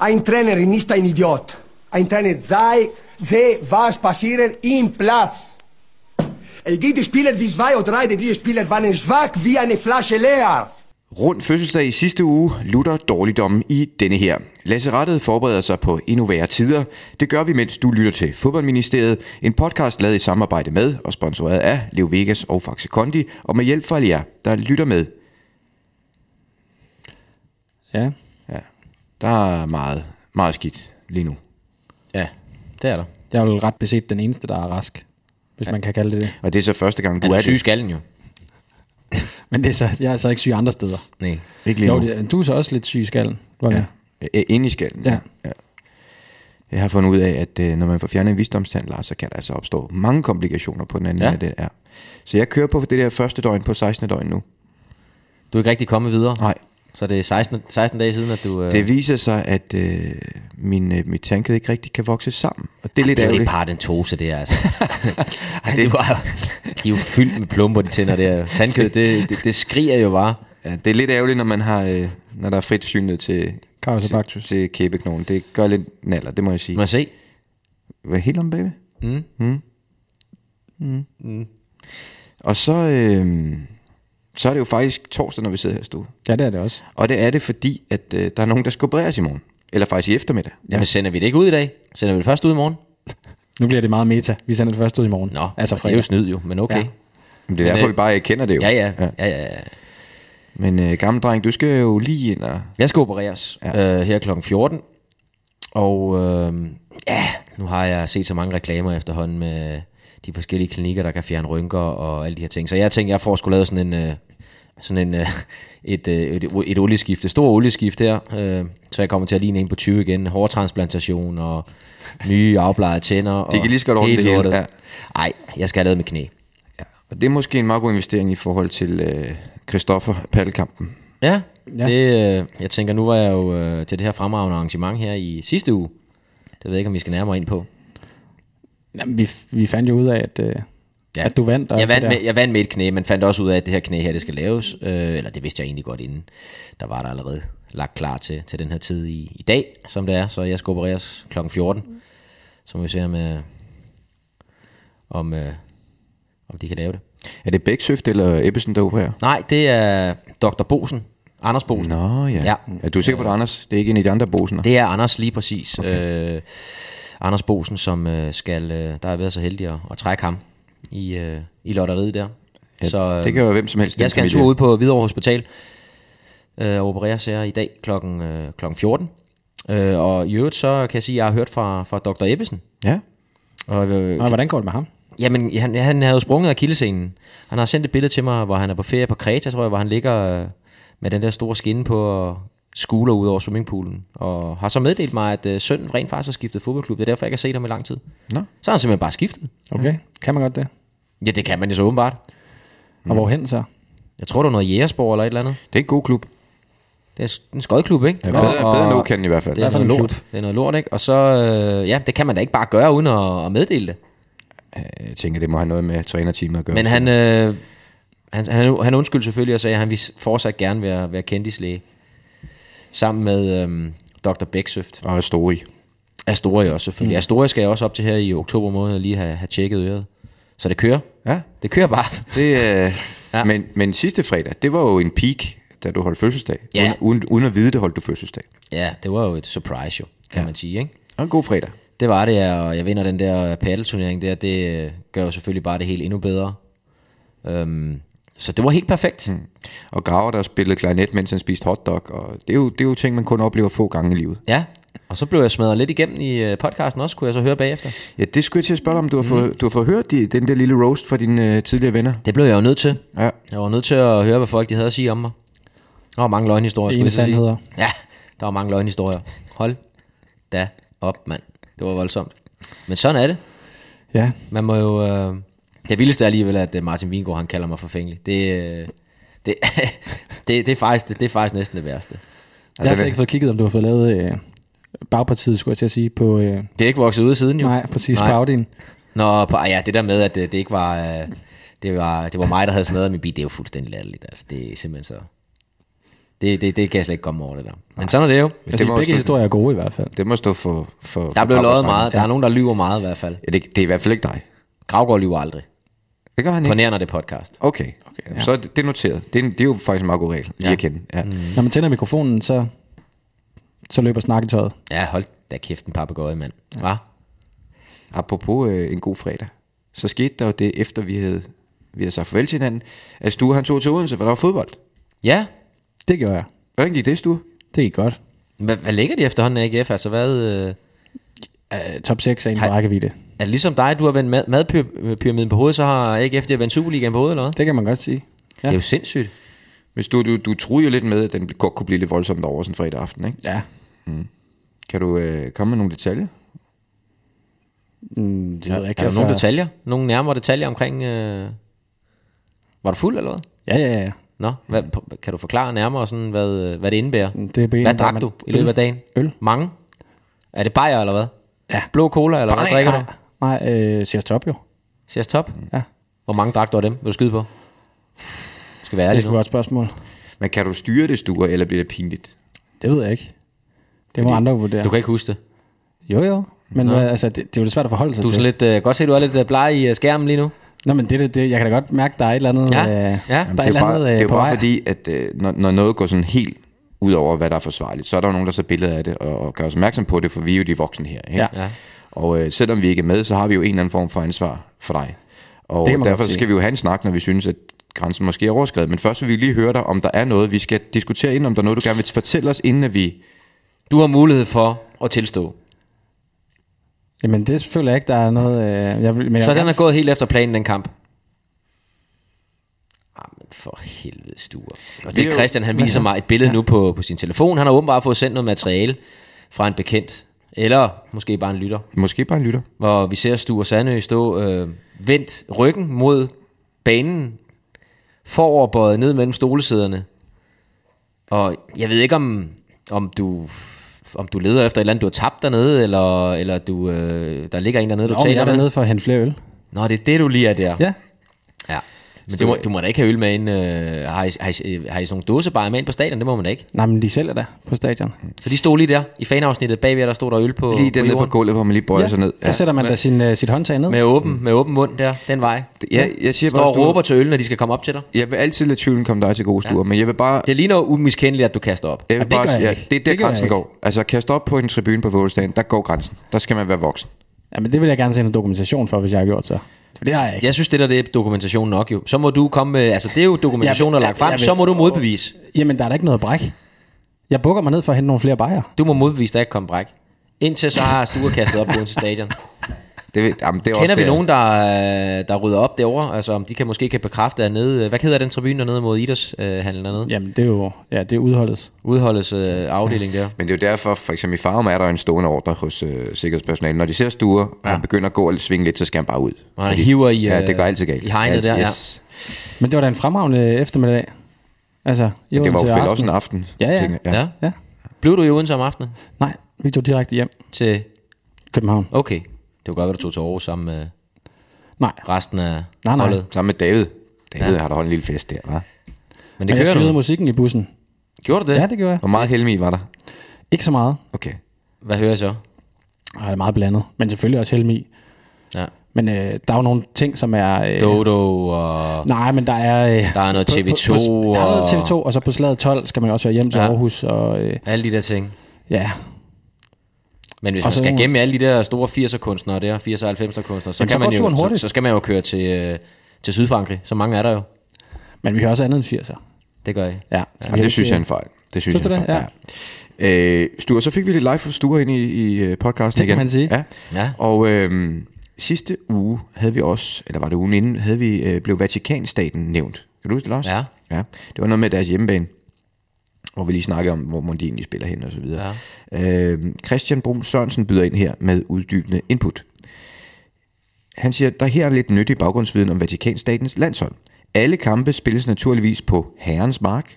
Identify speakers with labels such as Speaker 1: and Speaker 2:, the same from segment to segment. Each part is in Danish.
Speaker 1: Ein Trainer ist ein Idiot. Ein Trainer sei, sehe, was passiert im Platz. Es gibt Spieler wie zwei oder drei, diese Spieler waren schwach wie eine Flasche leer.
Speaker 2: Rund fødselsdag i sidste uge lutter dårligdommen i denne her. Lasse Rettet forbereder sig på endnu værre tider. Det gør vi, mens du lytter til Fodboldministeriet, en podcast lavet i samarbejde med og sponsoreret af Leo Vegas og Faxe Kondi, og med hjælp fra alle jer, der lytter med.
Speaker 3: Ja,
Speaker 2: Ja, der er meget, meget skidt lige nu.
Speaker 3: ja, det er der. Jeg er jo ret beset den eneste, der er rask, hvis ja. man kan kalde det det.
Speaker 2: Og det er så første gang, du
Speaker 4: Han
Speaker 2: er
Speaker 4: er
Speaker 2: det.
Speaker 4: syg i skallen jo.
Speaker 3: Men det er så, jeg er så ikke syg andre steder.
Speaker 4: Nej.
Speaker 2: Ikke lige
Speaker 3: Jo,
Speaker 2: nu.
Speaker 3: det- du er så også lidt syg i skallen. Var ja.
Speaker 2: Øh, Inde i skallen.
Speaker 3: Ja.
Speaker 2: ja. Jeg har fundet ud af, at øh, når man får fjernet en visdomstand, Lars, så kan der altså opstå mange komplikationer på den anden
Speaker 4: Ja.
Speaker 2: ja. det er. Så jeg kører på det der første døgn på 16. døgn nu.
Speaker 4: Du er ikke rigtig kommet videre.
Speaker 2: Nej.
Speaker 4: Så det er 16, 16 dage siden, at du... Øh,
Speaker 2: Det viser sig, at øh, min, øh, mit tandkød ikke rigtig kan vokse sammen. Og det er lidt
Speaker 4: det er jo lidt
Speaker 2: ærgerligt.
Speaker 4: paradentose, det er altså. Ej, det, du har, de er jo fyldt med plumper, de tænder der. Tandkød, det, det, det skriger jo bare.
Speaker 2: Ja, det er lidt ærgerligt, når, man har, øh, når der er frit synet til,
Speaker 3: Carlos og
Speaker 2: til,
Speaker 3: Baktus.
Speaker 2: til kæbeknogen. Det gør lidt naller, det må jeg sige.
Speaker 4: Må jeg se?
Speaker 2: Hvad helt om, baby?
Speaker 4: Mm.
Speaker 2: Og så, øh, så er det jo faktisk torsdag, når vi sidder her i studiet.
Speaker 3: Ja, det er det også.
Speaker 2: Og det er det, fordi at øh, der er nogen, der skal opereres i morgen. Eller faktisk i eftermiddag.
Speaker 4: Jamen sender vi det ikke ud i dag? Sender vi det først ud i morgen?
Speaker 3: Nu bliver det meget meta. Vi sender det først ud i morgen.
Speaker 4: Nå,
Speaker 3: altså
Speaker 4: det er
Speaker 3: fredag.
Speaker 4: jo snyd jo, men okay.
Speaker 3: Ja.
Speaker 2: Men det er derfor,
Speaker 4: øh,
Speaker 2: vi bare ikke kender det jo.
Speaker 4: Ja, ja, ja, ja. ja, ja.
Speaker 2: Men øh, gamle dreng, du skal jo lige ind og...
Speaker 4: Jeg skal opereres ja. øh, her kl. 14. Og øh, ja, nu har jeg set så mange reklamer efterhånden med de forskellige klinikker, der kan fjerne rynker og alle de her ting. Så jeg tænkte, jeg får skulle lavet sådan en... Øh, sådan en, øh, et, øh, et, et olieskifte, stor olieskift der, øh, så jeg kommer til at ligne en på 20 igen, hårtransplantation og nye afplejede tænder. og
Speaker 2: De kan lige så godt ordne
Speaker 4: hele
Speaker 2: det hele,
Speaker 4: lortet.
Speaker 2: ja.
Speaker 4: Ej, jeg skal have lavet med knæ.
Speaker 2: Ja. Og det er måske en meget god investering i forhold til øh, Christoffer paddelkampen.
Speaker 4: Ja,
Speaker 3: Ja.
Speaker 4: ja. Det, øh, jeg tænker, nu var jeg jo øh, til det her fremragende arrangement her i sidste uge. Det ved jeg ikke, om vi skal nærmere ind på.
Speaker 3: Jamen, vi, vi fandt jo ud af, at, øh, ja. at du vandt. og
Speaker 4: Jeg
Speaker 3: alt det
Speaker 4: vandt,
Speaker 3: der.
Speaker 4: med, jeg vandt med et knæ, men fandt også ud af, at det her knæ her, det skal laves. Øh, eller det vidste jeg egentlig godt inden. Der var der allerede lagt klar til, til den her tid i, i dag, som det er. Så jeg skal opereres kl. 14. Så må vi se, om, øh, om, øh, om de kan lave det.
Speaker 2: Er det Bæksøft eller Ebbesen, der opererer?
Speaker 4: Nej, det er Dr. Bosen. Anders Bosen.
Speaker 2: Nå ja.
Speaker 4: Ja. Øh,
Speaker 2: Er du sikker på det, Anders? Det er ikke en af de andre bosener?
Speaker 4: Det er Anders lige præcis. Okay. Øh, Anders Bosen, som øh, skal, øh, der har været så heldig at, at trække ham i, øh, i lotteriet der. øh,
Speaker 2: Ja, det kan jo hvem som helst. i den
Speaker 4: Jeg skal en
Speaker 2: familie.
Speaker 4: tur ud på Hvidovre Hospital øh, og opereres her i dag kl. Øh, klokken 14. Øh, og i øvrigt så kan jeg sige, at jeg har hørt fra, fra Dr. Ebbesen.
Speaker 2: Ja.
Speaker 4: Og, øh,
Speaker 3: Nå, hvordan går det med ham?
Speaker 4: Jamen, han, han havde jo sprunget af kildescenen. Han har sendt et billede til mig, hvor han er på ferie på Kreta, tror jeg, hvor han ligger øh, med den der store skinne på og skuler ud over swimmingpoolen. Og har så meddelt mig, at øh, sønnen rent faktisk har skiftet fodboldklub. Det er derfor, jeg ikke har set ham i lang tid.
Speaker 2: Nå.
Speaker 4: Så har han simpelthen bare skiftet.
Speaker 3: Okay, kan man godt det?
Speaker 4: Ja, det kan man jo så åbenbart.
Speaker 3: Og hvorhen så?
Speaker 4: Jeg tror, det var noget Jægersborg eller et eller andet.
Speaker 2: Det er en god klub.
Speaker 4: Det er s- en skøjklub, ikke?
Speaker 2: Ja, bedre, bedre end Okan i hvert fald. Øh,
Speaker 4: Det er
Speaker 3: fald
Speaker 4: noget
Speaker 3: en
Speaker 4: lort.
Speaker 3: klub.
Speaker 4: Det er noget lort, ikke? Og så, øh, ja, det kan man da ikke bare gøre uden at, at meddele det.
Speaker 2: Jeg tænker, det må have noget med trænerteamet at gøre.
Speaker 4: Men han, øh, han, han, han undskyldte selvfølgelig og sagde, at han ville fortsat gerne være, være kendislæge. Sammen med øhm, Dr. Bæksøft.
Speaker 2: Og Astori.
Speaker 4: Astoria også selvfølgelig. Mm. Astoria skal jeg også op til her i oktober måned og lige have, have tjekket øret. Så det kører.
Speaker 2: Ja.
Speaker 4: Det kører bare.
Speaker 2: Det, øh,
Speaker 4: Ja.
Speaker 2: ja. men, men sidste fredag, det var jo en peak, da du holdt fødselsdag.
Speaker 4: Ja.
Speaker 2: Uden, uden, uden at vide det, holdt du fødselsdag.
Speaker 4: Ja, det var jo et surprise jo, kan ja. man sige, ikke?
Speaker 2: Og en god fredag.
Speaker 4: Det var det, ja, og jeg vinder den der paddelturnering der, det øh, gør jo selvfølgelig bare det hele endnu bedre. Øhm, så det var helt perfekt. Mm.
Speaker 2: Og Graver, der spillede klarinet, mens han spiste hotdog. Og det er, jo, det er jo ting, man kun oplever få gange i livet.
Speaker 4: Ja, og så blev jeg smadret lidt igennem i øh, podcasten også, kunne jeg så høre bagefter.
Speaker 2: Ja, det skulle jeg til at spørge dig, om du har, mm. fået, du har fået hørt de, den der lille roast fra dine øh, tidligere venner.
Speaker 4: Det blev jeg jo nødt til.
Speaker 2: Ja.
Speaker 4: Jeg var nødt til at høre, hvad folk de havde at sige om mig. Der var mange løgnhistorier,
Speaker 3: Ene
Speaker 4: skulle jeg lige
Speaker 3: sandheder.
Speaker 4: sige. Ja, der var mange løgnhistorier. Hold da op, mand. Det var voldsomt. Men sådan er det.
Speaker 3: Ja,
Speaker 4: Man må jo... Øh... Det vildeste er alligevel, at øh, Martin Wingård, han kalder mig forfængelig. Det, øh... det, det, det, er faktisk, det, det er faktisk næsten det værste.
Speaker 2: Ja,
Speaker 3: jeg har
Speaker 2: det
Speaker 3: slet
Speaker 2: vil-
Speaker 3: ikke fået kigget, om du har fået lavet øh, bagpartiet, skulle jeg til at sige, på... Øh,
Speaker 4: Det er ikke vokset ud siden, jo.
Speaker 3: nej, præcis, på Audien.
Speaker 4: Nå, på, ah, ja, det der med, at det, det ikke var... Øh... Det var, det var mig, der havde smadret min bil. Det er jo fuldstændig latterligt. Altså, det er simpelthen så... Det, det, det kan jeg slet ikke komme over det der. Men sådan er det jo.
Speaker 3: Altså,
Speaker 2: må
Speaker 3: det
Speaker 2: jo
Speaker 3: begge
Speaker 2: stå-
Speaker 3: historier er gode i hvert fald.
Speaker 2: Det må stå for... for
Speaker 4: Der
Speaker 2: for
Speaker 4: er blevet løjet
Speaker 2: Pappers
Speaker 4: meget.
Speaker 2: regning.
Speaker 4: Der er nogen, der lyver meget i hvert fald.
Speaker 2: Ja, det, det er i hvert fald ikke dig.
Speaker 4: Gravgaard lyver aldrig.
Speaker 2: Det gør han
Speaker 4: På
Speaker 2: ikke.
Speaker 4: nær, når det er podcast.
Speaker 2: Okay, okay ja. så er det, det er noteret. Det er, en- det er jo faktisk en meget god regel, ja.
Speaker 4: Ja.
Speaker 2: jeg kender. Ja. Mm.
Speaker 3: Når man tænder mikrofonen, så, så løber snakketøjet.
Speaker 4: Ja, hold da kæft en papegøje, mand. Hva?
Speaker 2: Apropos øh, en god fredag, så skete der jo det, efter vi havde, vi havde sagt farvel til hinanden, at Stue han tog til Odense, for der var fodbold.
Speaker 4: Ja.
Speaker 3: Det gjorde jeg.
Speaker 2: Hvordan gik det, Stue?
Speaker 3: Det gik godt.
Speaker 4: Hvad, hvad ligger de efterhånden af AGF? Altså, hvad, øh,
Speaker 3: Uh, top 6 er en
Speaker 4: Hej.
Speaker 3: rækkevidde.
Speaker 4: er det ligesom dig, du har vendt mad, madpyramiden på hovedet, så har AGF det vendt Superligaen på hovedet, eller hvad?
Speaker 3: Det kan man godt sige.
Speaker 4: Ja. Det er jo sindssygt.
Speaker 2: Hvis du, du, du troede jo lidt med, at den bl- godt kunne blive lidt voldsomt over sådan en fredag aften, ikke?
Speaker 3: Ja.
Speaker 2: Kan du øh, komme med nogle detaljer?
Speaker 3: Mm, det ved jeg
Speaker 4: Er
Speaker 3: ikke.
Speaker 4: der altså... nogle detaljer? Nogle nærmere detaljer omkring... Øh... Var du fuld, eller hvad?
Speaker 3: Ja, ja, Mm, ja.
Speaker 4: Nå, hvad, p- kan du forklare nærmere, sådan, hvad, øh, hvad det indebærer?
Speaker 3: Det er ben,
Speaker 4: hvad drak du i løbet af dagen?
Speaker 3: Mm, Øl.
Speaker 4: Mange? Er det bajer, eller hvad?
Speaker 3: Ja.
Speaker 4: Blå cola, eller hvad drikker du?
Speaker 3: Nej, øh, siger stop jo.
Speaker 4: Sias top?
Speaker 3: Ja.
Speaker 4: Hvor mange drak du af dem? Vil du skyde på? Du skal være
Speaker 3: det er
Speaker 4: ærlig
Speaker 3: sgu
Speaker 4: nu.
Speaker 3: godt spørgsmål.
Speaker 2: Men kan du styre det, Stue, eller bliver det pinligt?
Speaker 3: Det ved jeg ikke. Det må andre vurdere.
Speaker 4: Du kan ikke huske det.
Speaker 3: Jo, jo. Men hvad, altså, det, det, er jo lidt svært at forholde sig
Speaker 4: Du er
Speaker 3: til.
Speaker 4: sådan lidt, øh, godt se, du er lidt øh, bleg i øh, skærmen lige nu.
Speaker 3: Nå, men det, det, det, jeg kan da godt mærke, der er et eller andet,
Speaker 4: Ja,
Speaker 3: øh,
Speaker 4: ja.
Speaker 3: der er
Speaker 4: Jamen,
Speaker 3: et
Speaker 2: det er jo
Speaker 3: eller
Speaker 2: bare,
Speaker 3: andet øh,
Speaker 2: det er jo
Speaker 3: på
Speaker 2: bare
Speaker 3: vej.
Speaker 2: fordi, at øh, når, når noget går sådan helt ud over, hvad der er forsvarligt, så er der jo nogen, der så billeder af det og, og gør os opmærksom på det, for vi er jo de voksne her. Ikke?
Speaker 3: Ja.
Speaker 4: Ja.
Speaker 2: Og øh, selvom vi ikke er med, så har vi jo en eller anden form for ansvar for dig. Og
Speaker 3: Det kan man
Speaker 2: derfor
Speaker 3: godt sige.
Speaker 2: skal vi jo have en snak, når vi synes, at grænsen måske er overskrevet. Men først vil vi lige høre dig, om der er noget, vi skal diskutere ind, om der er noget, du gerne vil fortælle os, inden at vi...
Speaker 4: Du har mulighed for at tilstå.
Speaker 3: Jamen, det føler jeg ikke, der er noget... Øh, jeg, vil- men jeg
Speaker 4: Så
Speaker 3: vil
Speaker 4: den
Speaker 3: gerne-
Speaker 4: er gået helt efter planen, den kamp.
Speaker 3: Ah,
Speaker 4: Jamen for helvede stuer. Og det
Speaker 2: er
Speaker 4: er
Speaker 2: jo-
Speaker 4: Christian, han viser mig et billede nu på, på sin telefon. Han har åbenbart fået sendt noget materiale fra en bekendt. Eller måske bare en lytter.
Speaker 2: Måske bare en lytter.
Speaker 4: Hvor vi ser Stuer Sandø stå øh, vendt ryggen mod banen. Foroverbøjet ned mellem stolesæderne. Og jeg ved ikke, om, om du om du leder efter et eller andet, du har tabt dernede, eller, eller du, øh, der ligger en dernede, du
Speaker 3: Nå, men jeg
Speaker 4: taler
Speaker 3: er
Speaker 4: med.
Speaker 3: dernede for at hente flere øl.
Speaker 4: Nå, det er det, du lige er der.
Speaker 3: Ja.
Speaker 4: Ja. Men du må, du må da ikke have øl med ind. Øh, har, I, har, I, øh, har I sådan nogle dåsebarer med ind på stadion? Det må man da ikke.
Speaker 3: Nej, men de sælger der på stadion.
Speaker 4: Så de stod lige der i fanafsnittet bagved, jer, der stod der øl på,
Speaker 2: Lige
Speaker 4: på,
Speaker 2: dernede på
Speaker 4: jorden.
Speaker 2: gulvet, hvor man lige bøjer
Speaker 3: ja,
Speaker 2: sig ned.
Speaker 3: der sætter man da sin, øh, sit håndtag ned.
Speaker 4: med åben, med åben mund der, den vej.
Speaker 2: Ja, jeg siger
Speaker 4: Står
Speaker 2: Mm. bare,
Speaker 4: og
Speaker 2: Stue-
Speaker 4: råber til øl, når de skal komme op til dig.
Speaker 2: Jeg vil altid lade tvivlen komme dig til gode stuer, ja. men jeg vil bare...
Speaker 4: Det ligner jo umiskendeligt, at du kaster op.
Speaker 2: Jeg vil
Speaker 3: Og det gør jeg
Speaker 2: ja,
Speaker 3: ikke.
Speaker 2: det er der
Speaker 3: Det gør jeg
Speaker 2: grænsen
Speaker 3: ikke.
Speaker 2: går. Altså, kaste op på en tribune på Vågelstaden, der går grænsen. Der skal man være voksen.
Speaker 3: Jamen, det vil jeg gerne se en dokumentation for, hvis jeg har gjort så. For det har jeg ikke.
Speaker 4: Jeg synes, det der det er dokumentation nok jo. Så må du komme med, altså det er jo dokumentation, der er lagt
Speaker 3: Jeg- jeg-
Speaker 4: frem,
Speaker 3: jeg-
Speaker 4: så må du modbevise.
Speaker 3: Jamen, der er da ikke noget bræk. Jeg bukker mig ned for at hente nogle flere bajer.
Speaker 4: Du må modbevise, der ikke kom bræk. Indtil så har Sture kastet op på Odense Stadion.
Speaker 2: Det, ved- jamen, det er også
Speaker 4: Kender vi
Speaker 2: der.
Speaker 4: nogen, der, øh, der rydder op derovre? Altså om de kan måske kan bekræfte dernede. øh, Hvad hedder den tribune dernede mod Idrætshandlen dernede?
Speaker 3: Jamen, det er jo ja, det er udholdes.
Speaker 4: Udholdes øh, afdeling der.
Speaker 2: Men det er jo derfor, for eksempel i Farum er der en stående ordre hos øh, sikkerhedspersonalet. Når de ser stuer, ja. og han begynder at gå og svinge lidt, så skal han bare ud.
Speaker 4: Og han hiver i,
Speaker 2: Ja,
Speaker 4: øh,
Speaker 2: det går altid galt.
Speaker 4: i hegnet der,
Speaker 3: Men det var da en fremragende eftermiddag. Altså, i
Speaker 2: Det var
Speaker 3: Odense
Speaker 2: jo
Speaker 3: aften.
Speaker 2: vel også en aften.
Speaker 3: Ja, ja.
Speaker 2: tænker jeg.
Speaker 4: Ja.
Speaker 3: Ja.
Speaker 4: Blev du i Odense om aftenen?
Speaker 3: Nej, vi tog direkte hjem.
Speaker 4: Til,
Speaker 3: København.
Speaker 4: okay. Det var godt, at du tog til Aarhus sammen med
Speaker 3: Nej,
Speaker 4: resten af
Speaker 3: nej, nej.
Speaker 4: holdet.
Speaker 2: Sammen med David. David ja. har der holdt en lille fest der, hva'?
Speaker 4: Men
Speaker 3: Men
Speaker 4: det
Speaker 3: jeg
Speaker 4: kører
Speaker 3: styrede
Speaker 4: nu.
Speaker 3: musikken i bussen.
Speaker 4: Gjorde du det?
Speaker 3: Ja, det gjorde jeg.
Speaker 2: Hvor meget Helmi var der?
Speaker 3: Ikke så meget.
Speaker 2: Okay.
Speaker 4: Hvad hører jeg så?
Speaker 3: Ej, det er meget blandet. Men selvfølgelig også Helmi.
Speaker 4: Ja.
Speaker 3: Men øh, der er jo nogle ting, som er... Øh,
Speaker 4: Dodo og...
Speaker 3: Nej, men der er... Øh,
Speaker 4: Der er noget TV2
Speaker 3: på, på, Der er noget
Speaker 4: og-
Speaker 3: TV2, og så på slaget 12 skal man jo også være hjem til
Speaker 4: Ja.
Speaker 3: ja. Aarhus. Og, øh,
Speaker 4: Alle de der ting.
Speaker 3: ja,
Speaker 4: Men hvis
Speaker 3: Og
Speaker 4: man
Speaker 3: så-
Speaker 4: skal gemme alle de der store 80'er kunstnere der, 80'er og 90'er kunstnere, så,
Speaker 3: Jamen, så
Speaker 4: kan man
Speaker 3: går turen
Speaker 4: jo, så,
Speaker 3: hurtigt.
Speaker 4: så, skal man jo køre til, øh, til Sydfrankrig. Så mange er der jo.
Speaker 3: men vi har også andet end 80'er.
Speaker 4: Det gør jeg.
Speaker 3: Ja,
Speaker 2: Ja, det synes jeg er en fejl. Det synes,
Speaker 3: Synes
Speaker 2: jeg er
Speaker 3: du
Speaker 2: en fejl. Ja. Øh, Sture, så fik vi lidt live fra Sture ind i, i øh, podcasten
Speaker 3: Det kan
Speaker 2: igen.
Speaker 3: man sige.
Speaker 2: Ja.
Speaker 4: Ja.
Speaker 2: Og øh, sidste uge havde vi også, eller var det ugen inden, havde vi, øh, blev Vatikanstaten nævnt. Kan du huske det også?
Speaker 4: Ja.
Speaker 2: ja. Det var noget med deres hjemmebane, hvor vi lige snakkede om, hvor man de egentlig spiller hen og så videre. Ja. Øh, Christian Brum Sørensen byder ind her med uddybende input. Han siger, der her er lidt nyttig baggrundsviden om Vatikanstatens landshold. Alle kampe spilles naturligvis på herrens mark.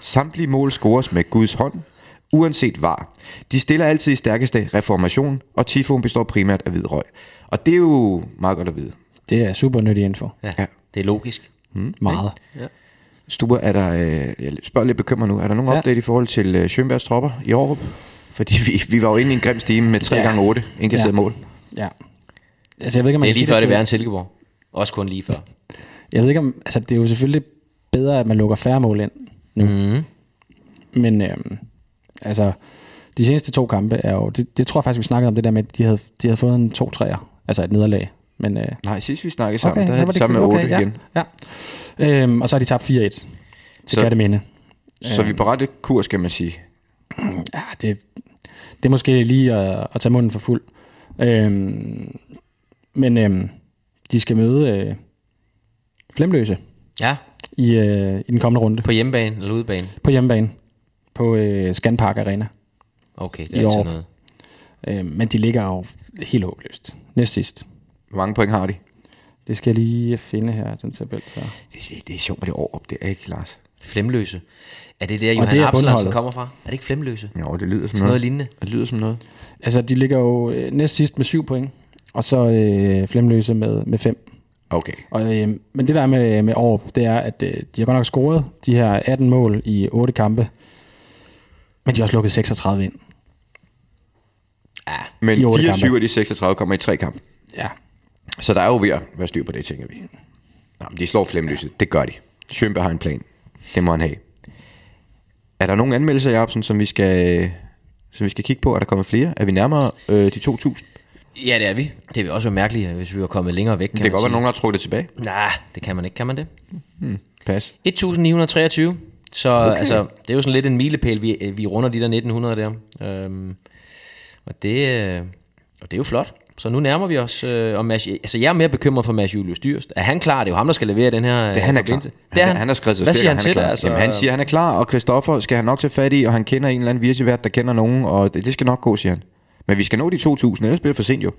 Speaker 2: Samtlige mål scores med Guds hånd, uanset var. De stiller altid i stærkeste reformation, og tifoen består primært af hvid røg. Og det er jo meget godt at vide. Mm,
Speaker 3: Det er super nyttig info.
Speaker 4: Ja.
Speaker 2: Ja.
Speaker 4: Det er logisk.
Speaker 3: Mm. Meget.
Speaker 4: Ja.
Speaker 2: Stubber, er der, øh, jeg spørger lidt bekymret nu, er der nogen ja.
Speaker 3: Ja.
Speaker 2: update i forhold til øh, Sjønbergs tropper i Aarup? Fordi vi, vi var jo inde i en grim stime med 3
Speaker 3: Ja.
Speaker 2: gange 8 indkasseret
Speaker 3: Ja.
Speaker 2: mål.
Speaker 3: Ja. Altså, jeg ved ikke, om man
Speaker 4: Det er
Speaker 3: kan
Speaker 4: lige
Speaker 3: sige
Speaker 4: før det
Speaker 3: på-
Speaker 4: værre end Silkeborg. Også kun lige før.
Speaker 3: Jeg ved ikke om, altså det er jo selvfølgelig bedre, at man lukker færre mål ind nu.
Speaker 4: Mm.
Speaker 3: Men øhm, altså, de seneste to kampe er jo, det, det tror jeg faktisk, vi snakkede om det der med, at de havde, de havde fået en 2 3'er, altså et nederlag. Men, øh,
Speaker 2: Nej, sidst vi snakkede sammen, okay, der
Speaker 3: der
Speaker 2: havde
Speaker 3: var
Speaker 2: de sammen med
Speaker 3: kun-
Speaker 2: 8
Speaker 3: okay, ja,
Speaker 2: igen.
Speaker 3: Ja. Øhm, og så har de tabt 4-1 til
Speaker 2: Så-
Speaker 3: Gatteminde.
Speaker 2: Så vi er på rette kurs, kan man sige.
Speaker 3: Ja, det, det er måske lige at, at tage munden for fuld. Øhm, men øhm, de skal møde øh, Flemløse
Speaker 4: Ja,
Speaker 3: i, øh, i den kommende runde
Speaker 4: på hjemmebane eller udebane.
Speaker 3: på hjemmebane på øh, Scanpark Arena.
Speaker 4: Okay, det
Speaker 3: I
Speaker 4: er altid
Speaker 3: år.
Speaker 4: noget.
Speaker 3: Øh, men de ligger jo helt håbløst. Næst sidst.
Speaker 2: Hvor mange point har de?
Speaker 3: Det skal jeg lige finde her, den tabel. Der.
Speaker 2: Det, det, det er sjovt med det år op, det er ikke, Lars.
Speaker 4: Flemløse. Er det der, Johan
Speaker 3: det er
Speaker 4: Absalonsen
Speaker 3: bundholdet.
Speaker 4: kommer fra? Er det ikke Flemløse?
Speaker 2: Jo, det lyder som
Speaker 4: Sådan
Speaker 2: noget.
Speaker 4: noget lignende.
Speaker 2: Det lyder som noget.
Speaker 3: Altså, de ligger jo øh, næst sidst med syv point, og så øh, Flemløse med, med fem.
Speaker 2: Okay.
Speaker 3: Og, øh, men det der er med, med Aarup, det er, at øh, de har godt nok scoret de her 18 mål i 8 kampe, men de har også lukket 36 ind.
Speaker 2: Men
Speaker 3: I otte
Speaker 2: 24
Speaker 3: kampe.
Speaker 2: af de 36 kommer i tre kampe.
Speaker 3: Ja,
Speaker 2: Så der er jo ved at være styr på det, tænker vi. Nå, men de slår flemlyset. Det gør de. Sjønberg har en plan. Det må han have. Er der nogen anmeldelser, Jacobsen, som vi skal, som vi skal kigge på? Er der kommet flere? Er vi nærmere øh, de 2.000?
Speaker 4: Ja, det er vi. Det ville også være mærkeligt, hvis vi var kommet længere væk. Kan
Speaker 2: Det kan
Speaker 4: man
Speaker 2: godt være,
Speaker 4: sige. Hmm.
Speaker 2: nogen har trukket det tilbage.
Speaker 4: Nej, det kan man ikke. Kan man det?
Speaker 2: Pas.
Speaker 4: 1923. Så okay. altså, det er jo sådan lidt en milepæl, vi, øh, vi runder de der 1900 der. Øhm, og, det, øh, og det er jo flot. Så nu nærmer vi os. Øh, og Mads, altså, jeg er mere bekymret for Mads Julius Dyrst. Er han klar? Det er jo ham, der skal levere den her øh,
Speaker 2: Ja, han er klar.
Speaker 4: forbindelse. Det er han.
Speaker 2: han har skrevet sig
Speaker 4: Hvad
Speaker 2: stykker,
Speaker 4: siger han, til
Speaker 2: er
Speaker 4: dig?
Speaker 2: klar.
Speaker 4: Altså,
Speaker 2: Jamen, han siger, han er klar, og Christoffer skal han nok tage fat i, og han kender en eller anden virsevært, der kender nogen, og det, det skal nok gå, siger han. Men vi skal nå de 2.000, ellers bliver det for sent jo.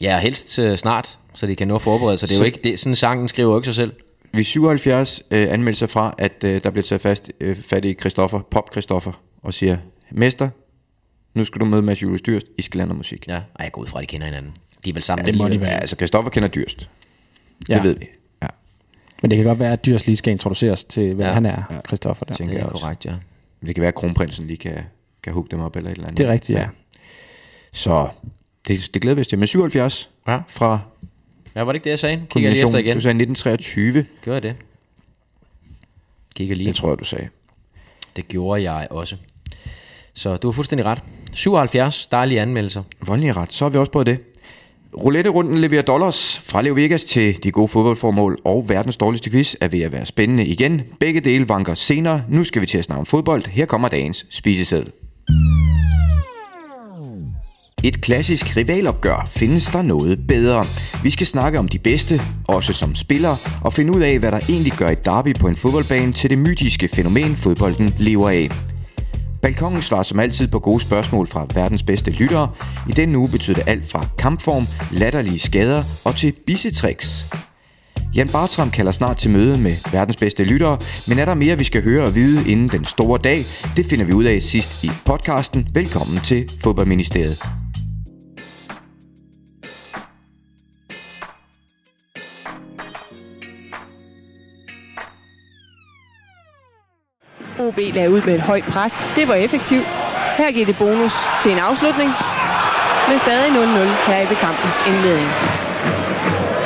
Speaker 4: Ja, helst øh, snart, så de kan nå at forberede sig. Det er
Speaker 2: Så-
Speaker 4: jo ikke, det, sådan sangen skriver jo ikke sig selv.
Speaker 2: Vi er 77 øh, anmeldelser fra, at øh, der bliver taget fast, øh, fat i Christoffer, pop Christoffer, og siger, Mester, nu skal du møde Mads Julius Dyrst, I skal lande musik.
Speaker 4: Ja. Ej, jeg går ud fra, at de kender hinanden. De er vel sammen.
Speaker 3: det må
Speaker 4: alligevel.
Speaker 3: de være.
Speaker 2: Ja, altså Christoffer kender Dyrst, ja.
Speaker 3: ja.
Speaker 2: det ved vi. Ja,
Speaker 3: Men det kan godt være, at Dyrs lige skal introduceres til, hvad
Speaker 4: Ja.
Speaker 3: ja. han er, Christoffer. Der.
Speaker 2: tænker
Speaker 4: Det
Speaker 2: jeg
Speaker 4: er
Speaker 2: også.
Speaker 4: korrekt, ja.
Speaker 2: Men det kan være, at kronprinsen lige kan, kan hugge dem op eller et eller andet.
Speaker 3: Det er rigtigt, ja.
Speaker 2: Så det, det glæder vi os til. Men 77
Speaker 4: Ja.
Speaker 2: fra
Speaker 4: Ja, var det ikke det, jeg sagde? Kigger jeg lige
Speaker 2: kombinationen,
Speaker 4: efter igen.
Speaker 2: du sagde 1923,
Speaker 4: Gør jeg det? Kigger lige.
Speaker 2: det tror jeg, du sagde.
Speaker 4: Det gjorde jeg også. Så du har fuldstændig ret. 77 dejlige anmeldelser.
Speaker 2: Voldelig ret, så har vi også prøvet det. Roulette-runden leverer dollars fra Leo Vegas til de gode fodboldformål, og verdens dårligste quiz er ved at være spændende igen. Begge dele vanker senere. Nu skal vi til at snakke om fodbold. Her kommer dagens spiseseddel. Et klassisk rivalopgør findes der noget bedre. Vi skal snakke om de bedste, også som spillere, og finde ud af, hvad der egentlig gør et derby på en fodboldbane til det mytiske fænomen, fodbolden lever af. Balkongen svarer som altid på gode spørgsmål fra verdens bedste lyttere. I denne uge betyder det alt fra kampform, latterlige skader og til bissetricks. Jan Bartram kalder snart til møde med verdens bedste lyttere, men er der mere, vi skal høre og vide inden den store dag? Det finder vi ud af sidst i podcasten. Velkommen til Fodboldministeriet.
Speaker 5: OB lagde ud med et højt pres. Det var effektivt. Her giver det bonus til en afslutning. Men stadig 0-0 her i ved kampens indledning.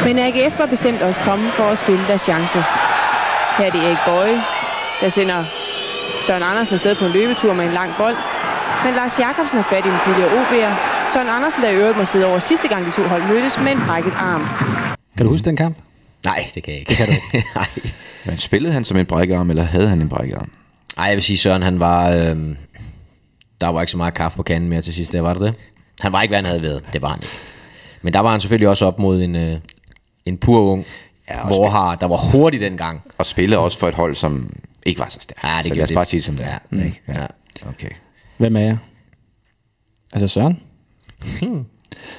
Speaker 5: Men AGF var bestemt også kommet for at spille deres chance. Her er det Erik Bøje, der sender Søren Andersen afsted på en løbetur med en lang bold. Men Lars Jakobsen har fat i den tidligere OB'er. Søren Andersen, der i øvrigt må sidde over sidste gang, de to hold mødtes med en brækket arm.
Speaker 3: Kan du huske den kamp?
Speaker 4: Nej, det kan jeg ikke. Det kan du ikke. Nej.
Speaker 2: Men spillede han som en brækkearm, eller havde han en brækkearm?
Speaker 4: Ej, jeg vil sige, Søren, han var... Øh, der var ikke så meget kaffe på kanden mere til sidst, der var det det? Han var ikke, hvad han havde været. Det var han ikke. Men der var han selvfølgelig også op mod en, øh, en pur ung, ja, hvor har, der var hurtig dengang.
Speaker 2: Og spillede også for et hold, som ikke var så stærkt.
Speaker 4: Ja, det
Speaker 2: så
Speaker 4: gør
Speaker 2: lad os
Speaker 4: det.
Speaker 2: bare sige Ah, det, som det er.
Speaker 4: Ja.
Speaker 2: Mm. Ikke?
Speaker 4: Ja.
Speaker 2: Okay.
Speaker 3: Hvem er jeg? Altså Søren?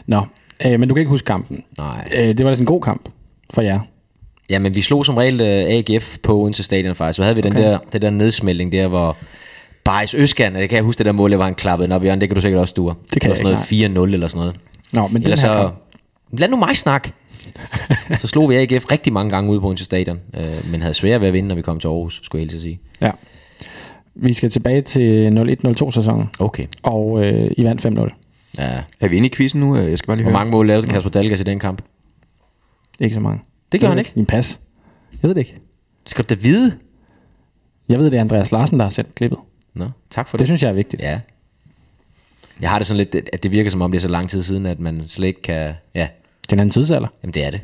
Speaker 3: Nå, øh, men du kan ikke huske kampen.
Speaker 4: Nej.
Speaker 3: Øh, det var altså en god kamp for jer.
Speaker 4: Ja, men vi slog som regel øh, AGF på Odense Stadion faktisk. Så havde vi okay. den,
Speaker 3: Okay.
Speaker 4: der, den der nedsmeltning der, hvor Baris Øskan, det kan jeg huske, det der mål, jeg var en klappet den op i hjørnet. Det kan du sikkert også, du
Speaker 3: Det kan jeg
Speaker 4: sådan
Speaker 3: ikke,
Speaker 4: noget 4-0 eller sådan noget.
Speaker 3: Nå, men den
Speaker 4: Eller
Speaker 3: her
Speaker 4: så...
Speaker 3: kamp.
Speaker 4: Lad nu mig snakke. så slog vi AGF rigtig mange gange ude på Odense Stadion, øh, men havde svært ved at vinde, når vi kom til Aarhus, skulle jeg helst sige.
Speaker 3: Ja. Vi skal tilbage til 01-02 sæsonen,
Speaker 4: Okay.
Speaker 3: og øh, I vandt 5-0.
Speaker 4: Ja.
Speaker 2: Er vi inde i quizzen nu? øh, Jeg skal bare lige
Speaker 4: Hvor
Speaker 2: høre.
Speaker 4: mange mål lavede Kasper Dalgas i den kamp?
Speaker 3: Ikke så mange.
Speaker 4: Det gør
Speaker 3: Jeg
Speaker 4: han
Speaker 3: ved
Speaker 4: ikke.
Speaker 3: En pas. Jeg ved det ikke.
Speaker 4: Det skal du da vide.
Speaker 3: Jeg ved, det er Andreas Larsen, der har sendt klippet.
Speaker 4: Nå, tak for det.
Speaker 3: Det synes jeg er vigtigt.
Speaker 4: Ja. Jeg har det sådan lidt, at det virker som om, det er så lang tid siden, at man slet ikke kan... Ja,
Speaker 3: Det er en anden tidsalder.
Speaker 4: jamen det er det.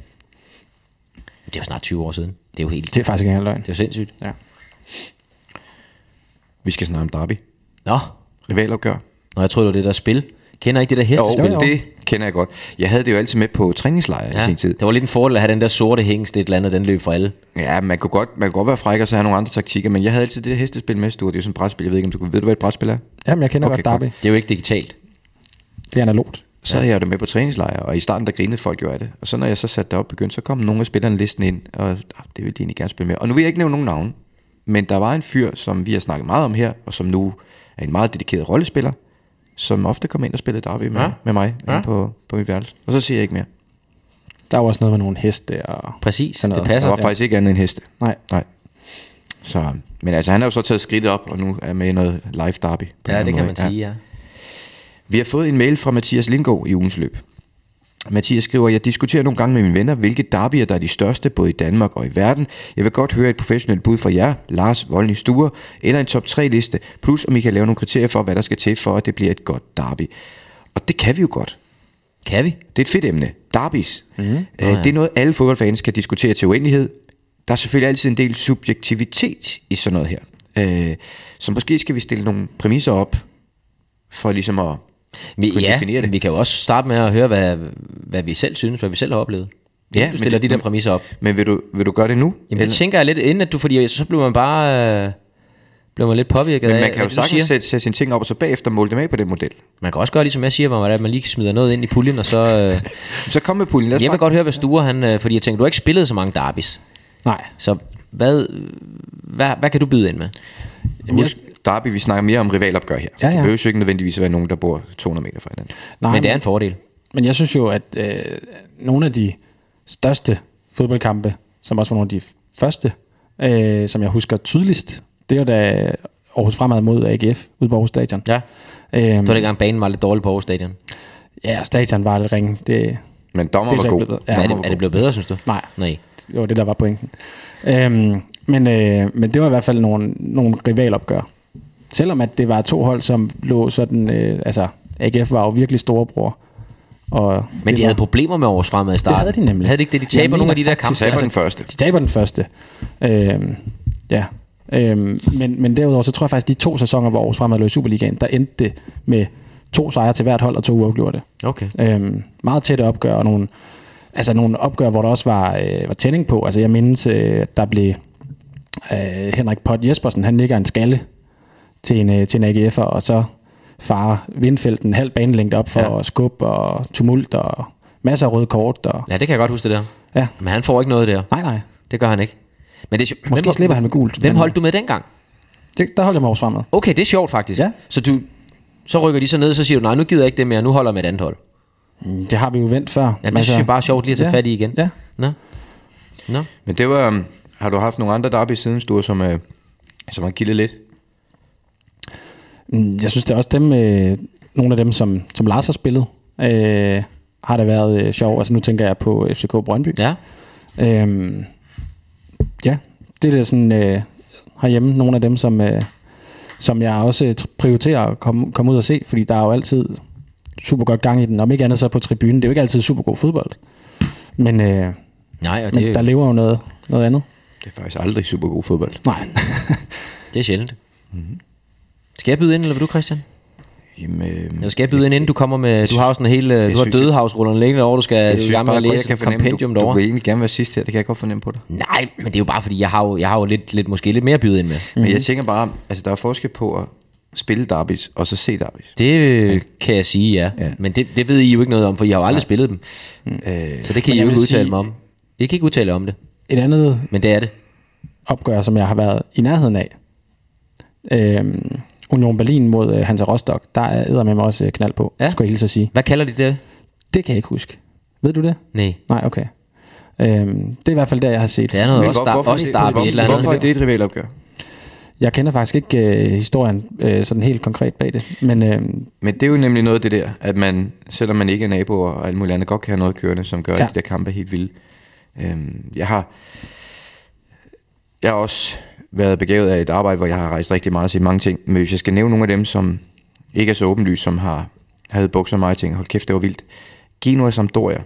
Speaker 4: Men Det er jo snart 20 år siden. Det er jo helt...
Speaker 3: Det er faktisk ikke engang løgn.
Speaker 4: det er jo sindssygt.
Speaker 3: Ja.
Speaker 2: Vi skal snakke om derby.
Speaker 4: Nå,
Speaker 2: Rivalopgør.
Speaker 4: Nå jeg troede, det var det der spil. Kender ikke det der hestespil?
Speaker 2: Jo,
Speaker 3: jo.
Speaker 2: det kender jeg godt. Jeg havde det jo altid med på træningslejre ja. i
Speaker 4: Ja,
Speaker 2: sin tid.
Speaker 4: det var lidt en fordel at have den der sorte hængst, et eller andet, den løb for alle.
Speaker 2: Ja, man kunne, godt, man kunne godt være fræk og så have nogle andre taktikker, men jeg havde altid det der hestespil med, Sture. Det er jo sådan et brætspil. Jeg ved ikke, om du ved, du, hvad et brætspil er?
Speaker 3: Jamen, jeg kender
Speaker 2: Okay,
Speaker 3: okay, godt Derby.
Speaker 4: Det er jo ikke digitalt.
Speaker 3: Det er analogt.
Speaker 2: Så havde jeg det med på træningslejre, og i starten der grinede folk jo af det. Og så når jeg så satte det op begyndte, så kom nogle af spillerne listen ind, og ah, det ville de egentlig gerne spille med. Og nu vil jeg ikke nævne nogen navne, men der var en fyr, som vi har snakket meget om her, og som nu er en meget dedikeret rollespiller, som ofte kom ind og spillede derby med, ja. med mig ja. på, på mit værelse. Og så siger jeg ikke mere.
Speaker 3: Der er jo også noget med nogle heste og...
Speaker 4: Præcis,
Speaker 3: Sådan
Speaker 4: det
Speaker 3: noget.
Speaker 2: Altså,
Speaker 4: passer.
Speaker 2: der var
Speaker 4: Ja.
Speaker 2: faktisk ikke andet end heste.
Speaker 3: Nej,
Speaker 2: Nej. Så, men altså, han har jo så taget skridtet op, og nu er med i noget live derby. på en
Speaker 4: Ja, det
Speaker 2: måde,
Speaker 4: kan man
Speaker 2: ikke? Ja.
Speaker 4: sige, ja.
Speaker 2: Vi har fået en mail fra Mathias Lindgaard i ugens løb. Mathias skriver, jeg diskuterer nogle gange med mine venner, hvilke derbyer, der er de største, både i Danmark og i verden. Jeg vil godt høre et professionelt bud fra jer, Lars Voldning Sture, eller en top 3 liste, plus om I kan lave nogle kriterier for, hvad der skal til for, at det bliver et godt derby. Og det kan vi jo godt.
Speaker 4: Kan vi?
Speaker 2: Det er et fedt emne. Derbis.
Speaker 4: Mhm.
Speaker 2: Mm-hmm. Øh, det er noget, alle fodboldfans kan diskutere til uendelighed. Der er selvfølgelig altid en del subjektivitet i sådan noget her. Øh, så måske skal vi stille nogle præmisser op, for ligesom at...
Speaker 4: Vi,
Speaker 2: Kunne
Speaker 4: ja,
Speaker 2: definere det.
Speaker 4: men vi kan jo også starte med at høre, hvad, hvad vi selv synes, hvad vi selv har oplevet.
Speaker 2: Ja,
Speaker 4: Ja, du
Speaker 2: men
Speaker 4: stiller
Speaker 2: det-
Speaker 4: de der præmisser op.
Speaker 2: Men vil du, vil du gøre det nu?
Speaker 4: Jamen det tænker jeg lidt, inden at du, fordi så bliver man bare øh, bliver man lidt påvirket
Speaker 2: Øh, Men
Speaker 4: af,
Speaker 2: man kan
Speaker 4: hvad
Speaker 2: jo
Speaker 4: du
Speaker 2: sagtens
Speaker 4: siger.
Speaker 2: sætte, sætte sine ting op, og så bagefter måle dem af på den model.
Speaker 4: Man kan også gøre ligesom jeg siger, hvor man, at man lige smider noget ind i puljen, og så... Øh,
Speaker 2: Så kom med puljen. Lad os
Speaker 4: jeg vil
Speaker 2: bare-
Speaker 4: godt høre, hvad Sture han... Øh, fordi jeg tænker, du har ikke spillet så mange derbis.
Speaker 3: nej.
Speaker 4: Så hvad, hvad, hvad kan du byde ind med?
Speaker 3: Jamen, jeg,
Speaker 2: Husk, Derby, vi snakker mere om rivalopgør her.
Speaker 3: Ja, ja.
Speaker 2: Det behøver jo ikke nødvendigvis at være nogen, der bor 200 meter fra hinanden.
Speaker 3: nej,
Speaker 4: men det er en fordel.
Speaker 3: Men jeg synes jo, at øh, nogle af de største fodboldkampe, som også var nogle af de første, øh, som jeg husker tydeligst, det var da Aarhus Fremad mod AGF ude på Aarhus Stadion.
Speaker 4: Ja.
Speaker 3: øhm,
Speaker 4: Det var dengang banen var lidt dårlig på Aarhus Stadion.
Speaker 3: ja stadion var lidt ringe. Det,
Speaker 2: Men dommer
Speaker 3: Det er
Speaker 2: var
Speaker 3: så
Speaker 2: god.
Speaker 3: ikke blevet-
Speaker 4: Ja,
Speaker 3: Ja,
Speaker 4: er,
Speaker 2: Dommer
Speaker 4: det,
Speaker 2: var
Speaker 4: er det
Speaker 2: god.
Speaker 4: blevet bedre, synes du?
Speaker 3: nej,
Speaker 4: Nej.
Speaker 3: det var det, der var pointen. Øhm, men, øh, men det var i hvert fald nogle, nogle rivalopgør. Selvom at det var to hold, som lå sådan... Øh, altså, AGF var jo virkelig storebror. Og
Speaker 4: Men de
Speaker 3: var-
Speaker 4: havde problemer med Aarhus fremad i starten.
Speaker 3: havde de nemlig.
Speaker 4: Havde de ikke det? Altså- De
Speaker 3: Jeg
Speaker 4: taber nogle
Speaker 3: mener
Speaker 4: af de der
Speaker 3: faktisk,
Speaker 4: kampe.
Speaker 2: Så taber den første.
Speaker 3: De taber den første. Øhm, ja. Øhm, men, men derudover, så tror jeg faktisk, de to sæsoner, hvor Aarhus Fremad lå i Superligaen, der endte det med to sejre til hvert hold og to uafgjorte.
Speaker 4: Okay.
Speaker 3: Øhm, meget tætte opgør og nogle, altså nogle opgør, hvor der også var, øh, var tænding på. Altså jeg mindes, øh, at der blev øh, Henrik Pott Jespersen, han nikker en skalle til en, øh, til en AGF'er, og så farer vindfelten en halv banelængde op for
Speaker 4: Ja.
Speaker 3: ja. skub og tumult og masser af røde kort. Og,
Speaker 4: Ja, det kan jeg godt huske det der.
Speaker 3: ja.
Speaker 4: Men han får ikke noget der.
Speaker 3: Nej, nej.
Speaker 4: Det gør han ikke. Men det er, sjo-
Speaker 3: Måske
Speaker 4: hvem,
Speaker 3: slipper han med gult,
Speaker 4: Hvem
Speaker 3: men- øh,
Speaker 4: holdt du med dengang?
Speaker 3: Det, der holdt jeg mig også fremad.
Speaker 4: Okay, det er sjovt faktisk.
Speaker 3: Ja.
Speaker 4: Så du, så rykker de så ned, så siger du, nej, nu gider jeg ikke det mere, nu holder jeg med et andet hold.
Speaker 3: Det har vi jo vendt før.
Speaker 4: Mm. Ja, det synes jeg bare er sjovt lige at tage
Speaker 3: Altså- ja,
Speaker 4: fat i igen.
Speaker 3: Ja.
Speaker 4: Nå. Nå.
Speaker 2: Men det var... øhm, Har du haft nogle andre derby siden, Sture, som, øh, som har kildet lidt?
Speaker 3: Mm, Jeg synes det er også dem, øh, nogle af dem, som, som Lars har spillet, øh, har det været øh, sjovt. Altså nu tænker jeg på FCK Brøndby.
Speaker 4: Ja.
Speaker 3: Øhm, ja, det er da sådan øh, herhjemme, nogle af dem, som, øh, som jeg også øh, tr- prioriterer at komme, komme ud og se, fordi der er jo altid super godt gang i den, om ikke andet så på tribunen. Det er jo ikke altid super god fodbold, men, øh,
Speaker 4: Nej, og
Speaker 3: men
Speaker 4: det,
Speaker 3: der lever jo noget, noget andet.
Speaker 2: Det er faktisk aldrig super god fodbold.
Speaker 3: Nej,
Speaker 4: det er sjældent. Mm-hmm. Skal jeg byde ind, eller vil du, Christian?
Speaker 2: Jamen, øh,
Speaker 4: Eller skal jeg byde ind, inden du kommer med... Du har jo sådan en hel... øh, Du har
Speaker 2: synes-
Speaker 4: dødehavsrullerne liggende over, du skal du er i gang med at
Speaker 2: godt,
Speaker 4: læse et
Speaker 2: du,
Speaker 4: kompendium
Speaker 2: du
Speaker 4: derovre.
Speaker 2: vil egentlig gerne være sidst her, det kan jeg godt fornemme på dig.
Speaker 4: Nej, men det er jo bare, fordi jeg har jo, jeg har jo lidt, lidt, måske lidt mere at byde ind med.
Speaker 2: Men jeg tænker bare, altså der er forskel på at spille derbys, og så se derbys.
Speaker 4: Det øh, kan jeg sige, ja.
Speaker 2: Ja.
Speaker 4: ja. Men det, det ved I jo ikke noget om, for I har jo aldrig spillet dem. Øh, så det kan I
Speaker 3: jeg vil
Speaker 4: jo ikke udtale
Speaker 3: sige-
Speaker 4: mig om. I kan ikke udtale jer om det,
Speaker 3: et andet
Speaker 4: men det er det.
Speaker 3: opgør, som jeg har været i nærheden af. Øhm, Union Berlin mod øh, Hansa Rostock, der er med mig også øh, knald på,
Speaker 4: Ja.
Speaker 3: ja. skulle jeg hilse at sige.
Speaker 4: Hvad kalder de det?
Speaker 3: Det kan jeg ikke huske. Ved du det?
Speaker 4: Nej.
Speaker 3: Nej, okay. Øhm, det er i hvert fald der, jeg har set.
Speaker 4: Det er noget også, der, også der er et eller andet.
Speaker 2: hvorfor er det et rivalopgør?
Speaker 3: Jeg kender faktisk ikke øh, historien øh, sådan helt konkret bag det, men øh,
Speaker 2: Men det er jo nemlig noget af det der, at man, selvom man ikke er naboer og alt muligt andet, godt kan have noget kørende, som gør, ja.
Speaker 3: Ja.
Speaker 2: at de der kampe er helt vilde. Øhm, jeg har jeg har også været begavet af et arbejde, hvor jeg har rejst rigtig meget og set mange ting. Men hvis jeg skal nævne nogle af dem, som ikke er så åbenlyst, som har havde bukser og meget ting, hold kæft, det var vildt. Genoa Sampdoria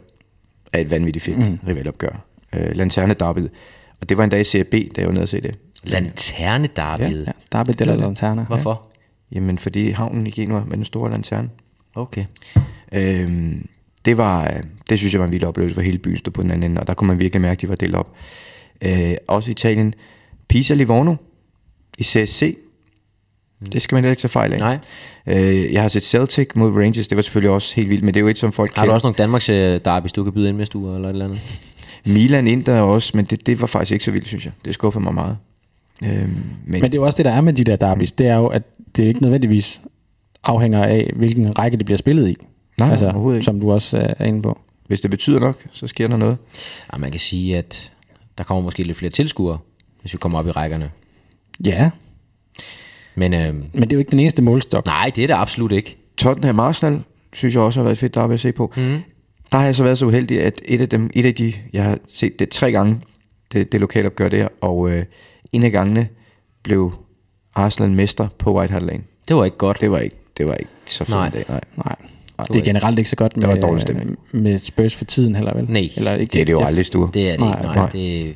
Speaker 2: er et vanvittigt fedt mm. rivalopgør. Øh, Lanterne Derby. Og det var en dag i Serie B, da jeg var nede og se det.
Speaker 4: Lanterne Derby.
Speaker 3: ja, der er bedre eller lanterner.
Speaker 4: Hvorfor?
Speaker 2: Jamen, fordi havnen i Genua med den store lanterne.
Speaker 4: Okay.
Speaker 2: Øhm, det var, øh, det synes jeg var en vild oplevelse, for hele byen stod på den anden ende, og der kunne man virkelig mærke, at de var delt op. Øh, også Italien. Pisa Livorno i CSC. Det skal man heller ikke tage fejl af.
Speaker 4: Nej.
Speaker 2: Øh, jeg har set Celtic mod Rangers, det var selvfølgelig også helt vildt, men det er jo et, som folk
Speaker 4: Har du også nogle Danmarks øh, derbys, du kan byde ind med, Sture, eller et eller andet?
Speaker 2: Milan Inter også, men det, det var faktisk ikke så vildt, synes jeg. Det skuffede mig meget. Øhm, men,
Speaker 3: Men det er jo også det, der er med de der derbys, det er jo, at det ikke nødvendigvis afhænger af, hvilken række det bliver spillet i.
Speaker 2: Nej, overhovedet ikke.
Speaker 3: altså, Som du også øh, er inde på.
Speaker 2: hvis det betyder nok, så sker der noget.
Speaker 4: Ja, man kan sige, at der kommer måske lidt flere tilskuere, hvis vi kommer op i rækkerne.
Speaker 3: Ja,
Speaker 4: Men øh,
Speaker 3: men det er jo ikke den eneste målstok.
Speaker 4: nej, det er det absolut ikke.
Speaker 2: Tottenham Arsenal, synes jeg også har været et fedt derby at se på. Mm. Der har jeg så været så uheldig, at et af, dem, et af de, jeg har set det tre gange, det, det lokale opgør der, og øh, en af gangene blev Arsenal mester på White Hart Lane.
Speaker 4: Det var ikke godt.
Speaker 2: Det var ikke, det var ikke så fedt
Speaker 4: Nej.
Speaker 2: en dag, nej.
Speaker 3: Nej. Det er generelt ikke så godt
Speaker 2: var dårlig
Speaker 3: med, øh,
Speaker 2: stemning.
Speaker 3: med Spurs for tiden heller, vel?
Speaker 4: Nej.
Speaker 3: Eller ikke,
Speaker 2: Det er det jo aldrig stue.
Speaker 4: Det er det
Speaker 3: Nej,
Speaker 4: ikke, nej.
Speaker 2: nej.
Speaker 4: Det,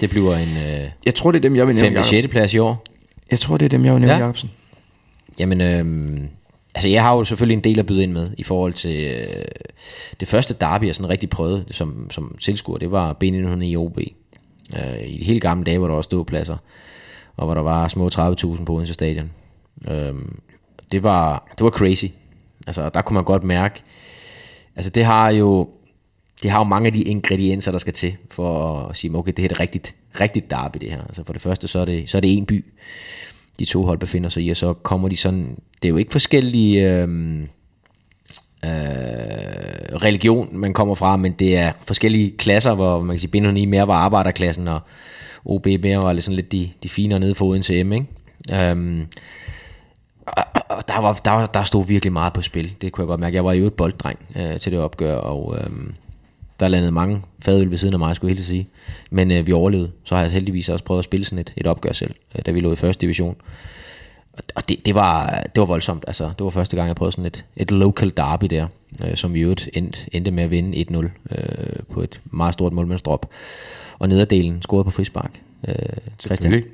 Speaker 4: det bliver en øh,
Speaker 2: Jeg tror, det er dem, jeg vil nævne,
Speaker 4: 5. og
Speaker 2: Jacob.
Speaker 4: 6. plads i år.
Speaker 2: Jeg tror, det er dem, jeg vil nævne,
Speaker 4: Ja.
Speaker 2: ja. Jacobsen.
Speaker 4: Jamen, øh, altså jeg har jo selvfølgelig en del at byde ind med i forhold til øh, det første derby, jeg sådan rigtig prøvede som, som tilskuer, det var B900 i OB. Øh, I de helt gamle dage, hvor der var ståpladser, og hvor der var små 30.000 på Odense Stadion. Øh, det, var, det var crazy. Altså, der kunne man godt mærke, altså det har jo, det har jo mange af de ingredienser, der skal til for at sige, okay, det her er et rigtigt, rigtigt derby, det her. Altså for det første, så er det, så er det en by, de to hold befinder sig i, og så kommer de sådan, det er jo ikke forskellige øh, øh, religion, man kommer fra, men det er forskellige klasser, hvor man kan sige, Binderne i mere var arbejderklassen, og OB mere var lidt, sådan lidt de, de finere nede for Odense M, ikke? Øhm, og- og- og der, var, der, var, der stod virkelig meget på spil, det kunne jeg godt mærke. Jeg var jo et bolddreng øh, til det opgør, og øh, der landede mange fadøl ved siden af mig, skulle jeg helt sige. Men øh, vi overlevede, så har jeg heldigvis også prøvet at spille sådan et, et opgør selv, øh, da vi lå i første division. Og- Og det, det, var, det var voldsomt, altså. Det var første gang, jeg prøvede sådan et, et local derby der, øh, som vi i øvrigt endte, endte med at vinde 1-0 øh, på et meget stort målmandsdrop. Og nederdelen scorede på frispark. Øh, Christian.
Speaker 2: Selvfølgelig.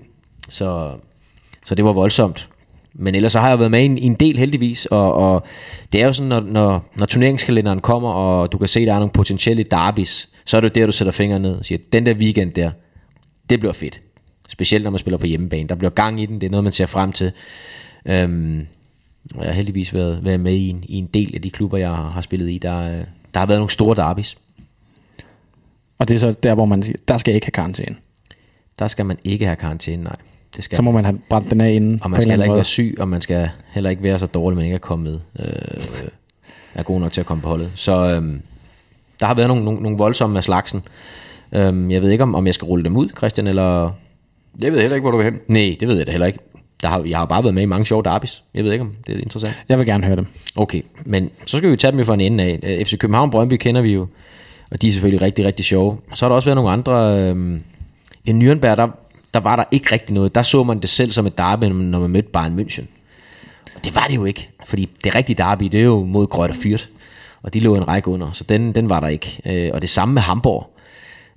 Speaker 4: Så, så det var voldsomt. Men ellers så har jeg været med i en, i en del heldigvis, og, og det er jo sådan, når, når, når turneringskalenderen kommer, og du kan se, der er nogle potentielle derbis, så er det jo der, du sætter fingeren ned og siger, den der weekend der, det bliver fedt. Specielt når man spiller på hjemmebane. Der bliver gang i den, det er noget, man ser frem til. Øhm, og jeg har heldigvis været, været med i en, i en del af de klubber, jeg har har spillet i. Der, øh, der har været nogle store derbis.
Speaker 3: Og det er så der, hvor man siger, der skal jeg ikke have karantæne.
Speaker 4: Der skal man ikke have karantæne, nej. Det skal
Speaker 3: Så må man have brændt den af inden.
Speaker 4: Og
Speaker 3: Mm, på
Speaker 4: man
Speaker 3: en
Speaker 4: skal
Speaker 3: eller anden
Speaker 4: heller ikke
Speaker 3: måde.
Speaker 4: være syg, og man skal heller ikke være så dårlig, man ikke er kommet øh, er god nok til at komme på holdet. Så øhm, der har været nogle, nogle, nogle voldsomme af slagsen. Øhm, jeg ved ikke, om, om jeg skal rulle dem ud, Christian, eller...
Speaker 2: Jeg ved heller ikke, hvor du vil hen.
Speaker 4: Nej, det ved jeg da heller ikke. Der har, jeg har bare været med i mange sjove derbys. Jeg ved ikke, om det er interessant.
Speaker 3: Jeg vil gerne høre dem.
Speaker 4: Okay, men så skal vi jo tage dem jo fra en ende af. Øh, FC København Brøndby kender vi jo, og de er selvfølgelig rigtig, rigtig sjove. Så har der også været nogle andre... Øh, I Nürnberg, der, der var der ikke rigtig noget. Der så man det selv som et derby, når man mødte Bayern München. Og det var det jo ikke, fordi det rigtige derby, det er jo mod Grøt og Fyrt. Og de lå en række under, så den, den var der ikke. Øh, og det samme med Hamburg.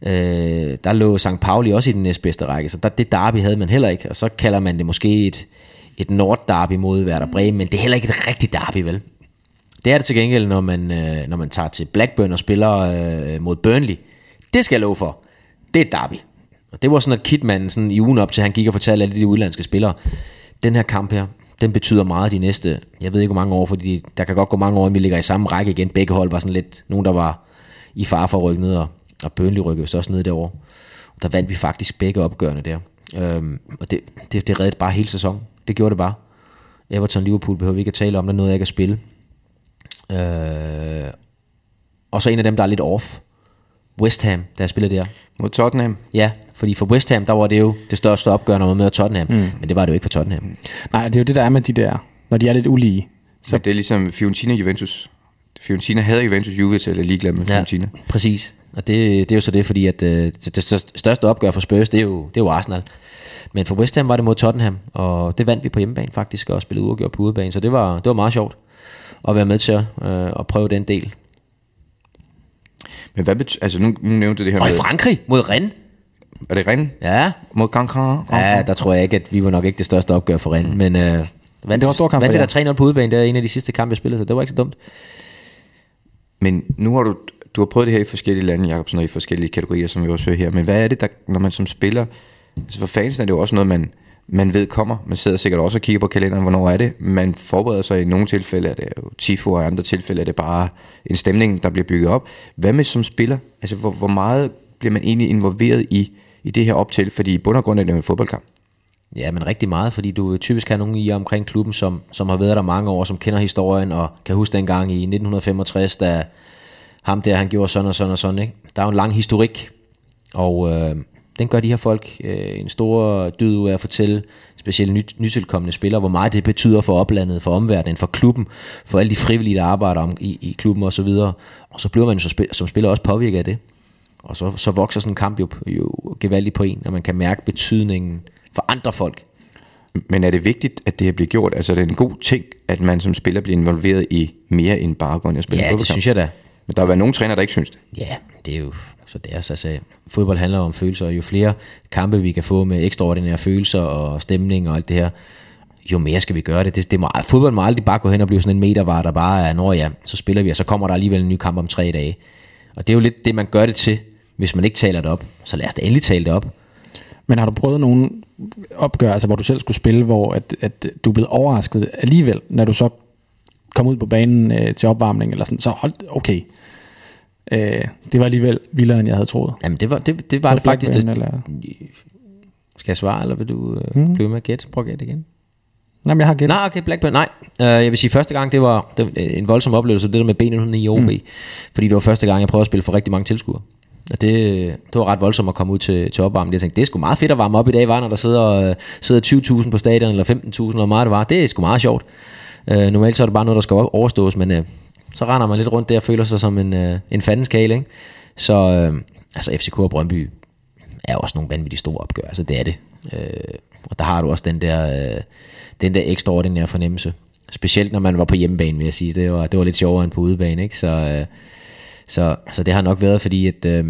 Speaker 4: Øh, der lå St. Pauli også i den næstbedste række, så der, det derby havde man heller ikke. Og så kalder man det måske et, et Nord-derby mod Werder Bremen, men det er heller ikke et rigtigt derby, vel? Det er det til gengæld, når man, øh, når man tager til Blackburn og spiller øh, mod Burnley. Det skal jeg love for. Det er et derby. Og det var sådan, at Kidman sådan i ugen op til, han gik og fortalte alle de udenlandske spillere, den her kamp her, den betyder meget de næste, jeg ved ikke hvor mange år, fordi der kan godt gå mange år, inden vi ligger i samme række igen. Begge hold var sådan lidt, nogen der var i far for at rykke ned, og, og Burnley rykkede så også ned derovre. Der vandt vi faktisk begge opgørende der. Øhm, og det, det, det reddede bare hele sæsonen. Det gjorde det bare. Everton Liverpool behøver vi ikke at tale om, der noget jeg ikke at spille. Øh, og så en af dem, der er lidt off. West Ham, der spillede der.
Speaker 2: Mod Tottenham.
Speaker 4: Ja, fordi for West Ham, der var det jo det største opgør, når man møder Tottenham. Mm. Men det var det jo ikke for Tottenham.
Speaker 3: Nej, det er jo det, der er med de der, når de er lidt ulige.
Speaker 2: Så Men det er ligesom Fiorentina-Juventus. Fiorentina havde Juventus, Juve til at være ligeglad med Fiorentina. Ja.
Speaker 4: præcis. Og det, det er jo så det, fordi at, øh, det det største opgør for Spurs, det er, jo, det er jo Arsenal. Men for West Ham var det mod Tottenham, og det vandt vi på hjemmebane faktisk, og spillede uafgjort på udebane. Så det var, det var meget sjovt at være med til at, øh, at prøve den del.
Speaker 2: Men hvad betyder... Altså, nu, nu nævnte du det her
Speaker 4: Og i
Speaker 2: med...
Speaker 4: Frankrig mod Rennes.
Speaker 2: Er det Rennes?
Speaker 4: Ja,
Speaker 2: Mod Gran Gran? Gran-
Speaker 4: ja der tror jeg ikke, at vi var nok ikke det største opgør for Rennes. Mm. Men øh, vandt,
Speaker 3: var en stor kamp for
Speaker 4: vandt
Speaker 3: jer.
Speaker 4: det der 3-0 på udebane, det er en af de sidste kampe, jeg spillede, så det var ikke så dumt.
Speaker 2: Men nu har du, du har prøvet det her i forskellige lande, Jacobsen, og i forskellige kategorier, som vi også hører her. Men hvad er det, der, når man som spiller... Altså for fansen er det jo også noget, man, man ved kommer. Man sidder sikkert også og kigger på kalenderen, hvornår er det. Man forbereder sig i nogle tilfælde, er det jo tifo, og i andre tilfælde er det bare en stemning, der bliver bygget op. Hvad med som spiller? Altså hvor, hvor meget bliver man egentlig involveret i, i det her op til? Fordi i bund og grund er det jo en fodboldkamp.
Speaker 4: Ja, men rigtig meget, fordi du typisk har nogen i og omkring klubben, som, som har været der mange år, som kender historien, og kan huske dengang i 1965, da ham der, han gjorde sådan og sådan og sådan. Ikke? Der er jo en lang historik, og øh, den gør de her folk øh, en stor dyd ud af at fortælle, specielt ny, nytilkommende spillere, hvor meget det betyder for oplandet, for omverdenen, for klubben, for alle de frivillige, der arbejder om, i, i klubben osv. Og, og så bliver man jo som, spil- som spiller også påvirket af det. Og så, så vokser sådan en kamp jo, jo gevaldigt på en, og man kan mærke betydningen for andre folk.
Speaker 2: Men er det vigtigt, at det her bliver gjort? Altså er det en god ting, at man som spiller bliver involveret i mere end bare at gå ind og spille
Speaker 4: Ja, det
Speaker 2: fodboldkamp?
Speaker 4: synes jeg da.
Speaker 2: Men der har været nogle trænere, der ikke synes det.
Speaker 4: Ja, det er jo så deres. Altså, fodbold handler om følelser, og jo flere kampe vi kan få med ekstraordinære følelser og stemning og alt det her, jo mere skal vi gøre det. det, det må, fodbold må aldrig bare gå hen og blive sådan en metervare, der bare er, når ja, så spiller vi, og så kommer der alligevel en ny kamp om tre dage. Og det er jo lidt det, man gør det til, hvis man ikke taler det op. Så lad os da endelig tale det op.
Speaker 3: Men har du prøvet nogen opgør, altså hvor du selv skulle spille, hvor at, at du blev overrasket alligevel, når du så kom ud på banen øh, til opvarmning, eller sådan, så hold, okay. Øh, det var alligevel vildere, end jeg havde troet.
Speaker 4: Jamen, det var det, det, var
Speaker 3: På
Speaker 4: det faktisk. Det,
Speaker 3: Blackburn, eller?
Speaker 4: Skal jeg svare, eller vil du øh, mm. blive med at gætte? Prøv at gætte igen.
Speaker 3: Jamen, jeg har gættet.
Speaker 4: Nej, okay, Blackburn, nej. Uh, jeg vil sige, første gang, det var, det var øh, en voldsom oplevelse, det der med benene i OB. Mm. Fordi det var første gang, jeg prøvede at spille for rigtig mange tilskuere. Og det, det var ret voldsomt at komme ud til, til opvarmning. Jeg tænkte, det er sgu meget fedt at varme op i dag, var, når der sidder, øh, sidder 20.000 på stadion, eller 15.000, eller hvor meget det var. Det er sgu meget sjovt. Uh, normalt så er det bare noget, der skal op- overstås, men uh, så render man lidt rundt der og føler sig som en, uh, en fandenskale. Ikke? Så uh, altså FCK og Brøndby er også nogle vanvittigt store opgør, altså det er det. Øh, og der har du også den der, øh, den der ekstraordinære fornemmelse. Specielt når man var på hjemmebane, vil jeg sige. Det var, det var lidt sjovere end på udebane, ikke? Så, øh, så, så det har nok været, fordi at, øh,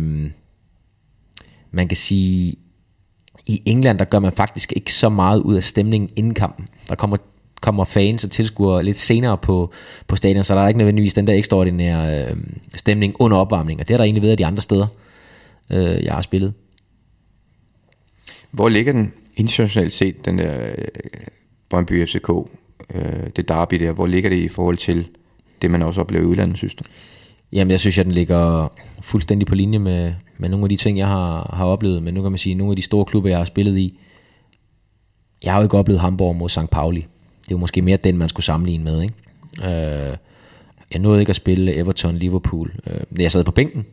Speaker 4: man kan sige, i England, der gør man faktisk ikke så meget ud af stemningen inden kampen. Der kommer, kommer fans og tilskuere lidt senere på, på stadion, så der er ikke nødvendigvis den der ekstraordinære øh, stemning under opvarmning, og det har der egentlig været de andre steder, øh, jeg har spillet.
Speaker 2: Hvor ligger den internationalt set, den der øh, Brøndby FCK, øh, det derby der, hvor ligger det i forhold til det, man også oplever i udlandet, synes du?
Speaker 4: Jamen, jeg synes, at den ligger fuldstændig på linje med, med nogle af de ting, jeg har, har oplevet. Men nu kan man sige, at nogle af de store klubber, jeg har spillet i, jeg har jo ikke oplevet Hamburg mod St. Pauli. Det er jo måske mere den, man skulle sammenligne med. Ikke? Øh, jeg nåede ikke at spille Everton, Liverpool. Øh, men jeg sad på bænken,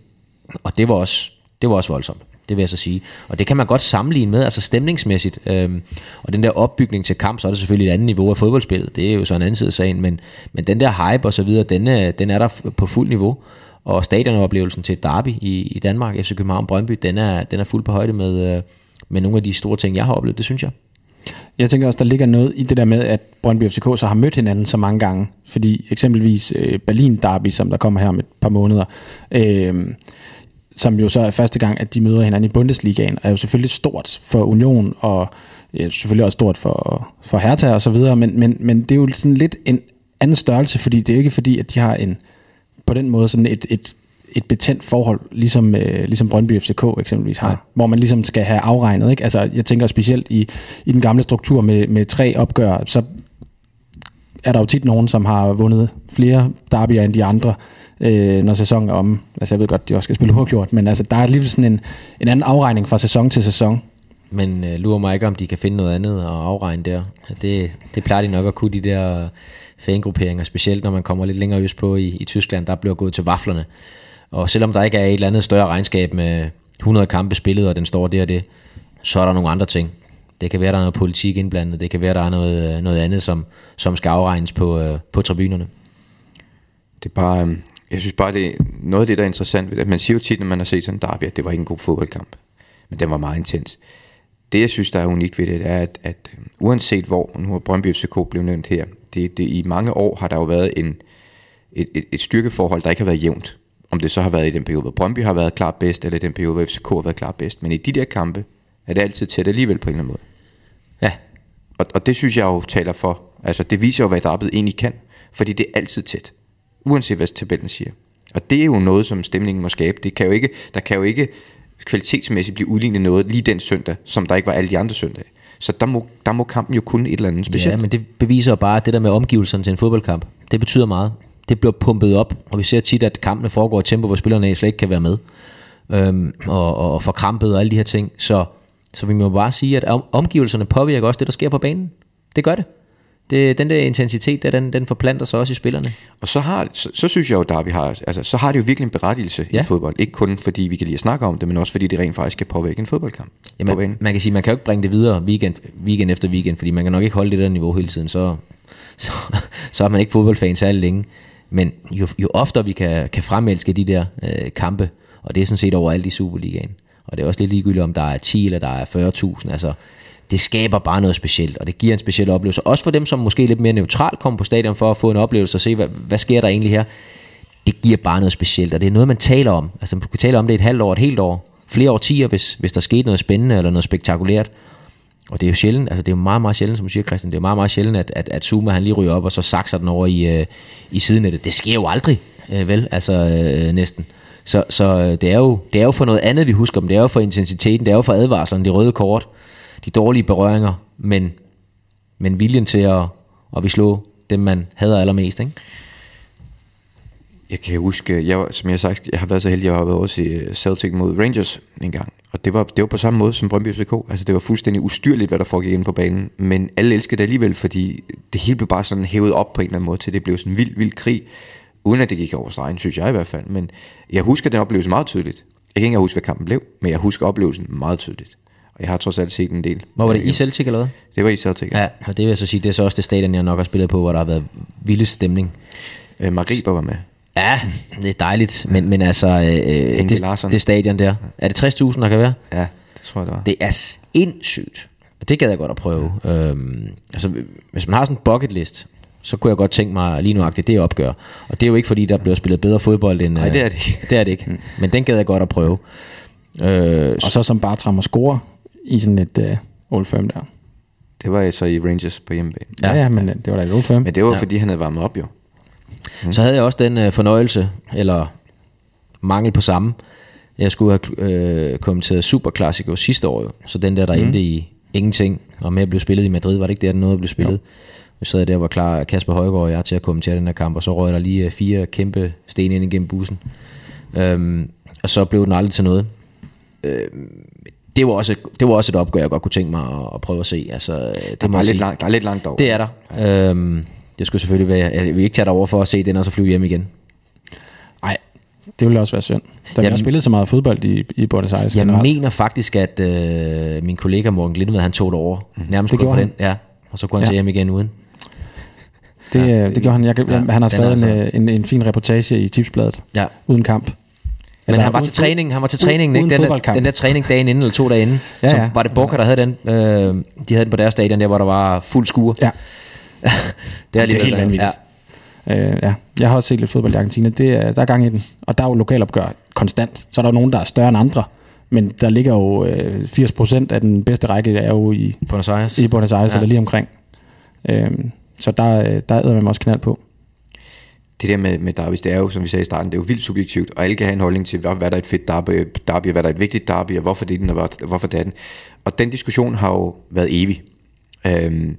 Speaker 4: og det var også, det var også voldsomt. Det vil jeg så sige. Og det kan man godt sammenligne med, altså stemningsmæssigt. Øhm, og den der opbygning til kamp, så er det selvfølgelig et andet niveau af fodboldspillet. Det er jo så en anden side af sagen. Men, men den der hype og så videre, den, er- den er der f- på fuld niveau. Og stadionoplevelsen til et derby i, i Danmark, FC København, Brøndby, den er, den er fuld på højde med, øh, med nogle af de store ting, jeg har oplevet. Det synes jeg.
Speaker 3: Jeg tænker også, der ligger noget i det der med, at Brøndby og FCK så har mødt hinanden så mange gange. Fordi eksempelvis øh, Berlin Derby, som der kommer her om et par måneder, øh, som jo så er første gang, at de møder hinanden i Bundesligaen, er jo selvfølgelig stort for Union, og øh, selvfølgelig også stort for, for Hertha og så videre, men, men, men det er jo sådan lidt en anden størrelse, fordi det er jo ikke fordi, at de har en, på den måde sådan et, et, et betændt forhold, ligesom, øh, ligesom Brøndby FCK eksempelvis har, hvor man ligesom skal have afregnet. Ikke? Altså, jeg tænker specielt i, i den gamle struktur med, med tre opgør, så er der jo tit nogen, som har vundet flere derbyer end de andre, øh, når sæsonen er omme. Altså jeg ved godt, de også skal spille uafgjort, men altså, der er alligevel sådan en, en anden afregning fra sæson til sæson.
Speaker 4: Men øh, lurer mig ikke, om de kan finde noget andet at afregne der. Det, det plejer de nok at kunne, de der fangrupperinger, specielt når man kommer lidt længere østpå i, i Tyskland, der bliver gået til vaflerne. Og selvom der ikke er et eller andet større regnskab med 100 kampe spillet, og den står der og det, så er der nogle andre ting. Det kan være, der er noget politik indblandet, det kan være, der er noget, øh, noget andet, som, som skal afregnes på, øh, på tribunerne.
Speaker 2: Det er bare, øhm, jeg synes bare, det er noget af det, der er interessant ved det. Man siger jo tit, når man har set sådan en derby, at det var ikke en god fodboldkamp. Men den var meget intens. Det, jeg synes, der er unikt ved det, det er, at, at øhm, uanset hvor, nu har Brøndby FCK blevet nævnt her, det, det, i mange år har der jo været en, et, et, et styrkeforhold, der ikke har været jævnt. Om det så har været i den periode, hvor Brøndby har været klart bedst, eller i den periode, hvor FCK har været klart bedst. Men i de der kampe, er det altid tæt alligevel på en eller anden måde.
Speaker 4: Ja,
Speaker 2: Og, og det synes jeg jo taler for. Altså, det viser jo, hvad drabet egentlig kan. Fordi det er altid tæt. Uanset hvad tabellen siger. Og det er jo noget, som stemningen må skabe. Det kan jo ikke, der kan jo ikke kvalitetsmæssigt blive udlignet noget lige den søndag, som der ikke var alle de andre søndage. Så der må, der må kampen jo kun et eller andet specielt.
Speaker 4: ja, men det beviser jo bare, at det der med omgivelserne til en fodboldkamp, det betyder meget. Det bliver pumpet op, og vi ser tit, at kampene foregår i et tempo, hvor spillerne slet ikke kan være med. Øhm, og, og, og forkrampet og alle de her ting. Så, så vi må bare sige, at om- omgivelserne påvirker også det, der sker på banen. Det gør det. det den der intensitet, der, den, den forplanter sig også i spillerne.
Speaker 2: Og så, har, så, så synes jeg jo, Derby har, altså, så har det jo virkelig en berettigelse ja.
Speaker 4: Ja.
Speaker 2: i fodbold. Ikke kun fordi vi kan lide at snakke om det, men også fordi det rent faktisk kan påvirke en fodboldkamp. Jamen, på
Speaker 4: Jamen,
Speaker 2: banen.
Speaker 4: man kan sige, man kan jo ikke bringe det videre weekend, weekend efter weekend, fordi man kan nok ikke holde det der niveau hele tiden, så, så, så er man ikke fodboldfan særlig længe. Men jo, jo oftere vi kan, kan fremelske de der øh, kampe, og det er sådan set overalt i Superligaen, og det er også lidt ligegyldigt, om der er 10 eller der er 40.000, altså det skaber bare noget specielt, og det giver en speciel oplevelse. Også for dem, som måske lidt mere neutralt kommer på stadion for at få en oplevelse og se, hvad, hvad sker der egentlig her det giver bare noget specielt, og det er noget, man taler om. Altså, man kan tale om det et halvt år, et helt år, flere årtier, hvis, hvis der skete noget spændende eller noget spektakulært. Og det er jo sjældent, altså det er jo meget, meget sjældent, som du siger, Christian, det er jo meget, meget sjældent, at, at, at Zuma han lige ryger op, og så sakser den over i, øh, i siden af det. Det sker jo aldrig, øh, vel, altså øh, næsten. Så, så øh, det, er jo, det er jo for noget andet, vi husker dem. Det er jo for intensiteten, det er jo for advarslerne, de røde kort, de dårlige berøringer, men, men viljen til at, at vi slå dem, man hader allermest, ikke?
Speaker 2: Jeg kan huske, jeg, var- som jeg har sagt, jeg har været så heldig, at jeg har været over til øh, Celtic mod Rangers en gang. Og det var, det var på samme måde som Brøndby FCK. Altså det var fuldstændig ustyrligt, hvad der foregik inde på banen. Men alle elskede det alligevel, fordi det hele blev bare sådan hævet op på en eller anden måde, til det blev sådan en vild, vild krig. Uden at det gik over stregen, synes jeg i hvert fald. Men jeg husker den oplevelse meget tydeligt. Jeg kan ikke engang huske, hvad kampen blev, men jeg husker oplevelsen meget tydeligt. Og jeg har trods alt set en del.
Speaker 4: Hvor var det, i Celtic eller hvad?
Speaker 2: Det var i Celtic. Ja.
Speaker 4: Ja, og det vil jeg så sige, det er så også det stadion, jeg nok har spillet på, hvor der har været vildest stemning.
Speaker 2: Øh, Mariber var med.
Speaker 4: Ja, det er dejligt, men, men altså, øh, øh, det,
Speaker 2: Larsen.
Speaker 4: det stadion der, er det 60.000, der kan være?
Speaker 2: Ja, det tror jeg, det var.
Speaker 4: Det er sindssygt. Og Det gad jeg godt at prøve. Øhm, altså, hvis man har sådan en bucket list, så kunne jeg godt tænke mig lige nuagtigt det opgør. Og det er jo ikke fordi, der bliver spillet bedre fodbold end... Nej,
Speaker 2: det er det ikke. Mm.
Speaker 4: Det er det ikke. Men den gad jeg godt at prøve. Øh,
Speaker 3: Og så som Bartram og score i sådan et øh, Old Firm der.
Speaker 2: Det var jeg så i Rangers på hjemmebane.
Speaker 3: Ja, ja, men øh, det var da et Old Firm.
Speaker 2: Men det var, ja. fordi han havde varmet op jo.
Speaker 4: Så havde jeg også den øh, fornøjelse, eller mangel på samme. Jeg skulle have øh, kommenteret Super Classico sidste år, jo. så den der, der mm. endte i ingenting, og med at blive spillet i Madrid, var det ikke der, den nåede at blive spillet. Så sad jeg der og var klar, Kasper Højgaard og jeg, til at kommentere den her kamp, og så røg der lige øh, fire kæmpe sten ind igennem bussen. Øhm, og så blev den aldrig til noget. Øhm, det var, også, det var også et opgør, jeg godt kunne tænke mig at, at prøve at se. Altså, øh, det
Speaker 2: Der
Speaker 4: må
Speaker 2: er,
Speaker 4: jeg
Speaker 2: lidt
Speaker 4: sige.
Speaker 2: langt, der er lidt langt over.
Speaker 4: Det er der. Øhm, det skulle selvfølgelig være, jeg vil ikke tage dig over for at se den, og så flyve hjem igen.
Speaker 3: Nej, det ville også være synd. Der
Speaker 4: Jamen-
Speaker 3: bliver spillet så meget fodbold i, i Buenos Aires
Speaker 4: Jeg
Speaker 3: generelt.
Speaker 4: mener faktisk, at øh, min kollega Morten Glindemad, han tog det over. Nærmest
Speaker 3: Mhm. Det
Speaker 4: kun for
Speaker 3: gjorde
Speaker 4: den. Ja. Og så kunne han
Speaker 3: Ja.
Speaker 4: ja. se hjem igen uden.
Speaker 3: Det, ja, det, det gjorde han. Jeg, ja, han har
Speaker 4: den er
Speaker 3: skrevet en,
Speaker 4: altså-
Speaker 3: øh, en, en fin reportage i Tipsbladet.
Speaker 4: Ja.
Speaker 3: Uden kamp.
Speaker 4: Men han
Speaker 3: Altså,
Speaker 4: var
Speaker 3: uden-
Speaker 4: til træningen, han var til
Speaker 3: uden-
Speaker 4: træningen, ikke?
Speaker 3: uden
Speaker 4: Den, der,
Speaker 3: fodboldkamp.
Speaker 4: den der træning dagen inden, eller to dage inden,
Speaker 3: Ja,
Speaker 4: ja, som
Speaker 3: ja.
Speaker 4: var det Borka, der havde den. Øh, de havde den på deres stadion, der hvor der var fuld skue.
Speaker 3: Ja,
Speaker 4: det er,
Speaker 3: det er helt vanvittigt.
Speaker 4: Ja.
Speaker 3: Ja. Øh, ja. Jeg har også set lidt fodbold i Argentina. Det er, der er gang i den. Og der er jo lokalopgør konstant. Så er der jo nogen, der er større end andre. Men der ligger jo øh, 80% af den bedste række, der er jo i,
Speaker 4: Buenos Aires.
Speaker 3: i Buenos Aires,
Speaker 4: Ja.
Speaker 3: ja. eller lige omkring. Øh, så der, øh, der æder man også knald på.
Speaker 2: det der med, med derbys, det er jo, som vi sagde i starten, det er jo vildt subjektivt, og alle kan have en holdning til, hvad, hvad der er et fedt derby, derby, og hvad der er et vigtigt derby, og hvorfor det er den, og hvor- hvorfor det er den. Og den diskussion har jo været evig. Øhm,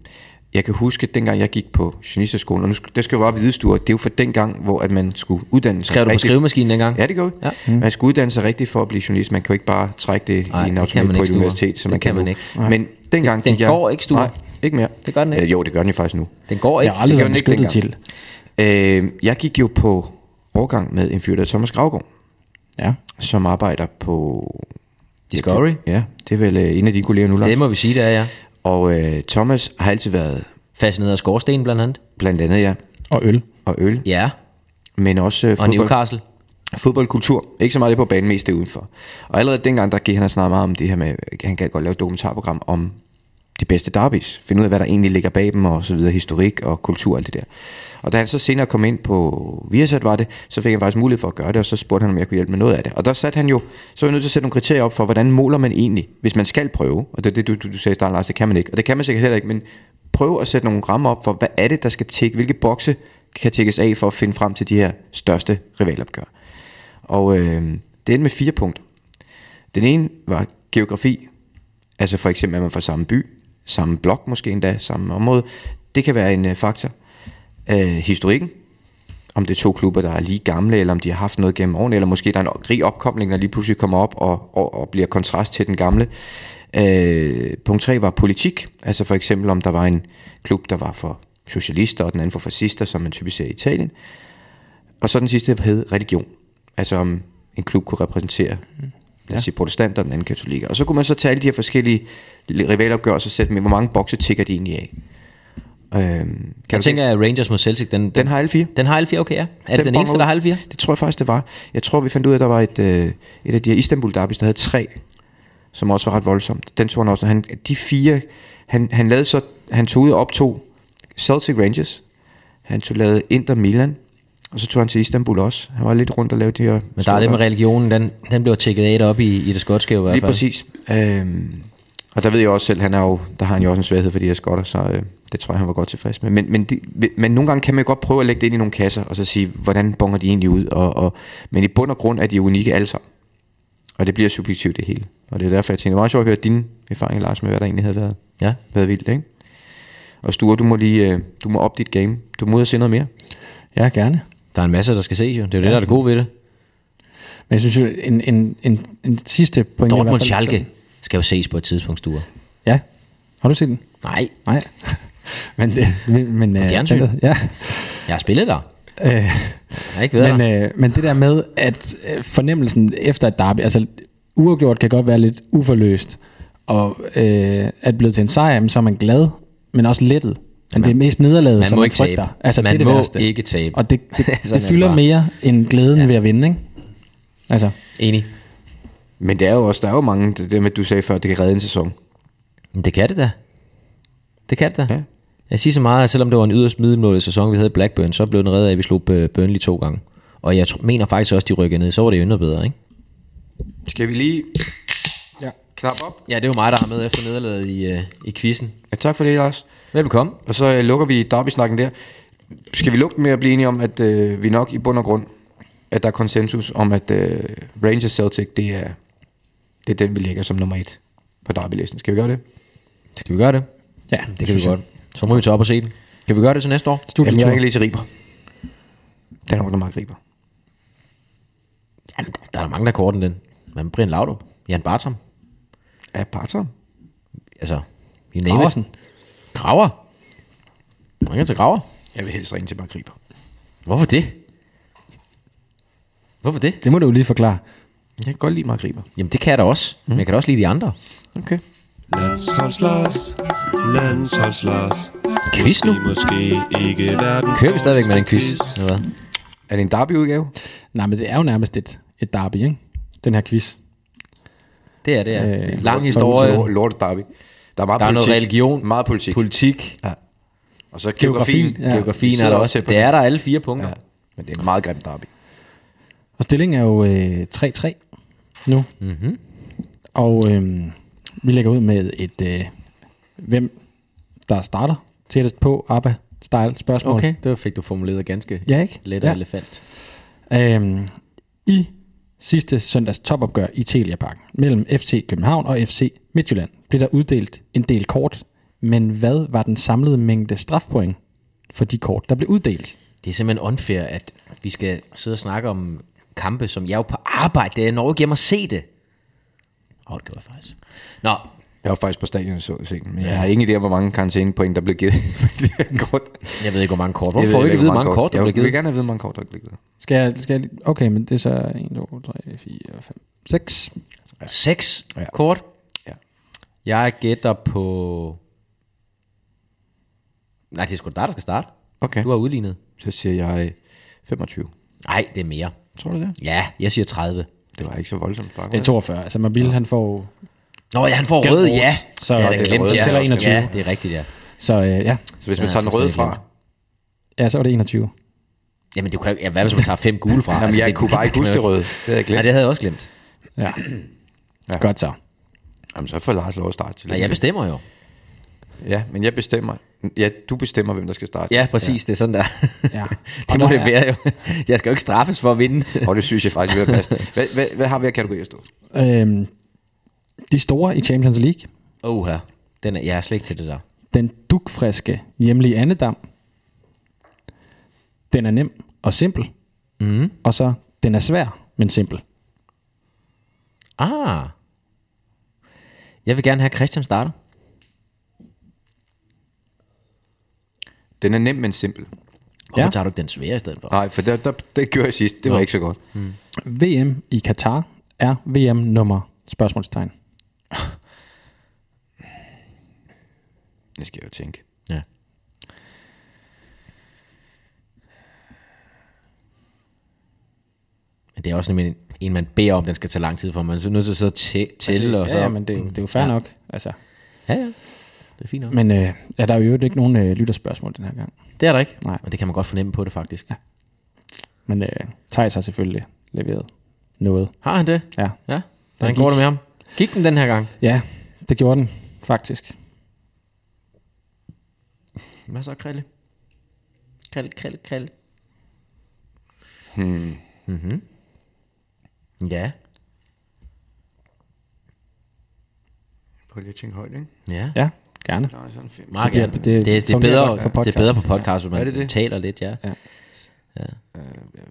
Speaker 2: jeg kan huske, at dengang jeg gik på journalisterskolen, og nu skal, der skal jo bare vides, du, at det er jo for den gang, hvor at man skulle uddanne sig
Speaker 4: Skrev du på
Speaker 2: rigtigt.
Speaker 4: skrivemaskinen dengang?
Speaker 2: Ja, det gjorde vi. Ja. Mm. Man skulle uddanne sig rigtigt for at blive journalist. Man kan jo ikke bare trække det
Speaker 4: Nej,
Speaker 2: i en
Speaker 4: det kan
Speaker 2: automat på
Speaker 4: man ikke,
Speaker 2: et
Speaker 4: Sture.
Speaker 2: universitet, som
Speaker 4: Det
Speaker 2: man
Speaker 4: kan
Speaker 2: kan,
Speaker 4: man
Speaker 2: nu.
Speaker 4: ikke.
Speaker 2: Men dengang
Speaker 4: den
Speaker 2: gik jeg...
Speaker 4: går ikke, Sture.
Speaker 2: Nej, ikke mere.
Speaker 4: Det gør den ikke.
Speaker 2: Eller, jo, det gør den jo faktisk nu.
Speaker 4: Den går
Speaker 3: Jeg
Speaker 4: ikke.
Speaker 3: har aldrig
Speaker 2: Det
Speaker 3: været
Speaker 2: gjorde
Speaker 3: beskyttet
Speaker 2: den ikke
Speaker 3: til.
Speaker 2: Øh, jeg gik jo på årgang med en fyr, der hed Thomas Gravgaard.
Speaker 3: Ja.
Speaker 2: som arbejder på...
Speaker 4: Discovery?
Speaker 2: Ja, det er vel øh, en af dine kolleger nu, Lars.
Speaker 4: Det må vi sige, det er jeg.
Speaker 2: Og øh, Thomas har altid været
Speaker 4: Fascineret af skorsten blandt andet.
Speaker 2: blandt andet ja,
Speaker 3: Og øl.
Speaker 2: og øl,
Speaker 4: Ja,
Speaker 2: men også øh,
Speaker 4: og Newcastle.
Speaker 2: fodboldkultur. Ikke så meget det på banen, mest det udenfor. Og allerede dengang, der gik han og snakkede meget om det her med, han kan godt lave et dokumentarprogram om de bedste derbys. Finde ud af, hvad der egentlig ligger bag dem, og så videre, historik og kultur og alt det der. Og da han så senere kom ind på Viasat, var det, så fik han faktisk mulighed for at gøre det, og så spurgte han, om jeg kunne hjælpe med noget af det. Og der satte han jo, så var jeg nødt til at sætte nogle kriterier op for, hvordan måler man egentlig, hvis man skal prøve. Og det er det, du, du, du sagde i starten, Lars, det kan man ikke. Og det kan man sikkert heller ikke, men prøv at sætte nogle rammer op for, hvad er det, der skal tække, hvilke bokse kan tækkes af for at finde frem til de her største rivalopgør. Og øh, det endte med fire punkter. Den ene var geografi, altså for eksempel, at man fra samme by, samme blok måske endda, samme område. Det kan være en øh, faktor. Øh, historikken, om det er to klubber, der er lige gamle, eller om de har haft noget gennem årene, eller måske der er en rig opkomling, der lige pludselig kommer op og, og, og bliver kontrast til den gamle. Øh, punkt 3 var politik, altså for eksempel om der var en klub, der var for socialister, og den anden for fascister, som man typisk ser i Italien. Og så den sidste hed religion. Altså om en klub kunne repræsentere ja. sige protestanter og den anden katolikker. Og så kunne man så tage alle de her forskellige rivalopgør og så sætte med, hvor mange bokse tigger de egentlig af. Øhm,
Speaker 4: Kan jeg
Speaker 2: du-
Speaker 4: tænker, at Rangers mod Celtic, den,
Speaker 2: den har alle fire.
Speaker 4: den har alle fire, okay, ja. Er det den
Speaker 2: bonger
Speaker 4: eneste,
Speaker 2: ud.
Speaker 4: der har alle fire?
Speaker 2: Det tror jeg faktisk, det var. Jeg tror, vi fandt ud af, at der var et, øh, et af de her Istanbul derbys, der havde tre, som også var ret voldsomt. Den tog han også. Han, de fire, han, han, lavede så, han tog ud og optog Celtic Rangers, han tog lavet Inter Milan, og så tog han til Istanbul også. Han var lidt rundt og lavede de her...
Speaker 4: Men der er det med religionen, den, den bliver tjekket af op i, i det skotske i hvert fald.
Speaker 2: Lige præcis. Øhm, og der ved jeg også selv, han er jo, der har han jo også en svaghed for de her skotter, så øh, det tror jeg, han var godt tilfreds med. Men, men, de, men nogle gange kan man jo godt prøve at lægge det ind i nogle kasser, og så sige, hvordan bonger de egentlig ud? Og, og, men i bund og grund er de unikke alle sammen. Og det bliver subjektivt det hele. Og det er derfor, jeg tænker, det er meget sjovt at høre dine erfaringer, Lars, med hvad der egentlig havde været,
Speaker 4: Ja.
Speaker 2: været vildt, ikke? Og Sture, du må lige, øh, du må op dit game. Du må ud og se noget mere.
Speaker 3: Ja, gerne.
Speaker 4: Der er en masse, der skal ses jo. Det er jo det, der er det gode ved det.
Speaker 3: Men jeg synes jo, en, en, en, en sidste point...
Speaker 4: Dortmund Schalke skal jo ses på et tidspunkt, Sture.
Speaker 3: Ja. Har du set den?
Speaker 4: Nej,
Speaker 3: Nej. men, det, men, men, øh,
Speaker 4: fjernsyn.
Speaker 3: den- Ja.
Speaker 4: jeg har spillet der.
Speaker 3: Øh,
Speaker 4: Jeg har ikke været
Speaker 3: men,
Speaker 4: der.
Speaker 3: øh, men det der med, at øh, fornemmelsen efter et derby, altså uafgjort kan godt være lidt uforløst, og øh, at blive til en sejr, jamen, så er man glad, men også lettet. Men det er mest nederlaget,
Speaker 4: man
Speaker 3: som
Speaker 4: må
Speaker 3: man
Speaker 4: ikke
Speaker 3: frygter.
Speaker 4: tabe.
Speaker 3: Altså,
Speaker 4: Man
Speaker 3: det er det
Speaker 4: må
Speaker 3: værste.
Speaker 4: ikke tabe.
Speaker 3: Og det, det,
Speaker 4: Sådan er
Speaker 3: det
Speaker 4: det
Speaker 3: fylder
Speaker 4: bare.
Speaker 3: mere end glæden ja. ved at vinde, ikke? Altså,
Speaker 4: Enig.
Speaker 2: Men det er jo også, der er jo mange, det, det med, du sagde før, det kan redde en sæson.
Speaker 4: Men det kan det da. Det kan det da.
Speaker 2: Ja.
Speaker 4: Ja. Jeg siger så meget, at selvom det var en yderst middelmådig sæson, vi havde i Blackburn, så blev den reddet af, at vi slog øh, Burnley to gange. Og jeg tr- mener faktisk også, at de rykkede ned. Så var det jo endnu bedre, ikke?
Speaker 2: Skal vi lige
Speaker 3: Ja.
Speaker 2: knap op?
Speaker 4: Ja, det er jo mig, der har med efter nederlaget i, øh, i quizzen.
Speaker 2: Ja, tak for det, Lars.
Speaker 4: Velbekomme.
Speaker 2: Og så øh, lukker vi derby-snakken der. Skal vi lukke den med at blive enige om, at øh, vi nok i bund og grund, at der er konsensus om, at øh, Rangers Celtic, det er, det er den, vi ligger som nummer et på derbylisten. Skal vi gøre det?
Speaker 4: Skal vi gøre det?
Speaker 3: ja,
Speaker 4: Det kan vi godt. Så må vi tage op og se den. Kan vi gøre det til næste år?
Speaker 2: Jamen, jeg
Speaker 3: Studietur.
Speaker 2: ringer lige til Riber. Den ordner Mark Riber.
Speaker 4: Jamen, der er der mange, der korten den. Men Brian Laudrup, Jan Bartram,
Speaker 2: Er Barton?
Speaker 4: altså... you name it.
Speaker 3: Graversen.
Speaker 4: Graver? Ringer til Graver?
Speaker 2: Jeg vil helst ringe til Mark Riber.
Speaker 4: Hvorfor det? Hvorfor det?
Speaker 3: Det må du jo lige forklare.
Speaker 2: Jeg kan godt lide Mark Riber.
Speaker 4: Jamen det kan jeg da også, mm. men jeg kan da også lide de andre.
Speaker 2: Okay.
Speaker 6: Landsholdslars, landsholdslars.
Speaker 4: Quiz nu?
Speaker 6: I måske ikke verden.
Speaker 4: Kører vi stadigvæk med den quiz? Eller hvad?
Speaker 2: Er det en derbyudgave?
Speaker 3: Nej, men det er jo nærmest et, et derby, ikke? Den her quiz.
Speaker 4: Det er det, ja.
Speaker 3: Øh,
Speaker 4: Øh, Lang
Speaker 2: Nå,
Speaker 4: historie.
Speaker 2: lort- Lortet derby. Der er meget
Speaker 4: Der er
Speaker 2: politik.
Speaker 4: noget religion.
Speaker 2: Meget politik.
Speaker 4: Politik.
Speaker 2: Og så
Speaker 3: Geografi.
Speaker 2: geografien.
Speaker 3: Ja.
Speaker 2: Vi
Speaker 4: Geografien
Speaker 2: sidder
Speaker 4: er der
Speaker 2: også
Speaker 4: også.
Speaker 2: tæt på
Speaker 4: Det
Speaker 2: den.
Speaker 4: er der alle fire punkter.
Speaker 2: Ja. Men det er en meget grim derby.
Speaker 3: Og stillingen er jo øh, 3-3 nu. Mm-hmm.
Speaker 4: Mhm.
Speaker 3: Og øh, vi lægger ud med et, øh, hvem der starter tættest på ABBA-style spørgsmål.
Speaker 4: Okay, det fik du formuleret ganske
Speaker 3: Ja, ikke?
Speaker 4: let af
Speaker 3: ja.
Speaker 4: elefant.
Speaker 3: Øhm, I sidste søndags topopgør i Telia Parken mellem FC København og FC Midtjylland blev der uddelt en del kort, men hvad var den samlede mængde strafpoint for de kort, der blev uddelt?
Speaker 4: Det er simpelthen unfair, at vi skal sidde og snakke om kampe, som jeg er jo på arbejde. Det er Norge giver mig se det. Åh, oh, det gjorde jeg faktisk. Nå,
Speaker 2: Jeg var faktisk på stadion og så sengen, men ja. jeg har ingen idé om, hvor mange karantænepoint, der blev givet. med det her kort.
Speaker 4: Jeg ved ikke, hvor mange kort.
Speaker 2: Jeg
Speaker 4: Hvorfor
Speaker 2: ved
Speaker 4: får vi
Speaker 2: heller
Speaker 4: ikke at vide, hvor mange kort, der
Speaker 2: Jeg
Speaker 4: bliver givet?
Speaker 2: vil gerne have at vide, hvor mange kort, der blev givet.
Speaker 3: Skal jeg, skal jeg, lige- okay, men det er så 1, 2, 3, 4, 5, 6.
Speaker 4: Seks
Speaker 2: Ja.
Speaker 4: ja. kort.
Speaker 2: Ja.
Speaker 4: Jeg gætter på... Nej, det er sgu da dig, der skal starte.
Speaker 2: Okay.
Speaker 4: Du har udlignet.
Speaker 2: Så siger jeg 25.
Speaker 4: Nej, det er mere.
Speaker 2: Tror du det?
Speaker 4: Ja, jeg siger 30.
Speaker 2: Det var ikke så voldsomt. Bare.
Speaker 3: Ja, 42. Altså, Mabil, ja. han får...
Speaker 4: Nå, ja, han får
Speaker 3: Gæld
Speaker 4: røde,
Speaker 3: rødt.
Speaker 4: ja.
Speaker 3: Så
Speaker 4: det, er
Speaker 3: det
Speaker 4: det
Speaker 3: er
Speaker 4: glemt,
Speaker 3: røde.
Speaker 4: ja.
Speaker 3: Det tæller 21.
Speaker 4: Ja, det er rigtigt, ja.
Speaker 3: Så øh, ja.
Speaker 2: Så hvis
Speaker 4: Ja,
Speaker 2: man
Speaker 4: jeg
Speaker 2: tager den
Speaker 4: har
Speaker 2: røde fra...
Speaker 4: fuldstændig
Speaker 3: ja, så var det 21.
Speaker 4: Jamen, du kan, jo- ja, hvad hvis man tager fem gule fra? Altså,
Speaker 2: Jamen, jeg
Speaker 4: det-
Speaker 2: kunne bare ikke
Speaker 4: kan man
Speaker 2: huske
Speaker 4: jo
Speaker 2: Altså, det røde. Det havde jeg glemt.
Speaker 4: Nej, det havde jeg også glemt.
Speaker 3: Ja.
Speaker 2: Ja.
Speaker 3: ja. Godt så.
Speaker 2: Jamen, så får Lars lov at starte til
Speaker 4: Nej, jeg bestemmer jo.
Speaker 2: Ja, men jeg bestemmer. Ja, du bestemmer, hvem der skal starte.
Speaker 4: Ja, præcis, ja. det er sådan der.
Speaker 3: Ja.
Speaker 4: det
Speaker 3: Og
Speaker 4: må
Speaker 3: der
Speaker 4: det
Speaker 3: er-
Speaker 4: være jo. Jeg skal jo ikke straffes for at vinde.
Speaker 2: Og det synes jeg faktisk er passende. Hvad, hvad, hvad har vi af kategorier stået?
Speaker 3: Øhm, de store i Champions League.
Speaker 4: Åh, her. Den er, jeg er slet ikke til det der.
Speaker 3: Den dukfriske hjemlige Annedam. Den er nem og simpel.
Speaker 4: Mm.
Speaker 3: Og så, den er svær, men simpel.
Speaker 4: Ah. Jeg vil gerne have Christian starter.
Speaker 2: Den er nem, men simpel.
Speaker 4: Hvorfor ja.
Speaker 3: Ja.
Speaker 4: tager du ikke den svære i stedet for?
Speaker 2: Nej, for der, der, det gjorde jeg sidst. Det var
Speaker 4: Nå.
Speaker 2: ikke så godt.
Speaker 3: VM i Katar er VM nummer spørgsmålstegn.
Speaker 2: Det skal jeg jo tænke.
Speaker 4: Ja. Men det er også nemlig en, en, man beder om, den skal tage lang tid for. Man er så nødt til så at tæ- tælle. og så...
Speaker 3: ja, ja, men det, er jo- det er jo fair
Speaker 4: Mm.
Speaker 3: ja.
Speaker 4: Ja.
Speaker 3: nok. Altså.
Speaker 4: ja, ja. Det er fint nok. Men,
Speaker 3: Men øh, er der jo i øvrigt ikke nogen øh, lytterspørgsmål den her gang.
Speaker 4: det er der ikke.
Speaker 3: Nej.
Speaker 4: Og det kan man godt fornemme på det faktisk. Ja.
Speaker 3: Men øh, Thijs har selvfølgelig leveret noget.
Speaker 4: Har han det?
Speaker 3: Ja.
Speaker 4: Ja. Hvordan
Speaker 3: gik.
Speaker 4: går det med ham? Gik den den her gang?
Speaker 3: ja, det gjorde den faktisk.
Speaker 4: Hvad så, Krille? Krille, Krille, Krille. Hmm. Mm-hmm. Ja.
Speaker 2: Prøv lige at tænke højt, ikke?
Speaker 4: Ja.
Speaker 3: Ja, gerne.
Speaker 2: Nej, sådan fem.
Speaker 4: Meget
Speaker 3: Det
Speaker 4: gerne.
Speaker 3: bliver-
Speaker 4: Det,
Speaker 3: det
Speaker 4: det, det, er
Speaker 3: fungerer
Speaker 4: bedre,
Speaker 3: godt på
Speaker 4: det
Speaker 3: podcast.
Speaker 4: er bedere på podcast, hvor man
Speaker 2: Er det det?
Speaker 4: taler lidt, ja.
Speaker 3: Ja.
Speaker 2: Jeg er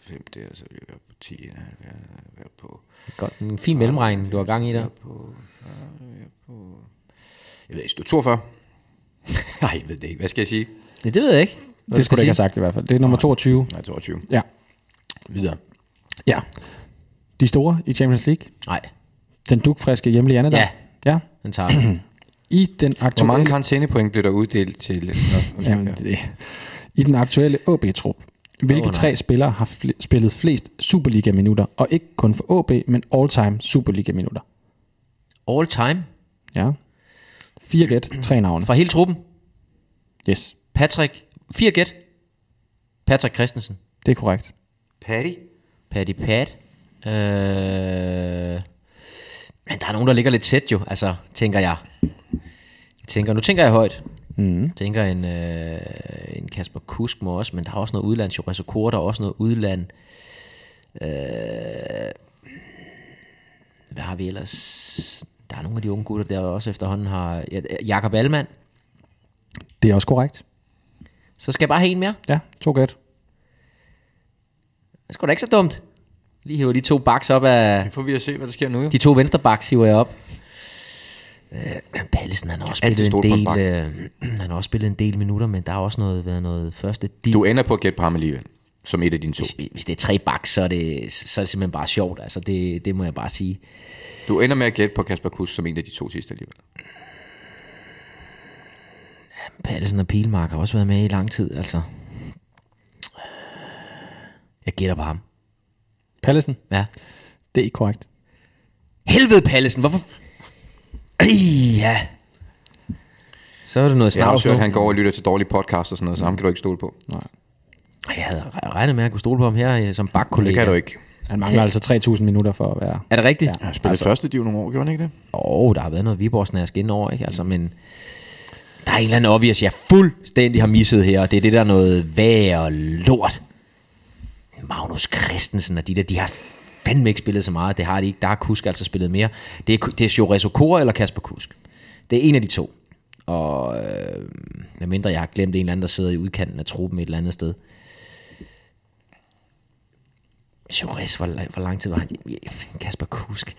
Speaker 2: fem der, så vil jeg være på 10. Jeg vil være på...
Speaker 4: Godt, en fin mellemregning, du har gang i der.
Speaker 2: Jeg ved ikke, stod 42. Nej, jeg ved det ikke. Hvad skal jeg sige?
Speaker 4: Ja, det ved jeg ikke. Hvad
Speaker 3: Det skulle du ikke
Speaker 4: sige.
Speaker 3: have sagt i hvert fald. Det er nummer 22.
Speaker 2: Nej, 22.
Speaker 3: Ja.
Speaker 2: Videre.
Speaker 3: ja. De store i Champions League.
Speaker 4: Nej,
Speaker 3: Den dukfriske hjemlige Anna der.
Speaker 4: Ja.
Speaker 3: ja.
Speaker 4: den tager den.
Speaker 3: I den aktuelle...
Speaker 2: Hvor mange karantænepoint blev der uddelt til... Nå,
Speaker 3: Jamen, det, I den aktuelle OB-trup. Hvilke
Speaker 4: Åh, nej.
Speaker 3: tre spillere har fl- spillet flest Superliga-minutter? Og ikke kun for OB, men all-time Superliga-minutter.
Speaker 4: All time.
Speaker 3: Ja. Fire gæt, tre navne.
Speaker 4: Fra hele truppen.
Speaker 3: Yes,
Speaker 4: Patrick. Fire gæt. Patrick Christensen.
Speaker 3: det er korrekt.
Speaker 2: Patty?
Speaker 4: Paddy Pat. Øh... Men der er nogen, der ligger lidt tæt jo, altså, tænker jeg. Jeg Tænker, nu tænker jeg højt. Mm. Tænker en, øh, en Kasper Kusk må også, men der er også noget udland. Jurassic Kort, der er også noget udland. Øh, hvad har vi ellers? Der er nogle af de unge gutter, der også efterhånden har... Ja, Jakob Allmann.
Speaker 3: Det er også korrekt.
Speaker 4: Så skal jeg bare have en mere.
Speaker 3: Ja, to gæt.
Speaker 4: Det er sgu da ikke så dumt. Lige hiver de to baks op af...
Speaker 2: Nu får vi at se, hvad der sker nu. jo.
Speaker 4: De to venstre baks hiver jeg op. Øh, Pallesen, han har også
Speaker 2: Alt det
Speaker 4: spillet en
Speaker 2: store på en
Speaker 4: del, øh, han har også spillet en del minutter, men der har også noget, været noget første deal.
Speaker 2: Du ender på at gætte på ham alligevel, som et af dine to.
Speaker 4: Hvis, hvis det er tre baks, så er det, så er det simpelthen bare sjovt. Altså, det, det må jeg bare sige.
Speaker 2: Du ender med at gætte på Kasper Kuss som en af de to sidste alligevel.
Speaker 4: Pallesen og Pilmark har også været med i lang tid, altså. Øh, Jeg gætter på ham.
Speaker 3: Pallesen,
Speaker 4: Ja.
Speaker 3: det er ikke korrekt.
Speaker 4: Helvede, Pallesen, hvorfor... Ej, ja. Så er det noget
Speaker 2: Jeg har
Speaker 4: snavs
Speaker 2: også
Speaker 4: nu.
Speaker 2: hørt, at han går og lytter til dårlige podcasts og sådan noget, så ham kan du ikke stole på.
Speaker 3: Nej.
Speaker 4: Jeg havde regnet med at kunne stole på ham her øh, som bakkollega.
Speaker 2: Det kan du ikke.
Speaker 3: Han mangler altså 3.000 minutter for at være...
Speaker 4: Er det rigtigt?
Speaker 2: Han spillede altså, første div nogle år, gjorde han ikke det?
Speaker 4: Åh, oh, der har været noget Viborgsnask indover, ikke? Altså, men der er en eller anden obvious, jeg fuldstændig har misset her, og det er det der noget vær og lort. Magnus Christensen og de der, de har fandme ikke spillet så meget. Det har de ikke. Der har Kusk altså spillet mere. Det er, det er Shorezo Kora eller Kasper Kusk. Det er en af de to. Og øh, medmindre jeg har glemt en eller anden, der sidder i udkanten af truppen et eller andet sted. Chores, hvor, la- hvor lang tid var han? i- Kasper Kusk.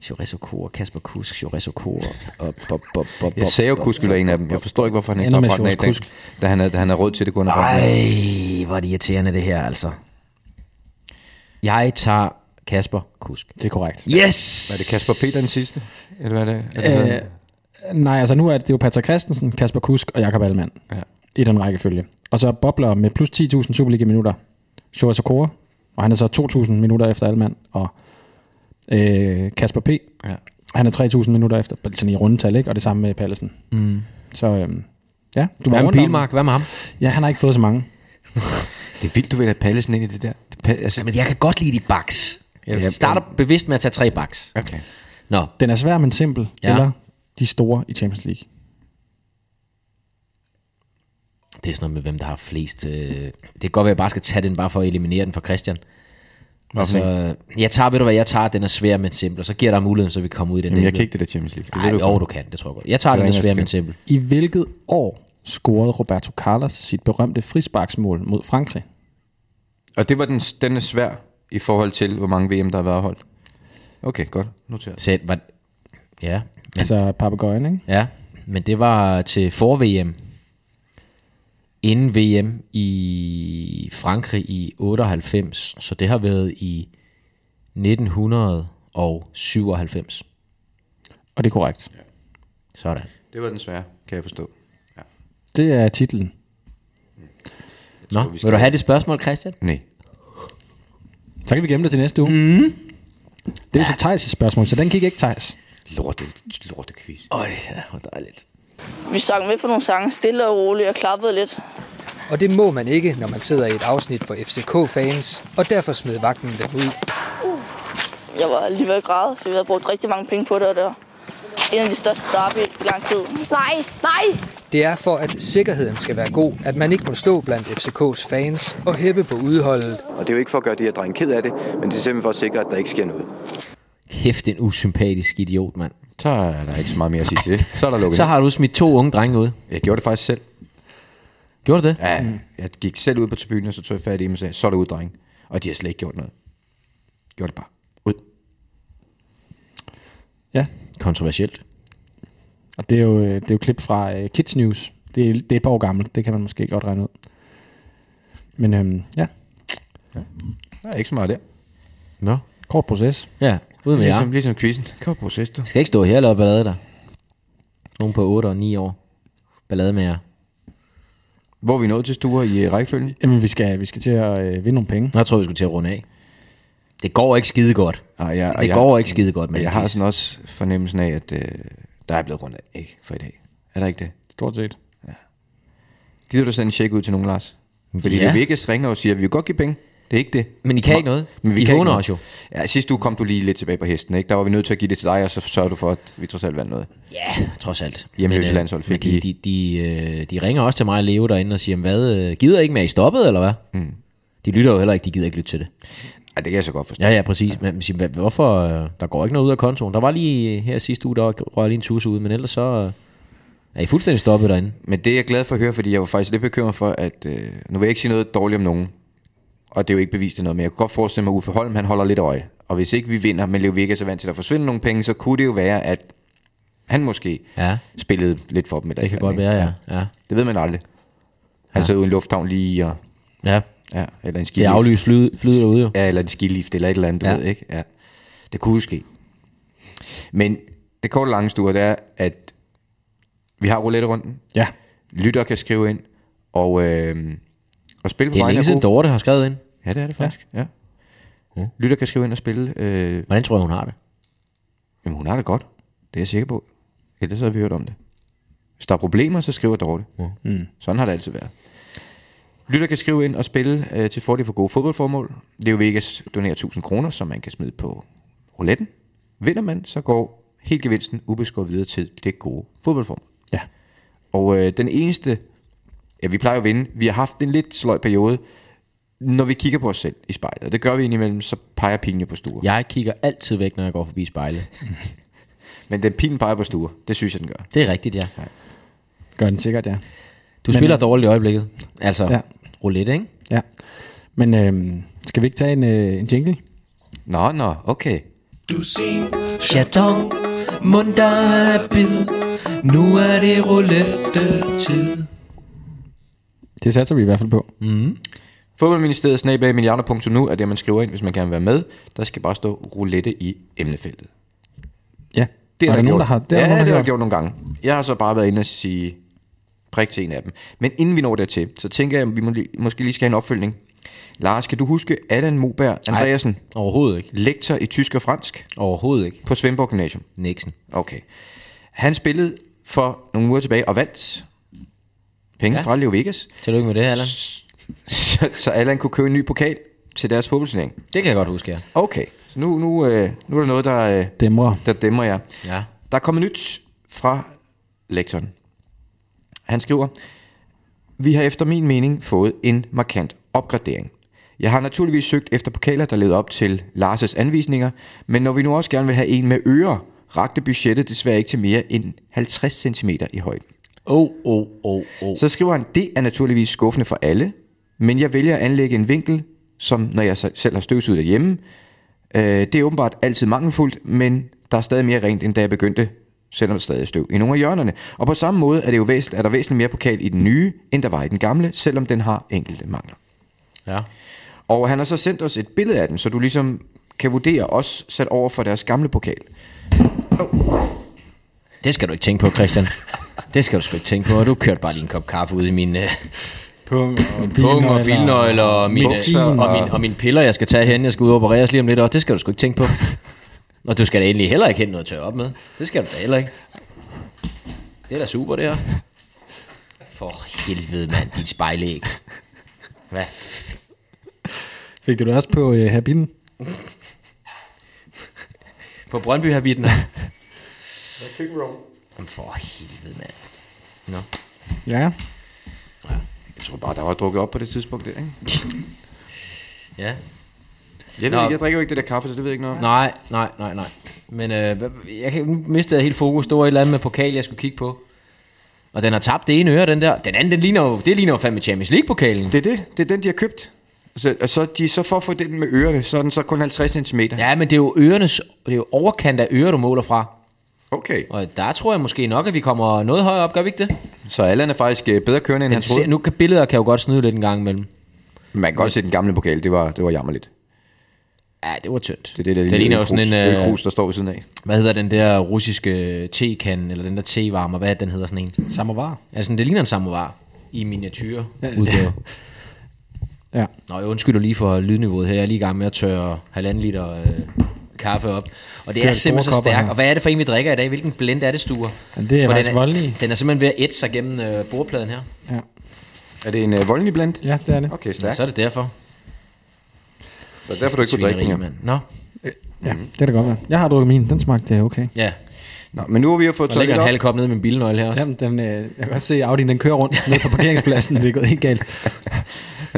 Speaker 4: Shorezo Kor, Kasper Kusk, Shorezo Kor. Og bob, bob, bob,
Speaker 2: Jeg sagde jo,
Speaker 4: bob,
Speaker 2: Kusk
Speaker 4: bob,
Speaker 2: ville være en af
Speaker 4: bob,
Speaker 2: dem. Jeg
Speaker 4: bob.
Speaker 2: forstår ikke, hvorfor han ikke
Speaker 3: Ender
Speaker 2: har
Speaker 3: med
Speaker 2: brændt den af i
Speaker 3: Sjovs
Speaker 2: dag,
Speaker 3: Kusk.
Speaker 2: da han, havde, da han havde råd til det, kunne han have brændt den af.
Speaker 4: Ej, hvor er det irriterende det her, altså. Jeg tager Kasper Kusk.
Speaker 3: Det er korrekt.
Speaker 4: Yes!
Speaker 2: Er det Kasper Peter den sidste? Eller hvad er det? Er det
Speaker 3: Øh, nej, altså nu er det jo Patrick Christensen, Kasper Kusk og Jakob Allmann
Speaker 2: Ja.
Speaker 3: i den rækkefølge. Og så Bobler med plus 10.000 Superliga-minutter. Shoa Sokora, og han er så 2.000 minutter efter Allmann, og øh, Kasper P.
Speaker 2: Ja.
Speaker 3: Han er 3.000 minutter efter, sådan i rundetal, ikke? Og det samme med Pallesen. Mm. Så øhm, ja, du var
Speaker 4: Hvad med
Speaker 3: rundt om-
Speaker 4: Bilmark? Hvad med ham?
Speaker 3: Ja, han har ikke fået så mange.
Speaker 2: det er vildt, du vil have Pallesen ind i det der. Det, pa- altså,
Speaker 4: Men jeg kan godt lide de baks.
Speaker 2: Jeg-
Speaker 4: Jeg starter bevidst med at tage tre baks.
Speaker 2: okay.
Speaker 4: Nå,
Speaker 3: Den er svær, men simpel.
Speaker 4: Ja.
Speaker 3: Ja. Eller de store i Champions League.
Speaker 4: det er sådan noget med, hvem der har flest. Øh... Det kan godt være, at jeg bare skal tage den, bare for at eliminere den fra Christian.
Speaker 2: Hvorfor ikke?
Speaker 4: Altså, jeg tager, ved du hvad, jeg tager, den er svær, men simpel. Og så giver der muligheden, så vi kommer ud i den.
Speaker 2: Jamen, jeg kan ikke det der Champions League. Det
Speaker 4: Nej,
Speaker 2: ved
Speaker 4: jo,
Speaker 2: godt.
Speaker 4: du kan, det tror jeg godt. Jeg tager
Speaker 2: Det
Speaker 4: den,
Speaker 2: er
Speaker 4: er
Speaker 2: jeg
Speaker 4: svær, men
Speaker 2: ikke.
Speaker 4: simpel.
Speaker 3: I hvilket år scorede Roberto Carlos sit berømte frisparksmål mod Frankrig?
Speaker 2: Og det var den, den er svær i forhold til, hvor mange VM, der har været holdt. Okay, godt. Noteret.
Speaker 4: Selv, var... Ja, men,
Speaker 3: Altså papegøjen, ikke?
Speaker 4: ja, men det var til for-VM. Inden VM i Frankrig i 98, så det har været i 1997.
Speaker 3: Og det er korrekt.
Speaker 4: Sådan.
Speaker 2: Det var den svære, kan jeg forstå. Ja.
Speaker 3: Det er titlen.
Speaker 4: Nå,
Speaker 2: vi skal-
Speaker 4: vil du have det spørgsmål, Christian?
Speaker 2: Nej.
Speaker 3: Så kan vi gemme det til næste uge. Mm. Det er jo så Thijs' spørgsmål, så den gik ikke Thijs.
Speaker 2: Lorte, lorte quiz.
Speaker 4: Øj, ja, hvor dejligt.
Speaker 7: Vi sang med på nogle sange, stille og roligt, og klappede lidt.
Speaker 8: Og det må man ikke, når man sidder i et afsnit for FCK-fans, og derfor smed vagten dem ud.
Speaker 7: Jeg var alligevel græd, for vi havde brugt rigtig mange penge på det, og det var en af de største derby i lang tid. Nej, nej!
Speaker 8: Det er for, at sikkerheden skal være god, at man ikke må stå blandt FCK's fans og hæppe på udholdet.
Speaker 9: Og det er jo ikke for at gøre de her drenge ked af det, men det er simpelthen for at sikre, at der ikke sker noget.
Speaker 4: Kæft, en usympatisk idiot, mand.
Speaker 2: Så er der ikke så meget mere at sige til det. Så er der lukket.
Speaker 4: Så har du smidt to unge drenge ud.
Speaker 2: Jeg gjorde det faktisk selv.
Speaker 4: Gjorde du det?
Speaker 2: Ja, jeg gik selv ud på tribunen, og så tog jeg fat i dem og sagde, så er det ud, dreng. Og de har slet ikke gjort noget. Gjorde det bare. Ud.
Speaker 3: Ja,
Speaker 4: Kontroversielt.
Speaker 3: og det er jo, øh, det er jo klip fra uh, Kids News. Det er, det er et par år gammelt, det kan man måske godt regne ud. Men øhm, ja,
Speaker 2: Der er ikke så meget der.
Speaker 4: Nå.
Speaker 3: kort proces.
Speaker 4: Ja, ud med jer.
Speaker 2: Ligesom, ligesom quizzen. Kom proces, du.
Speaker 4: Jeg skal ikke stå her og lave ballade der. Nogen på 8 og 9 år. Ballade med jer.
Speaker 2: Hvor er vi nået til stuer i øh, rækkefølgen?
Speaker 3: Jamen, vi skal, vi skal til at øh, vinde nogle penge.
Speaker 4: Nå, Jeg tror, vi skulle til at runde af. Det går ikke skide godt.
Speaker 2: Nej, jeg,
Speaker 4: Det går ikke skide godt, men
Speaker 2: Men jeg har sådan også fornemmelsen af, at øh, der er blevet rundt af, ikke? For i dag. Er der ikke det?
Speaker 3: Stort set.
Speaker 2: Gider du sende en check ud til nogen, Lars? Fordi
Speaker 4: Ja.
Speaker 2: ja. Vigges ringer og siger, at vi vil godt give penge. Det er ikke det.
Speaker 4: Men I kan ikke noget. I
Speaker 2: ikke
Speaker 4: håner
Speaker 2: noget.
Speaker 4: os jo.
Speaker 2: Ja, sidste uge kom du lige lidt tilbage på hesten, ikke? Der var vi nødt til at give det til dig, og så sørger du for, at vi trods alt vandt noget.
Speaker 4: Ja, trods alt.
Speaker 2: Hjemløse landshold
Speaker 4: men
Speaker 2: fik
Speaker 4: de, de, de, øh, de ringer også til mig og Leo derinde og siger, "Men hvad, øh, gider I ikke mere, er I stoppet, eller hvad? Mm. De lytter jo heller ikke, de gider ikke lytte til det.
Speaker 2: Ja, det kan jeg så godt forstå.
Speaker 4: Ja, ja, præcis. Men man siger, "Hvad- hvorfor, øh, der går ikke noget ud af kontoen. Der var lige øh, her sidste uge, der røg lige en tusse ud, men ellers så øh, er I fuldstændig stoppet derinde.
Speaker 2: Men det er jeg glad for at høre, fordi jeg var faktisk lidt bekymret for, at øh, nu vil jeg ikke sige noget dårligt om nogen, og det er jo ikke bevist til noget, men jeg kunne godt forestille mig, at Uffe Holm han holder lidt øje. Og hvis ikke vi vinder, men Leo Virke er så vant til at forsvinde nogle penge, så kunne det jo være, at han måske
Speaker 4: Ja.
Speaker 2: spillede lidt for dem.
Speaker 4: Det kan godt være, ja. ja.
Speaker 2: Det ved man aldrig. Han
Speaker 4: Ja.
Speaker 2: ja. sad ude i en lufthavn lige, og,
Speaker 4: Ja,
Speaker 2: ja, eller en
Speaker 4: det
Speaker 2: skilift.
Speaker 4: er aflyst flyet, flyet ude jo.
Speaker 2: Ja, eller en skilift, eller et eller andet, du
Speaker 4: Ja.
Speaker 2: ja. ved, ikke? Ja. Det kunne ske. Men det korte og lange stuer, det er, at vi har roulette-runden.
Speaker 3: Ja,
Speaker 2: Lytter kan skrive ind, og, øh, og spille på
Speaker 4: Det er
Speaker 2: vegne
Speaker 4: længe
Speaker 2: af
Speaker 4: siden
Speaker 2: gode-
Speaker 4: Dorte har skrevet ind.
Speaker 2: Ja, det er det faktisk, ja. ja. Lytter kan skrive ind og spille. Øh,
Speaker 4: Hvordan tror jeg, hun har det?
Speaker 2: jamen, hun har det godt. Det er jeg sikker på. Ellers så har vi hørt om det. Hvis der er problemer, så skriver Dorte. Mm. Sådan har det altid været. Lytter kan skrive ind og spille øh, til fordel for gode fodboldformål. Leo Vegas donerer 1000 kroner, som man kan smide på rouletten. Vinder man, så går helt gevinsten ubeskåret videre til det gode fodboldformål.
Speaker 3: Ja.
Speaker 2: Og øh, den eneste... Ja, vi plejer at vinde. Vi har haft en lidt sløj periode, når vi kigger på os selv i spejlet. Og det gør vi indimellem, så peger pilen jo på stuer.
Speaker 4: Jeg kigger altid væk, når jeg går forbi spejlet.
Speaker 2: Men den pilen peger på stuer. Det synes jeg, den gør.
Speaker 4: Det er rigtigt, ja.
Speaker 3: gør den sikkert, ja.
Speaker 4: Du Men,
Speaker 3: Men-
Speaker 4: spiller dårligt i øjeblikket. Altså, ja.
Speaker 3: Ja.
Speaker 4: roulette, ikke?
Speaker 3: ja. Men øhm, skal vi ikke tage en, øh, en jingle?
Speaker 2: Nå, nå, okay.
Speaker 6: Du sin,
Speaker 10: Chaton, munter af bid. Nu er det roulette-tid.
Speaker 3: Det satser vi i hvert fald på.
Speaker 2: Fodboldministeriet snablag milliarder.nu er det, man skriver ind, hvis man gerne vil være med. Der skal bare stå roulette i emnefeltet.
Speaker 3: Ja.
Speaker 2: Det
Speaker 3: er der
Speaker 2: jeg
Speaker 3: nogen, der
Speaker 2: gjort.
Speaker 3: har, det
Speaker 2: ja,
Speaker 3: er der nogen, der
Speaker 2: det har
Speaker 3: har
Speaker 2: jeg
Speaker 3: gjort.
Speaker 2: gjort nogle gange. Jeg har så bare været inde og sige prik til en af dem. Men inden vi når dertil, så tænker jeg, at vi må, lige- måske lige skal have en opfølgning. Lars, kan du huske Allan Moberg Andreasen,
Speaker 4: Overhovedet ikke.
Speaker 2: lektor i tysk og fransk
Speaker 4: Overhovedet ikke.
Speaker 2: på Svendborg Gymnasium?
Speaker 4: Nixon.
Speaker 2: Okay. Han spillede for nogle uger tilbage og vandt penge
Speaker 4: Ja.
Speaker 2: ja. fra Leo Vegas,
Speaker 4: Tillykke med det, Allan.
Speaker 2: så, så Allan kunne købe en ny pokal til deres fodboldturnering.
Speaker 4: Det kan jeg godt huske, ja.
Speaker 2: Okay, så nu, nu, øh, nu er der noget, der, øh,
Speaker 3: Dæmre.
Speaker 2: der dæmmer jer.
Speaker 4: Ja.
Speaker 2: Der er kommet nyt fra lektoren. Han skriver, vi har efter min mening fået en markant opgradering. Jeg har naturligvis søgt efter pokaler, der leder op til Lars' anvisninger, men når vi nu også gerne vil have en med ører, rakte budgettet desværre ikke til mere end 50 cm i højden.
Speaker 4: Oh, oh, oh, oh.
Speaker 2: Så skriver han, det er naturligvis skuffende for alle, men jeg vælger at anlægge en vinkel, som når jeg se- selv har støvsuget derhjemme. Øh, det er åbenbart altid mangelfuldt, men der er stadig mere rent, end da jeg begyndte, selvom der stadig er støv i nogle af hjørnerne. Og på samme måde er, det jo væsentligt, er der væsentligt mere pokal i den nye, end der var i den gamle, selvom den har enkelte mangler.
Speaker 4: Ja.
Speaker 2: Og han har så sendt os et billede af den, så du ligesom kan vurdere os sat over for deres gamle pokal.
Speaker 4: Det skal du ikke tænke på, Christian. Det skal du sgu ikke tænke på. Du kørte bare lige en kop kaffe ud i min øh,
Speaker 3: Pung og
Speaker 4: pung og bilnøgler og mine,
Speaker 3: medicin
Speaker 4: og,
Speaker 3: og-
Speaker 4: min, og mine piller, jeg skal tage hen. Jeg skal ud og opereres lige om lidt, og det skal du sgu ikke tænke på. Og du skal da endelig heller ikke hente noget at tørre op med. Det skal du da heller ikke. Det er da super, det her. For helvede, mand. Dit spejlæg. Hvad f-
Speaker 3: Fik du det også på øh, habinen?
Speaker 4: På Brøndby har vi den her. Jamen for helvede, mand. Nå.
Speaker 3: Ja.
Speaker 2: Jeg tror bare, der var drukket op på det tidspunkt der, ikke?
Speaker 4: Ja.
Speaker 2: Jeg, ved,
Speaker 4: Nå.
Speaker 2: ikke, jeg drikker jo ikke det der kaffe, så det ved jeg ikke noget om.
Speaker 4: Nej, nej, nej, nej. Men øh, hvad- jeg kan, nu mistede jeg helt fokus. Der var et eller andet med pokal, jeg skulle kigge på. Og den har tabt det ene øre, den der. Den anden, den ligner jo, det ligner jo fandme Champions League-pokalen.
Speaker 2: Det er det. Det er den, de har købt. Så, og så, de, så for at få den med ørerne, så er den så kun 50 cm. Ja.
Speaker 4: Ja, men det er jo ørenes, det er jo overkant af ører, du måler fra.
Speaker 2: Okay.
Speaker 4: Og der tror jeg måske nok, at vi kommer noget højere op, gør vi ikke det?
Speaker 2: Så Allan er faktisk øh, bedre kørende, end
Speaker 4: Den
Speaker 2: han troede.
Speaker 4: ser, nu kan billeder kan jo godt snyde lidt en gang imellem.
Speaker 2: Man kan godt se den gamle pokal. Det var, det var jammerligt.
Speaker 4: Ja, det var tyndt.
Speaker 2: Det er det, der
Speaker 4: det ligner jo sådan en,
Speaker 2: øh...
Speaker 4: øh,
Speaker 2: krus, der står ved siden af.
Speaker 4: hvad hedder den der russiske øh, tekande, eller den der tevarmer, hvad er det, den hedder sådan en?
Speaker 3: Samovar.
Speaker 4: Altså, det ligner en samovar i miniatyr udgave.
Speaker 3: Ja.
Speaker 4: Nå, jeg undskylder lige for lydniveauet her. Jeg er lige i gang med at tørre halvanden liter øh, kaffe op. Og det
Speaker 3: Kører
Speaker 4: er
Speaker 3: store
Speaker 4: simpelthen så
Speaker 3: kopper
Speaker 4: stærkt.
Speaker 3: her.
Speaker 4: Og hvad er det for en, vi drikker i dag? Hvilken blend er det, Sture?
Speaker 3: Ja, det er
Speaker 4: For
Speaker 3: faktisk
Speaker 4: den er,
Speaker 3: voldelig.
Speaker 4: den er simpelthen ved at ætte sig gennem øh, bordpladen her.
Speaker 3: Ja.
Speaker 2: Er det en øh, voldelig blandt?
Speaker 3: ja, det er det.
Speaker 2: Okay,
Speaker 4: Ja.
Speaker 2: stærkt.
Speaker 4: Så er det derfor.
Speaker 2: Så derfor du ikke kunne drikke
Speaker 4: Svineri,
Speaker 2: den her.
Speaker 4: mand. Nå,
Speaker 3: Ja, det kan det godt være. Jeg har drukket min. Den smagte øh, okay.
Speaker 4: ja.
Speaker 2: Nå, men nu har vi jo fået
Speaker 4: Der
Speaker 2: tøjet
Speaker 4: ligger
Speaker 2: lidt
Speaker 4: en
Speaker 2: op.
Speaker 4: halv kop nede i min bilnøgle her også.
Speaker 3: Jamen, den, øh, jeg kan også se, at Audien den kører rundt ned på parkeringspladsen. det er gået helt galt.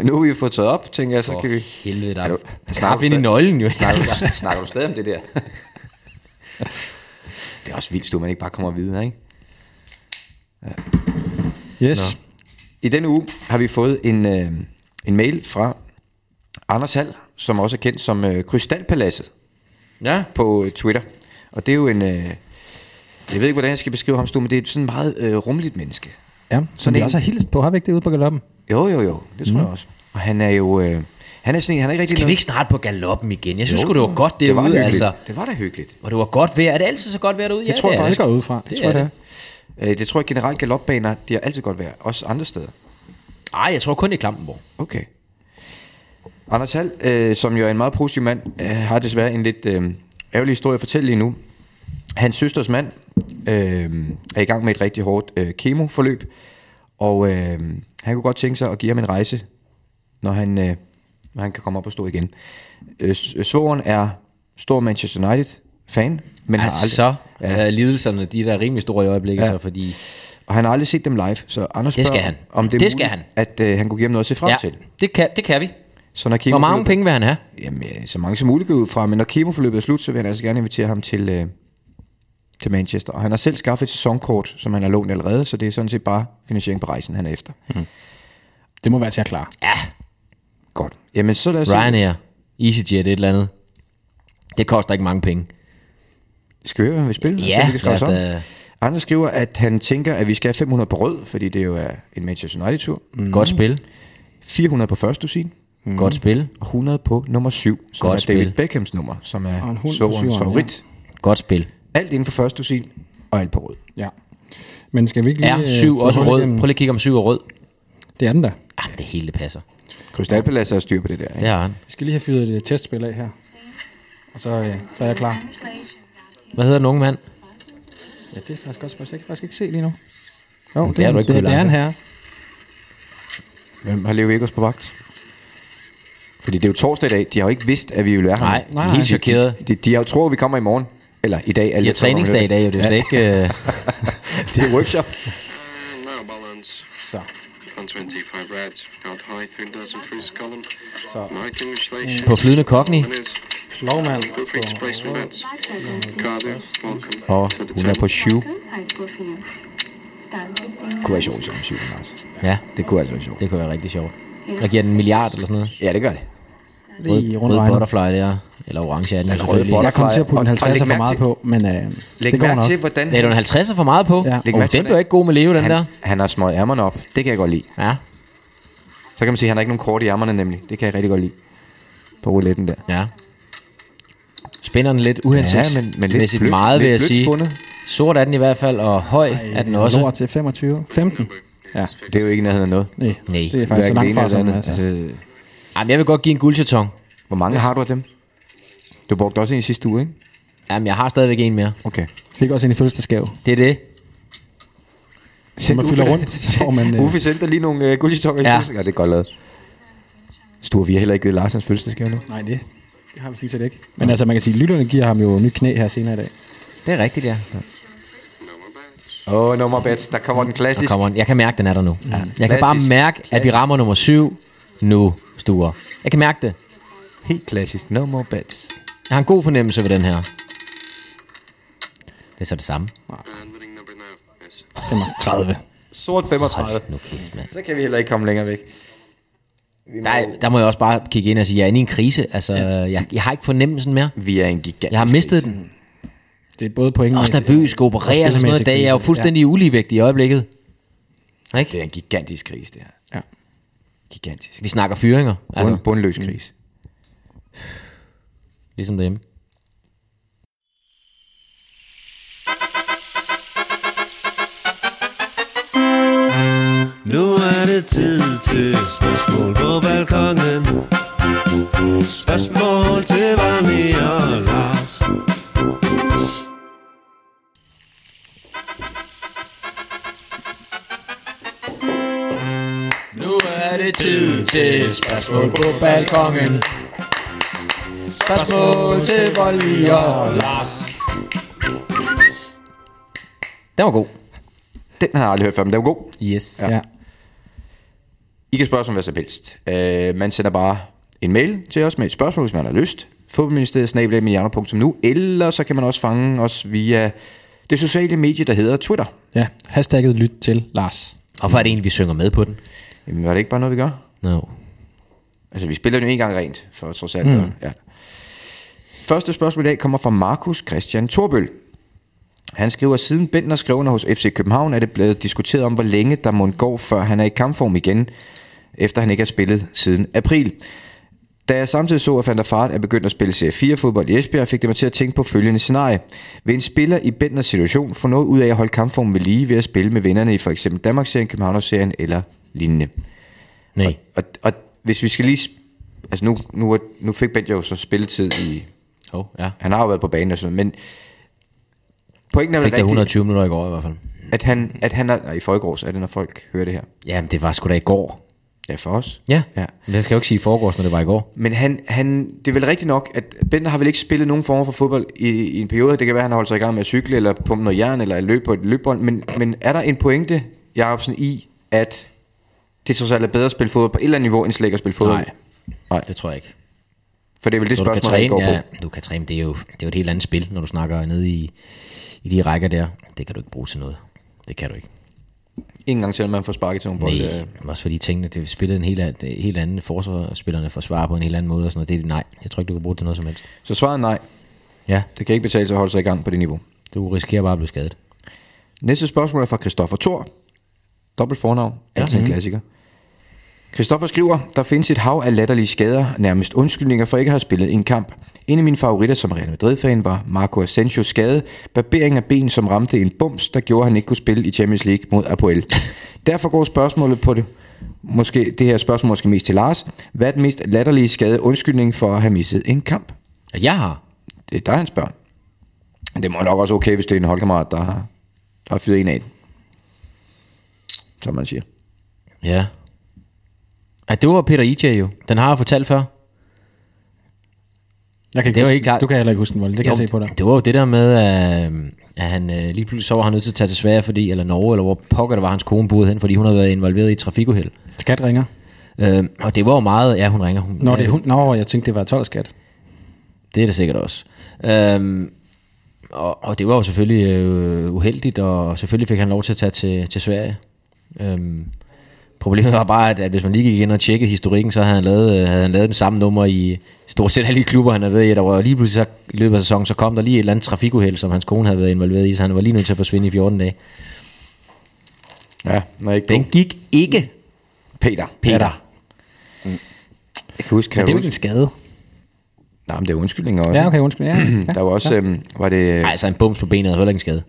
Speaker 2: Nu har vi jo fået tøjet op, tænker jeg. Så
Speaker 4: For
Speaker 2: kan vi...
Speaker 4: helvede, der
Speaker 2: Er
Speaker 4: er
Speaker 2: du-
Speaker 4: kaffe ind i
Speaker 2: stadig-
Speaker 4: nøglen jo. Altså,
Speaker 2: Snakker, snakker du stadig om det der? det er også vildt, at man ikke bare kommer videre, ikke?
Speaker 3: Yes.
Speaker 2: I denne uge har vi fået en, øh, en mail fra Anders Hall, som også er kendt som øh, Krystalpaladset
Speaker 4: Ja,
Speaker 2: på øh, Twitter. Og det er jo en... Øh, jeg ved ikke, hvordan jeg skal beskrive ham, Stu, men det er sådan en meget øh, rummeligt menneske.
Speaker 3: Ja, som
Speaker 2: Sådan
Speaker 3: vi
Speaker 2: en-
Speaker 3: også har hilst på. Har vi ikke det ude på galoppen?
Speaker 2: Jo, jo, jo. Det tror mm. jeg også. Og han er jo... Øh, han er sådan en, han er ikke rigtig...
Speaker 4: skal vi
Speaker 2: noget-
Speaker 4: ikke snart på galoppen igen? Jeg synes sgu, det var godt derude,
Speaker 2: hyggeligt.
Speaker 4: altså.
Speaker 2: Det var da hyggeligt.
Speaker 4: Og det var godt vejr. Er det altid så godt vejr derude?
Speaker 3: Det tror jeg faktisk går ud fra.
Speaker 4: Det
Speaker 2: tror
Speaker 4: er
Speaker 2: jeg,
Speaker 4: det.
Speaker 2: det. er. Øh, det tror jeg generelt, galopbaner, de har altid godt været. Også andre steder.
Speaker 4: Nej, jeg tror kun i Klampenborg.
Speaker 2: Okay. Anders Hall, øh, som jo er en meget positiv mand, øh, har desværre en lidt øh, ærgerlig historie at fortælle lige nu. Hans søsters mand øh, er i gang med et rigtig hårdt øh, kemoforløb, og øh, han kunne godt tænke sig at give ham en rejse, når han, øh, når han kan komme op og stå igen. Øh, s- svoren er stor Manchester United-fan, men har aldrig,
Speaker 4: altså, ja. lidelserne, de er der rimelig store i øjeblikket, ja. så fordi...
Speaker 2: og han har aldrig set dem live, så Anders
Speaker 4: Det skal
Speaker 2: spørger,
Speaker 4: han.
Speaker 2: om det er
Speaker 4: Det skal
Speaker 2: muligt, at øh, han kunne give ham noget at se frem
Speaker 4: ja,
Speaker 2: til.
Speaker 4: det kan, det kan vi.
Speaker 2: Så når
Speaker 4: Hvor
Speaker 2: kemoforløbet-
Speaker 4: mange penge vil han have?
Speaker 2: Jamen, ja, så mange som muligt går jeg ud fra, men når kemoforløbet er slut, så vil han altså gerne invitere ham til, øh, til Manchester. Og han har selv skaffet et sæsonkort, som han har lånt allerede, så det er sådan set bare finansiering på rejsen, han er efter.
Speaker 3: Det må være til at klare.
Speaker 4: Ja,
Speaker 2: Godt. Jamen, så lad os se.
Speaker 4: Ryanair, EasyJet, et eller andet. Det koster ikke mange penge.
Speaker 2: Skal vi høre, hvad han vil spille?
Speaker 4: Ja,
Speaker 2: så vi kan skrive
Speaker 4: lad os
Speaker 2: sammen?
Speaker 4: Altså, da-
Speaker 2: Anders skriver, at han tænker, at vi skal have 500 på rød, fordi det jo er en Manchester United-tur. Mm.
Speaker 4: Godt spil.
Speaker 2: 400 på første dusin,
Speaker 4: Mm. Godt spil.
Speaker 2: og 100 på nummer 7, som
Speaker 4: Godt
Speaker 2: er David
Speaker 4: spil.
Speaker 2: Beckhams nummer, som
Speaker 3: Og en hund
Speaker 2: er
Speaker 3: på
Speaker 2: svogerens
Speaker 3: syveren, ja.
Speaker 2: favorit.
Speaker 4: Godt spil.
Speaker 2: Alt inden for første dusin, og alt på rød.
Speaker 3: Ja. Men skal vi ikke lige...
Speaker 4: Er
Speaker 3: øh,
Speaker 4: syv
Speaker 3: få
Speaker 4: også
Speaker 3: hul
Speaker 4: rød?
Speaker 3: igennem?
Speaker 4: Prøv lige at kigge om syv er rød.
Speaker 3: Det er den der.
Speaker 4: Jamen, det hele det passer.
Speaker 2: Krystalpalads er styr på det der, ikke?
Speaker 4: Det har han.
Speaker 3: Vi skal lige have fyret et øh, testspil af her. Og så, øh, så er jeg klar.
Speaker 4: Hvad hedder den unge mand?
Speaker 3: Ja, det er faktisk godt spørgsmål. Jeg kan faktisk ikke se lige nu. Jo, det,
Speaker 4: det
Speaker 3: det,
Speaker 4: er
Speaker 3: er,
Speaker 4: du
Speaker 3: det,
Speaker 4: ikke,
Speaker 3: det, det er
Speaker 4: Køller,
Speaker 3: en herre.
Speaker 2: Hvem har Leo Vegas på vagt? Fordi det er jo torsdag i dag. De har jo ikke vidst, at vi ville være her.
Speaker 4: Nej, de er
Speaker 3: nej,
Speaker 4: helt
Speaker 3: nej.
Speaker 4: chokerede.
Speaker 2: De, de har jo tror, vi kommer i morgen. Eller i dag.
Speaker 4: De
Speaker 2: alle
Speaker 4: har
Speaker 2: tre kommer
Speaker 4: træningsdag i
Speaker 2: med.
Speaker 4: dag, jo. Det er jo slet ikke... Øh,
Speaker 2: Det er workshop.
Speaker 6: Now balance.
Speaker 3: Så.
Speaker 6: 125 red, count high, 3000 freeze column.
Speaker 3: Så.
Speaker 6: My congratulations.
Speaker 4: på flydende cockney.
Speaker 3: Slowmand.
Speaker 6: Perfect space for bets. Carter, welcome.
Speaker 2: Og hun er på 7.
Speaker 11: Cool.
Speaker 2: kunne være sjovt som 7, Lars.
Speaker 4: Ja,
Speaker 2: Det kunne altså være sjovt.
Speaker 4: det kunne være rigtig sjovt. Jeg giver den en milliard eller sådan noget.
Speaker 2: Ja, det gør det.
Speaker 3: Lige rundt
Speaker 4: Rød
Speaker 3: regnet.
Speaker 4: butterfly der. Eller orange er den jo
Speaker 2: Eller rød
Speaker 4: selvfølgelig.
Speaker 2: butter-
Speaker 3: Jeg kom til at putte en
Speaker 2: Og- og læg
Speaker 3: 50'er for
Speaker 2: mærke
Speaker 3: meget
Speaker 2: til-
Speaker 3: på, men øh,
Speaker 2: Læg
Speaker 3: det går
Speaker 2: mærke
Speaker 3: nok.
Speaker 2: til, hvordan
Speaker 4: Er du en 50'er for meget på?
Speaker 3: Ja.
Speaker 4: Ja.
Speaker 3: Læg
Speaker 4: Oh,
Speaker 2: mærke til,
Speaker 4: den blev ikke god med Leo, den
Speaker 2: han,
Speaker 4: der.
Speaker 2: han har smøget ærmerne op. Det kan jeg godt lide.
Speaker 4: Ja.
Speaker 2: Så kan man sige, at han har ikke nogen kort i ærmerne nemlig. Det kan jeg rigtig godt lide. På rouletten der.
Speaker 4: Ja. Spænder den lidt uhensigtsmæssigt ja, men, men lidt meget, vil jeg
Speaker 2: blødt
Speaker 4: sige.
Speaker 2: spundet.
Speaker 4: Sort er den i hvert fald, og høj er den også.
Speaker 3: Lort til 25. 15? Ja,
Speaker 2: Det er jo ikke i nærheden af noget.
Speaker 3: nej.
Speaker 4: Nej.
Speaker 3: Det er faktisk så
Speaker 2: Hverken
Speaker 3: langt
Speaker 2: det ene
Speaker 3: fra,
Speaker 2: eller det
Speaker 3: som det er.
Speaker 2: andet.
Speaker 3: Altså.
Speaker 2: Altså,
Speaker 4: Jamen, jeg vil godt give en guldjeton.
Speaker 2: hvor mange har du af dem? Du brugte også en i sidste uge, ikke?
Speaker 4: Jamen, jeg har stadigvæk en mere.
Speaker 2: Okay.
Speaker 3: Fik også en i fødselsdagsgave.
Speaker 4: Det er det.
Speaker 3: Når man fylder rundt, så får man... Øh,
Speaker 2: Uffe sendte lige nogle øh, guldhitonger
Speaker 4: Ja.
Speaker 2: ja. i fødselsdag. Ja, det er godt lavet. Sture, vi har heller ikke givet Lars hans fødselsdagsgave nu.
Speaker 3: nej, det, det har vi sådan set ikke. Men altså, man kan sige, at lytterne giver ham jo nyt knæ her senere i dag.
Speaker 4: Det er rigtigt, ja.
Speaker 2: Åh, oh, nummer bats. Der kommer den
Speaker 4: Der
Speaker 2: klassisk.
Speaker 4: kommer den. Jeg kan mærke, den er der nu. Ja. Jeg kan
Speaker 2: Klassisk.
Speaker 4: bare mærke, at vi rammer nummer syv nu, Sture. Jeg kan mærke det.
Speaker 2: Helt klassisk. No more bats.
Speaker 4: Jeg har en god fornemmelse ved den her. Det er så det samme.
Speaker 3: Den var 30.
Speaker 2: Sort 35.
Speaker 4: Nu kæft, mand.
Speaker 2: Så kan vi heller ikke komme længere væk. Vi, må,
Speaker 4: Der, der må jeg også bare kigge ind og sige, at jeg er inde i en krise. Altså, jeg, jeg har ikke fornemmelsen mere.
Speaker 2: vi er en gigantisk...
Speaker 4: Jeg har mistet den.
Speaker 3: Det er både
Speaker 4: Jeg
Speaker 3: pointene...
Speaker 4: er også nervøs, skal operere og sådan noget. i dag. Jeg er jo fuldstændig uligevægtig i øjeblikket.
Speaker 2: Det er
Speaker 4: Ikke?
Speaker 2: en gigantisk kris, det her.
Speaker 3: Ja.
Speaker 2: Gigantisk.
Speaker 4: Vi snakker fyringer, altså,
Speaker 2: Bund, bundløs kris.
Speaker 4: ligesom derhjemme.
Speaker 6: Nu er det tid til spørgsmål på balkongen. Spørgsmål til Valmi og Lars.
Speaker 4: Nu er det tid til spørgsmål på balkongen. Spørgsmål til Volvi og Lars. Den var god.
Speaker 2: Den har jeg aldrig hørt før, men den er jo god.
Speaker 4: Yes.
Speaker 3: Ja.
Speaker 2: I kan spørge os om hvad som helst. Øh, man sender bare en mail til os med et spørgsmål, hvis man har lyst. Fodboldministeriet snabelagmilliarder.nu Eller så kan man også fange os via det sociale medie, der hedder Twitter.
Speaker 3: Ja, hashtagget lyt til Lars.
Speaker 4: Hvorfor er det egentlig, vi synger med på den?
Speaker 2: Jamen, var det ikke bare noget, vi gør?
Speaker 4: No.
Speaker 2: Altså, vi spiller den jo en gang rent, for trods alt. Mm. Ja. Første spørgsmål i dag kommer fra Markus Christian Torbøl. Han skriver, siden Bentner skrev under hos FC København, er det blevet diskuteret om, hvor længe der må gå, før han er i kampform igen, efter han ikke har spillet siden april. Da jeg samtidig så, at Van der Fart er begyndt at spille Serie 4 fodbold i Esbjerg, fik det mig til at tænke på følgende scenarie. Vil en spiller i Bentners situation få noget ud af at holde kampformen ved lige ved at spille med vennerne i for eksempel Danmarksserien, Københavnerserien eller lignende?
Speaker 4: Nej.
Speaker 2: Og, og hvis vi skal lige... sp- Altså nu, nu, er- nu fik Bent jo så spilletid i...
Speaker 4: Oh, ja.
Speaker 2: Han har jo været på banen og sådan noget, men... Pointen er
Speaker 4: Jeg
Speaker 2: vel
Speaker 4: fik
Speaker 2: rigtigt,
Speaker 4: da 120 minutter i går i hvert fald.
Speaker 2: at han, at han er... Nej, i forgårs er det, når folk hører det her.
Speaker 4: Jamen, det var sgu da i går.
Speaker 2: Ja, for os.
Speaker 4: Ja.
Speaker 2: Ja.
Speaker 4: Men jeg skal jo ikke sige i forgårs, når det var i går.
Speaker 2: Men han, han, det er vel rigtigt nok, at Bent har vel ikke spillet nogen form for fodbold i, i en periode. Det kan være, at han har holdt sig i gang med at cykle, eller pumpe noget jern, eller løbe på et løbebånd. Men, men er der en pointe, Jacobsen, i, at det trods alt er bedre at spille fodbold på et eller andet niveau, end slet ikke at spille fodbold?
Speaker 4: Nej.
Speaker 2: Nej.
Speaker 4: Det tror jeg ikke.
Speaker 2: For det er vel det
Speaker 4: Når du kan
Speaker 2: spørgsmål, han går
Speaker 4: træne,
Speaker 2: på.
Speaker 4: ja, du kan træne, det er, jo, det er jo et helt andet spil, når du snakker nede i, i de rækker der. Det kan du ikke bruge til noget. Det kan du ikke.
Speaker 2: Ingen gang selvom man får sparket til nogle
Speaker 4: Nej,
Speaker 2: bolde. øh.
Speaker 4: men også fordi tingene, det spillede en helt, an- en helt anden forsvar, og spillerne forsvarer på en helt anden måde og sådan noget. Det er nej, jeg tror ikke, du kan bruge det til noget som helst.
Speaker 2: Så svaret er nej.
Speaker 4: Ja.
Speaker 2: Det kan ikke betale sig at holde sig i gang på det niveau.
Speaker 4: Du risikerer bare at blive skadet.
Speaker 2: Næste spørgsmål er fra Christoffer Thor. Dobbelt fornavn. Altid ja. en
Speaker 4: Mhm.
Speaker 2: klassiker. Christoffer skriver, der findes et hav af latterlige skader, nærmest undskyldninger for ikke at have spillet en kamp. En af mine favoritter som Real Madrid-fan var Marco Asensios skade, barbering af ben, som ramte en bums, der gjorde, at han ikke kunne spille i Champions League mod Apoel. Derfor går spørgsmålet på det, måske, det her spørgsmål måske mest til Lars. Hvad er den mest latterlige skade undskyldning for at have misset en kamp?
Speaker 4: Jeg har.
Speaker 2: Det er dig, han spørger. Det må nok også okay, hvis det er en holdkammerat, der har, der har fyret en af den. Som man siger.
Speaker 4: Ja. Ej, det var Peter IJ jo. Den har jeg fortalt før.
Speaker 3: Jeg kan ikke
Speaker 4: Det var
Speaker 3: huske,
Speaker 4: helt klart.
Speaker 3: Du kan heller ikke huske den, Volde. Det kan
Speaker 4: Jo,
Speaker 3: jeg se på dig.
Speaker 4: Det var jo det der med, at, at han øh, lige pludselig så var han nødt til at tage til Sverige, fordi, eller Norge, eller hvor pokker det var, hans kone boede hen, fordi hun havde været involveret i et trafikuheld.
Speaker 3: Skat ringer.
Speaker 4: Øh, og det var jo meget... Ja, hun ringer. Hun,
Speaker 3: Nå,
Speaker 4: ja,
Speaker 3: det er hun. Nå, jeg tænkte, det var 12 skat.
Speaker 4: Det er det sikkert også. Øhm, og, og det var jo selvfølgelig øh, uheldigt, og selvfølgelig fik han lov til at tage til, til Sverige. Øhm, problemet var bare, at, at hvis man lige gik ind og tjekkede historikken, så havde han lavet, øh, havde han lavet den samme nummer i stort set alle de klubber, han havde været i. Der var lige pludselig så, i løbet af sæsonen, så kom der lige et eller andet trafikuheld, som hans kone havde været involveret i, så han var lige nødt til at forsvinde i 14 dage.
Speaker 2: Ja, når ikke
Speaker 4: Den gik ikke,
Speaker 2: Peter.
Speaker 4: Peter.
Speaker 2: Jeg kan huske,
Speaker 3: Men
Speaker 2: kan
Speaker 3: det er
Speaker 2: jeg
Speaker 3: jo ikke en
Speaker 2: huske.
Speaker 3: skade.
Speaker 2: Nej, men det er undskyldninger også.
Speaker 3: Ja, okay, undskyld. Ja, ja.
Speaker 2: Der var også, øhm, var det
Speaker 4: Nej, altså en bums på benet havde heller ikke en skade.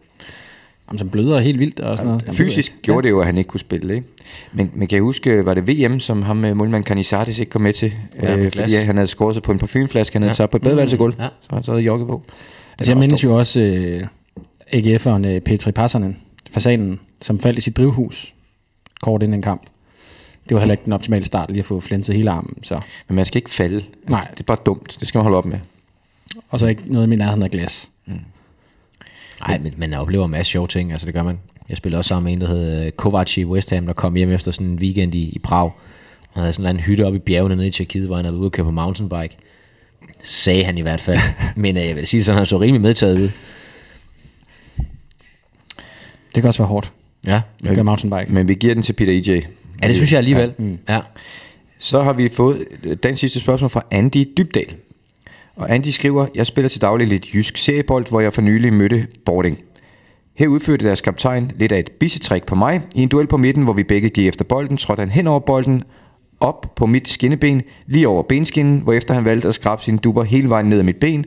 Speaker 3: Jamen, som bløder helt vildt og sådan noget. Altså,
Speaker 2: fysisk gjorde det jo, at han ikke kunne spille, ikke? Men, men kan jeg huske, øh, var det VM, som ham med målmand Canizares ikke kom med til?
Speaker 4: Ja, med
Speaker 2: øh,
Speaker 4: glas.
Speaker 2: fordi han havde skåret sig på en parfumeflaske, han havde ja. taget på et badeværelsegulv,
Speaker 4: Ja.
Speaker 2: ja. så han så havde jogget på.
Speaker 3: Altså, jeg mindes jo også øh, AGF'eren øh, Petri Passanen, fasanen, som faldt i sit drivhus kort inden en kamp. Det var heller ikke den optimale start lige at få flænset hele armen. Så.
Speaker 2: Men man skal ikke falde.
Speaker 3: Nej.
Speaker 2: Det er bare dumt. Det skal man holde op med.
Speaker 3: Og så ikke noget i min nærheden af glas.
Speaker 4: Nej, men man oplever en masse sjove ting, altså det gør man. Jeg spillede også sammen med en, der hed øh, Kovac i West Ham, der kom hjem efter sådan en weekend i, i Prag. Han havde sådan en hytte oppe i bjergene nede i Tjekkiet, hvor han havde været ude og køre på mountainbike. Sagde han i hvert fald. men øh, jeg vil sige sådan, han så rimelig medtaget ud.
Speaker 3: Det kan også være hårdt.
Speaker 4: Ja.
Speaker 3: Det gør mountainbike.
Speaker 2: Men vi giver den til Peter E EJ.
Speaker 4: ja, det synes jeg alligevel. Ja. mm.
Speaker 2: Så har vi fået øh, den sidste spørgsmål fra Andy Dybdal. Og Andy skriver, jeg spiller til daglig lidt jysk seriebold, hvor jeg for nylig mødte Bording. Her udførte deres kaptajn lidt af et bissetrik på mig. I en duel på midten, hvor vi begge gik efter bolden, trådte han hen over bolden, op på mit skinneben, lige over benskinnen, hvorefter han valgte at skrabe sine duber hele vejen ned ad mit ben.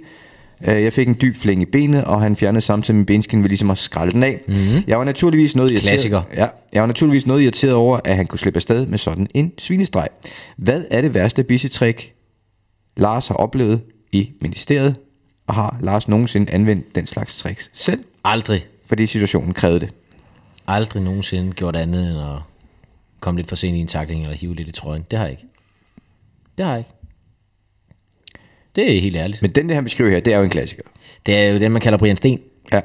Speaker 2: Øh, Jeg fik en dyb flæng i benet, og han fjernede samtidig min benskin ved ligesom at skralde den af. Mm-hmm. Jeg var naturligvis noget irriteret.
Speaker 4: Klassiker.
Speaker 2: Ja, jeg var naturligvis noget irriteret over, at han kunne slippe afsted med sådan en svinestreg. Hvad er det værste bissetrik, Lars har oplevet i ministeriet, og har Lars nogensinde anvendt den slags tricks selv?
Speaker 4: Aldrig,
Speaker 2: fordi situationen krævede det.
Speaker 4: aldrig nogensinde gjort andet end at komme lidt for sent i en takling eller hive lidt i trøjen. Det har jeg ikke. Det har jeg ikke. Det er helt ærligt.
Speaker 2: Men den, der han beskriver her, det er jo en klassiker.
Speaker 4: Det er jo den, man kalder Brian Sten.
Speaker 2: Ja.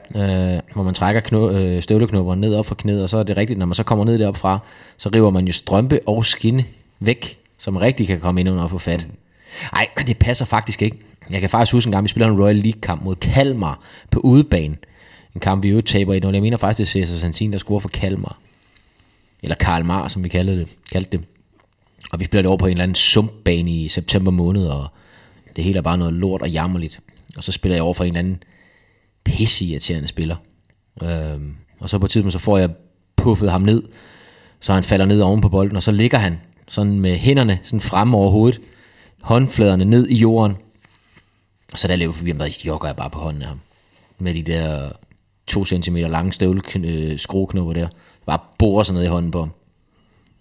Speaker 4: Øh, hvor man trækker kno- øh, støvleknopperne ned op fra knæet, og så er det rigtigt, når man så kommer ned deroppe fra, så river man jo strømpe og skinne væk, så man rigtig kan komme ind under og få fat. Nej, men det passer faktisk ikke. Jeg kan faktisk huske en gang, vi spiller en Royal League-kamp mod Kalmar på udebane. En kamp, vi jo taber i 0. Jeg mener faktisk, det er Cesar Santin, der scorer for Kalmar. Eller Kalmar, som vi kaldte det. Kaldte det. Og vi spiller det over på en eller anden sumpbane i september måned, og det hele er bare noget lort og jammerligt. Og så spiller jeg over for en eller anden pisseirriterende spiller. Øhm, og så på et tidspunkt, så får jeg puffet ham ned, så han falder ned oven på bolden, og så ligger han sådan med hænderne sådan frem over hovedet, håndfladerne ned i jorden. Og så der løber forbi ham, der jogger jeg bare på hånden af ham. Med de der to centimeter lange støvleskrueknopper der. Bare borer sig ned i hånden på ham.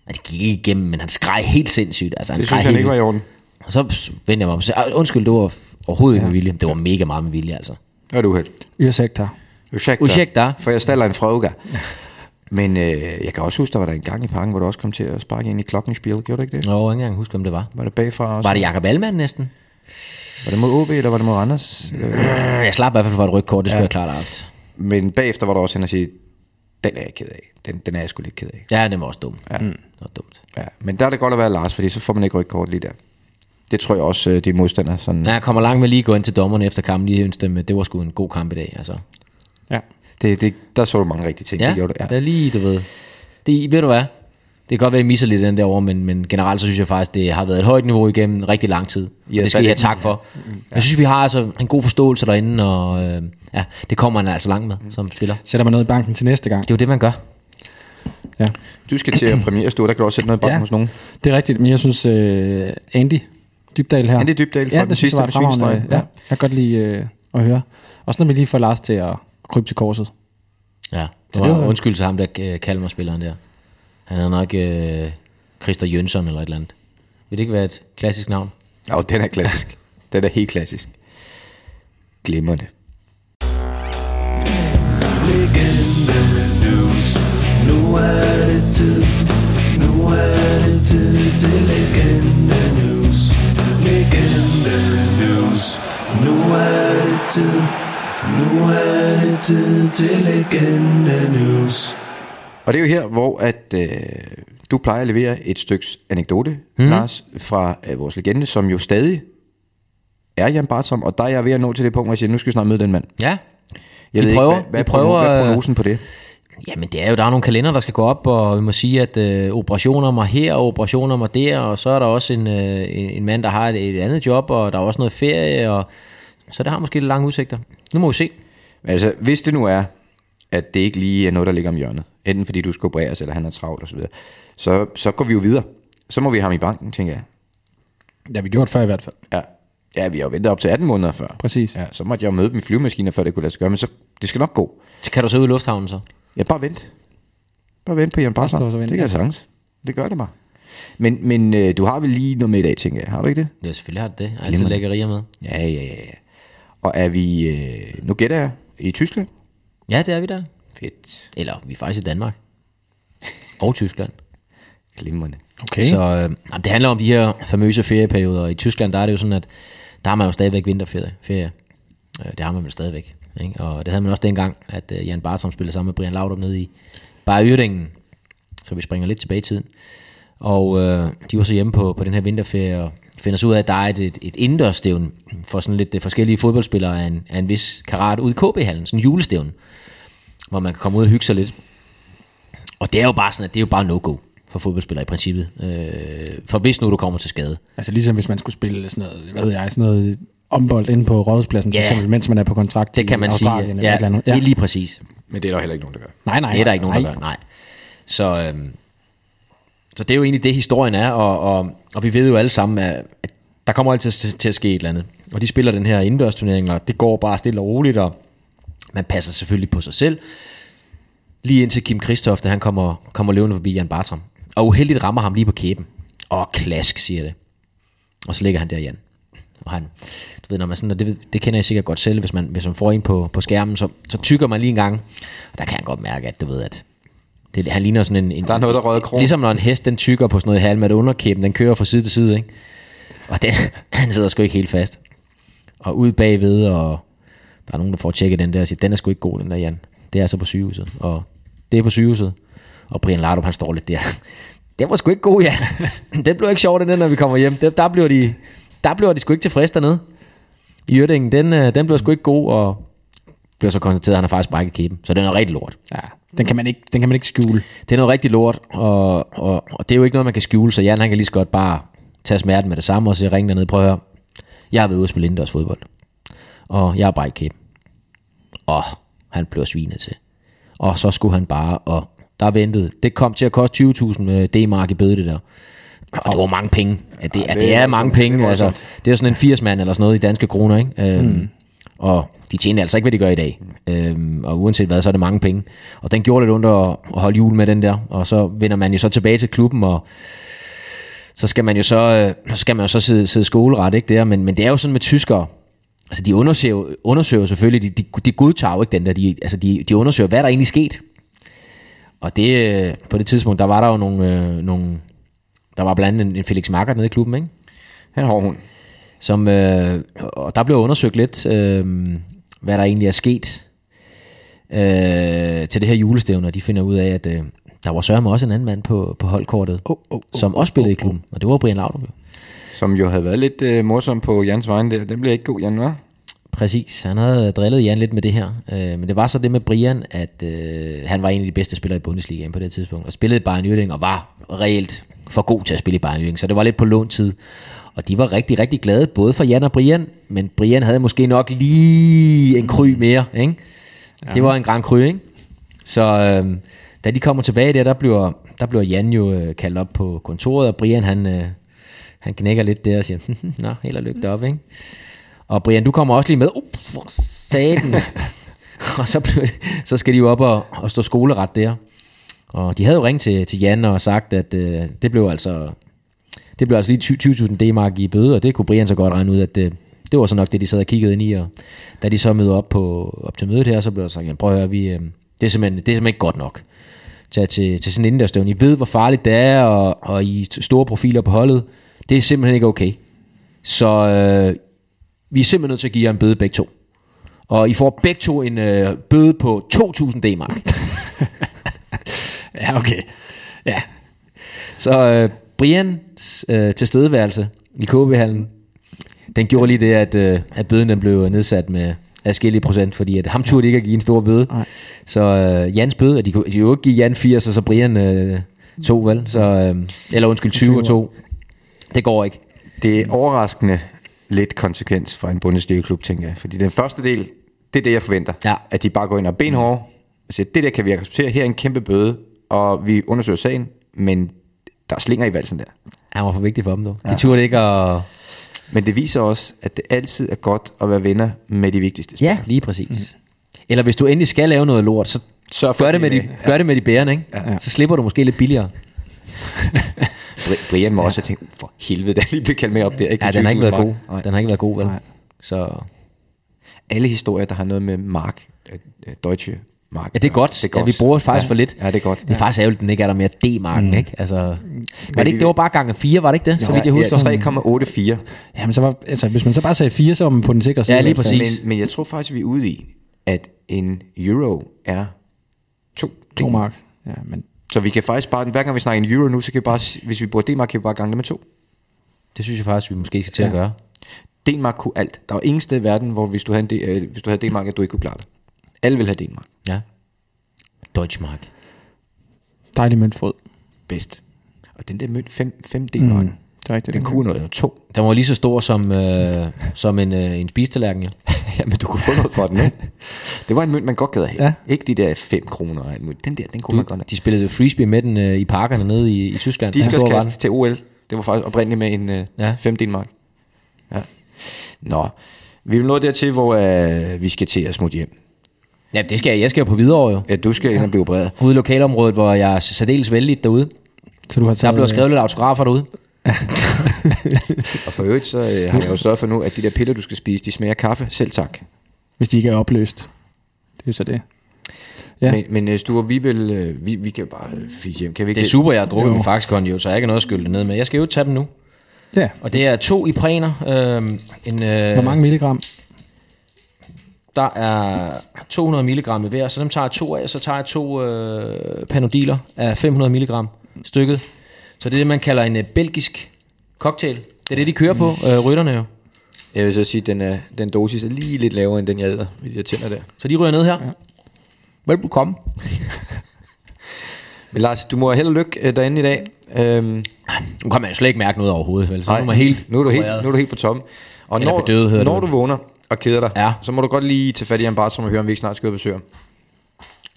Speaker 4: Og det gik ikke igennem, men han skreg helt sindssygt. Altså, han
Speaker 2: Det
Speaker 4: skreg
Speaker 2: synes han
Speaker 4: helt
Speaker 2: ikke var i
Speaker 4: vildt.
Speaker 2: orden.
Speaker 4: Og så vendte jeg mig om og sagde, "Ej, undskyld, det var overhovedet ikke med vilje. Det var mega meget med vilje, altså.
Speaker 2: Det var du uheld.
Speaker 3: Yrsektor.
Speaker 2: Ursäkta.
Speaker 4: Ursäkta.
Speaker 2: For jeg stiller en fråga. Men øh, jeg kan også huske, der var der en gang i parken, hvor du også kom til at sparke ind i klokkenspil. Gjorde du ikke det?
Speaker 4: Nå, jeg kan ikke engang huske, om det var.
Speaker 2: Var det bagfra også?
Speaker 4: Var det Jakob Allmann næsten?
Speaker 2: var det mod OB, eller var det mod Anders? Eller-
Speaker 4: Øh, Jeg slap i hvert fald for et rygkort, det skulle ja. jeg klart have haft.
Speaker 2: Men bagefter var du også hen og sige, den er jeg ked af. Den, den er jeg sgu lidt ked af.
Speaker 4: Ja, det var også dumt. Ja. Mm. Det var dumt.
Speaker 2: Ja, men der er det godt at være Lars, fordi så får man ikke rygkort lige der. Det tror jeg også, øh, de modstandere. Sådan,
Speaker 4: Ja, jeg kommer langt med lige at gå ind til dommerne efter kampen, lige ønske dem, at det var sgu en god kamp i dag. Altså.
Speaker 3: Ja.
Speaker 2: det, det, der så du mange rigtige ting.
Speaker 4: Ja,
Speaker 2: det gjorde du.
Speaker 4: det er lige, du ved. Det, ved du hvad? Det kan godt være, at jeg misser lidt den derovre, men, men generelt så synes jeg faktisk, det har været et højt niveau igennem rigtig lang tid.
Speaker 2: I har
Speaker 4: Ja, det skal
Speaker 2: fat
Speaker 4: I
Speaker 2: i
Speaker 4: have
Speaker 2: den,
Speaker 4: tak for. Ja. Jeg synes, vi har altså en god forståelse derinde, og øh, ja, det kommer man altså langt med som spiller.
Speaker 3: Sætter man noget i banken til næste gang.
Speaker 4: Det er jo det, man gør.
Speaker 3: Ja.
Speaker 2: Du skal til at premiere stå, der kan du også sætte noget i banken hos nogen.
Speaker 3: Det er rigtigt, men jeg synes øh, Andy Dybdal her.
Speaker 2: Andy Dybdal fra
Speaker 3: ja,
Speaker 2: den
Speaker 3: det synes
Speaker 2: sidste
Speaker 3: jeg var
Speaker 2: med
Speaker 3: et fremragende. Ja.
Speaker 2: Svinestreg. Ja.
Speaker 3: Jeg kan godt lide øh, at høre. Og sådan, når vi lige får Lars til at krybe til korset.
Speaker 4: Ja,
Speaker 3: Så
Speaker 4: det
Speaker 3: det
Speaker 4: var
Speaker 3: var-
Speaker 4: undskyld til ham, der øh, kalder mig spilleren der. Han er nok øh, Christer Jønsson eller et eller andet. Vil det ikke være et klassisk navn?
Speaker 2: Nå, den er klassisk. den er helt klassisk. Glemmer det.
Speaker 10: Legende news Nu er det tid Nu er det tid til legende news Legende news Nu er det tid Nu er det tid til legende news
Speaker 2: Og det er jo her, hvor at, øh, du plejer at levere et styks anekdote,
Speaker 4: Mhm.
Speaker 2: mm. Lars, fra øh, vores legende, som jo stadig er Jan Bartram, og der er jeg ved at nå til det punkt, hvor jeg siger, nu skal vi snart møde den mand.
Speaker 4: Ja.
Speaker 2: Jeg
Speaker 4: Vi
Speaker 2: ved
Speaker 4: prøver.
Speaker 2: ikke, hvad, hvad,
Speaker 4: Vi prøver,
Speaker 2: prøver, hvad er
Speaker 4: øh,
Speaker 2: prognosen på det?
Speaker 4: Jamen det er jo, der er nogle kalender, der skal gå op, og vi må sige, at øh, operationer mig her, og operationer mig der, og så er der også en, øh, en, en mand, der har et, et andet job, og der er også noget ferie, og så det har måske lidt lange udsigter. Nu må vi se.
Speaker 2: Altså, hvis det nu er, at det ikke lige er noget, der ligger om hjørnet, enten fordi du skal opereres, eller han er travlt osv., så, så går vi jo videre. Så må vi have ham i banken, tænker jeg.
Speaker 3: Det har vi gjort før i hvert fald.
Speaker 2: Ja, ja vi har jo ventet op til 18 måneder før.
Speaker 3: Præcis.
Speaker 2: Ja, så måtte jeg jo møde dem i flyvemaskiner, før det kunne lade sig gøre, men så, det skal nok gå.
Speaker 4: Så kan du så ud i lufthavnen så?
Speaker 2: Ja, bare vent. Bare vent på Jan
Speaker 3: Bare stå
Speaker 2: Bartram.
Speaker 3: og så
Speaker 2: Det
Speaker 3: vente,
Speaker 2: kan jeg
Speaker 3: ja.
Speaker 2: sagtens. Det gør det bare. Men, men øh, du har vel lige noget med i dag, tænker jeg. Har du ikke det?
Speaker 4: Ja, selvfølgelig har det det. Jeg har
Speaker 2: Glimrende.
Speaker 4: altid lækkerier med.
Speaker 2: Ja, ja, ja. ja. Og er vi, øh, nu gætter jeg, i Tyskland?
Speaker 4: Ja, det er vi der.
Speaker 2: Fedt.
Speaker 4: Eller vi er faktisk i Danmark. Og Tyskland.
Speaker 2: Glimrende.
Speaker 3: Okay.
Speaker 4: Så øh, jamen, det handler om de her famøse ferieperioder. I Tyskland, der er det jo sådan, at der har man jo stadigvæk vinterferie. Ferie. Øh, det har man vel stadigvæk. Ikke? Og det havde man også dengang, at øh, Jan Bartram spillede sammen med Brian Laudrup nede i Bayerdingen. Så vi springer lidt tilbage i tiden. Og øh, de var så hjemme på, på den her vinterferie og finder så ud af, at der er et, et, et indendørsstævn for sådan lidt øh, forskellige fodboldspillere af en, af en vis karat ude i KB-hallen. Sådan en julestævn, hvor man kan komme ud og hygge sig lidt. Og det er jo bare sådan, at det er jo bare no-go for fodboldspillere i princippet. Øh, for hvis nu du kommer til skade.
Speaker 3: Altså ligesom hvis man skulle spille sådan noget, hvad ved jeg, sådan noget ombold inde på rådhuspladsen,
Speaker 4: Ja.
Speaker 3: for eksempel, mens man er på kontrakt
Speaker 4: Det
Speaker 3: i
Speaker 4: kan man sige.
Speaker 3: Australien Eller et eller andet.
Speaker 4: det er lige præcis.
Speaker 2: Men det er der heller ikke nogen, der gør.
Speaker 3: Nej, nej,
Speaker 4: det er der ikke nogen, der
Speaker 3: nej.
Speaker 4: gør. Nej. Så, øhm, så det er jo egentlig det, historien er, og, og, og vi ved jo alle sammen, at at der kommer altid til, til at ske et eller andet. Og de spiller den her indendørsturnering, og det går bare stille og roligt, og man passer selvfølgelig på sig selv. Lige indtil Kim Kristofte, han kommer, kommer løvende forbi Jan Bartram. Og uheldigt rammer ham lige på kæben. Og klask, siger det. Og så ligger han der, Jan. Og han, du ved, når man sådan, og det, det kender jeg sikkert godt selv, hvis man, hvis man får en på, på skærmen, så, så tykker man lige en gang. Og der kan han godt mærke, at du ved, at det, han ligner sådan en... en
Speaker 2: Der er noget, der røde kron.
Speaker 4: Ligesom når en hest, den tykker på sådan noget halm, at underkæben, den kører fra side til side, ikke? Og den, han sidder sgu ikke helt fast. Og ud bagved, og der er nogen, der får tjekket den der og siger, den er sgu ikke god, den der Jan. Det er altså på sygehuset. Og det er på sygehuset. Og Brian Lardup, han står lidt der. Den var sgu ikke god, Jan. Den blev ikke sjov, den der, når vi kommer hjem. Der, der, bliver de, der bliver de sgu ikke tilfredse dernede. I Jørdingen, den, øh, den blev sgu ikke god, og bliver så konstateret, at han har faktisk brækket kæben. Så den er rigtig lort.
Speaker 3: Ja, den kan man ikke, den kan man ikke skjule.
Speaker 4: Det er noget rigtig lort, og, og, og det er jo ikke noget, man kan skjule, så Jan han kan lige så godt bare tage smerten med det samme, og så ringe dernede, prøv at høre, jeg har været ude og spille indendørs fodbold, og jeg har brækket kæben. Og han blev svinet til. Og så skulle han bare, og der ventede, det kom til at koste 20.000 øh, D-mark i bøde det der. Og det var mange penge. Ja, det, ja, det er mange penge. Det er, altså, det er sådan en 80-mand eller sådan noget i danske kroner. Ikke? Øhm, Og de tjener altså ikke, hvad de gør i dag. Øhm, og uanset hvad, så er det mange penge. Og den gjorde lidt ondt at, at holde jul med den der. Og så vender man jo så tilbage til klubben, og så skal man jo så, øh, så skal man jo så sidde, sidde skoleret, ikke der? Men, men det er jo sådan med tyskere. Altså, de undersøger, jo- undersøger jo selvfølgelig, de, de, de godtager jo ikke den der. De, altså, de, de undersøger, hvad der egentlig sket. Og det, øh, på det tidspunkt, der var der jo nogle, øh, nogle der var blandt andet en, en Felix Marker nede i klubben, ikke?
Speaker 2: Han er hård hund.
Speaker 4: Som, øh, og der blev undersøgt lidt, øh, hvad der egentlig er sket øh, til det her julestævne, og de finder ud af, at øh, der var sørme også en anden mand på, på holdkortet, oh, oh, oh, som også spillede oh, oh. i klubben, og det var Brian Laudrup. jo.
Speaker 2: Som jo havde været lidt øh, morsom på Jans vejen der. Den bliver ikke god, Jan, hva'?
Speaker 4: Præcis, han havde drillet Jan lidt med det her. Øh, men det var så det med Brian, at øh, han var en af de bedste spillere i Bundesligaen på det tidspunkt, og spillede i Bayern Jylling og var reelt for god til at spille i Bayern Jylling, så det var lidt på låntid. Og de var rigtig, rigtig glade, både for Jan og Brian, men Brian havde måske nok lige en kry mere, ikke? Ja. Det var en grand kry, ikke? Så øh, da de kommer tilbage der, der bliver, der bliver Jan jo øh, kaldt op på kontoret, og Brian han, øh, han knækker lidt der og siger, nå, held og lykke deroppe, ikke? Og Brian, du kommer også lige med. Uh, for satan. og så, blev, så skal de jo op og, og stå skoleret der. Og de havde jo ringet til, til Jan og sagt, at øh, det blev altså det blev altså lige 20 20.000 D-mark i bøde, og det kunne Brian så godt regne ud, at det, det var så nok det, de sad og kiggede ind i. Og da de så mødte op, på, op til mødet her, så blev der sagt, "Jamen, prøv at høre, vi, øh, det, er simpelthen, det er simpelthen ikke godt nok. Tag til, til sådan en indendørsstævn. I ved, hvor farligt det er, og, og I er store profiler på holdet. Det er simpelthen ikke okay. Så øh, vi er simpelthen nødt til at give jer en bøde begge to. Og I får begge to en øh, bøde på 2.000 D-mark.
Speaker 3: Ja, okay. Ja.
Speaker 4: Så øh, Brians øh, tilstedeværelse i KB-hallen, den gjorde lige det, at, øh, at bøden den blev nedsat med adskillige procent, fordi at ham turde de ikke at give en stor bøde.
Speaker 3: Nej.
Speaker 4: Så øh, Jans bøde, og de kunne de kunne jo ikke give Jan 80, og så Brian øh, 2, vel? Så, øh, eller undskyld, 20 og 2. Det går ikke.
Speaker 2: Det er overraskende lidt konsekvens fra en Bundesliga-klub, tænker jeg. Fordi den første del, det er det, jeg forventer.
Speaker 4: Ja.
Speaker 2: At de bare går ind og benhårde og siger, det der kan vi ikke acceptere, her er en kæmpe bøde, og vi undersøger sagen, men der er slinger i valsen der.
Speaker 4: Han var for vigtig for dem, dog. De turde ikke at...
Speaker 2: Men det viser også, at det altid er godt at være venner med de vigtigste
Speaker 4: Ja,
Speaker 2: spillere.
Speaker 4: lige præcis. Mm. Eller hvis du endelig skal lave noget lort, så
Speaker 2: Mhm. Sørg for,
Speaker 4: gør,
Speaker 2: at
Speaker 4: det
Speaker 2: de
Speaker 4: med
Speaker 2: er
Speaker 4: de,
Speaker 2: med.
Speaker 4: gør det med de bærende, ikke?
Speaker 2: Ja.
Speaker 4: Så slipper du måske lidt billigere.
Speaker 2: Bri- Brian må også have tænkt, "Uh, for helvede, der lige blev kaldt med op der. Ikke
Speaker 4: Ja, den har ikke været god.
Speaker 2: Nej.
Speaker 4: Den har ikke været god, vel?
Speaker 3: Nej.
Speaker 4: Så
Speaker 2: Alle historier, der har noget med Mark, øh, øh, Deutsche Mark.
Speaker 4: ja, det er godt. Det er godt. Ja, vi bruger faktisk
Speaker 2: ja.
Speaker 4: for lidt.
Speaker 2: Ja, det er godt.
Speaker 4: Det er faktisk ærgerligt, at den ikke er der mere D-marken, mm. ikke? Altså, var det, ikke,
Speaker 2: vi-
Speaker 4: det var bare gange 4, var det ikke det? Så vidt jeg husker.
Speaker 2: Ja, 3,84.
Speaker 3: Jamen, så var, altså, hvis man så bare sagde fire, så var man på den sikre side.
Speaker 4: Ja, lige
Speaker 3: altså.
Speaker 4: præcis.
Speaker 2: Men, men jeg tror faktisk, vi er ude i, at en euro er to.
Speaker 3: To mark. Ja, men
Speaker 2: Så vi kan faktisk bare, hver gang vi snakker en euro nu, så kan vi bare, s- hvis vi bruger D-mark, kan vi bare gange det med to.
Speaker 4: Det synes jeg faktisk, vi måske skal til at
Speaker 3: Ja.
Speaker 4: gøre.
Speaker 2: D-mark kunne alt. Der var ingen sted i verden, hvor hvis du havde, en D, øh, hvis du havde D-mark, at du ikke kunne klare det. Alle vil have D-mark.
Speaker 4: Ja. Deutschmark.
Speaker 3: dejlig møntfod.
Speaker 2: Bedst. Og den der mønt, 5, 5 D-mark, mm.
Speaker 3: Det er rigtigt.
Speaker 2: den kunne noget. To.
Speaker 4: Den var lige så stor som, øh, som en, øh, en spistallerken, ja.
Speaker 2: Jamen, du kunne få noget for den, ikke? Det var en mønt, man godt gad at have.
Speaker 3: Ja.
Speaker 2: Ikke de der 5 kroner. og alt muligt. Den der, den kunne man godt have.
Speaker 4: De spillede frisbee med den øh, i parkerne nede i, i Tyskland. Den store var den.
Speaker 2: Diskoskast til OL. Det var faktisk oprindeligt med en øh,
Speaker 4: Ja.
Speaker 2: ja. 15 mark. Ja. Nå, vi er nået dertil, hvor øh, vi skal til at smutte hjem.
Speaker 4: Ja, det skal jeg. Jeg skal jo på Hvidovre jo.
Speaker 2: Ja, du skal ind og blive opereret.
Speaker 4: Ude i lokalområdet, hvor jeg er særdeles vældig derude.
Speaker 3: Så du har
Speaker 4: Der
Speaker 3: taget,
Speaker 4: blev skrevet lidt autografer derude.
Speaker 2: Og for øvrigt, så øh, har jeg jo sørget for nu, at de der piller, du skal spise, de smager af kaffe. Selv tak.
Speaker 3: hvis de ikke er opløst. Det er jo så det. Ja.
Speaker 2: Ja. Men, men øh, Sture, vi, vil, øh, vi, vi kan jo bare øh, fise hjem. Kan vi ikke
Speaker 4: Det er super, jeg har drukket min faxkon jo, så jeg har ikke noget at skylde det ned med. Jeg skal jo tage dem nu.
Speaker 3: Ja.
Speaker 4: Og det er to ipraner. Øh, en, øh,
Speaker 3: Hvor mange milligram?
Speaker 4: Der er 200 milligram i hver, så dem tager jeg to af, så tager jeg to øh, panodiler af 500 milligram stykket. Så det er det, man kalder en øh, belgisk cocktail. Det er det, de kører på, øh, rytterne jo.
Speaker 2: Jeg vil så sige, at den, øh, den dosis er lige lidt lavere, end den jeg æder med de der tænder der.
Speaker 4: Så de ryger ned her. Ja. Velbekomme.
Speaker 2: Men Lars, du må have held og lykke øh, derinde i dag. Øhm,
Speaker 4: Nu kan man jo slet ikke mærke noget overhovedet, vel? Så nu er man helt...
Speaker 2: nu er du helt,
Speaker 4: kureret.
Speaker 2: nu er du helt på toppen. Og
Speaker 4: Eller
Speaker 2: når,
Speaker 4: bedøvet, hedder
Speaker 2: når
Speaker 4: det.
Speaker 2: du vågner og keder dig,
Speaker 4: Ja.
Speaker 2: så må du godt lige tage fat i en bartrum og høre, om vi ikke snart skal ud og besøge ham.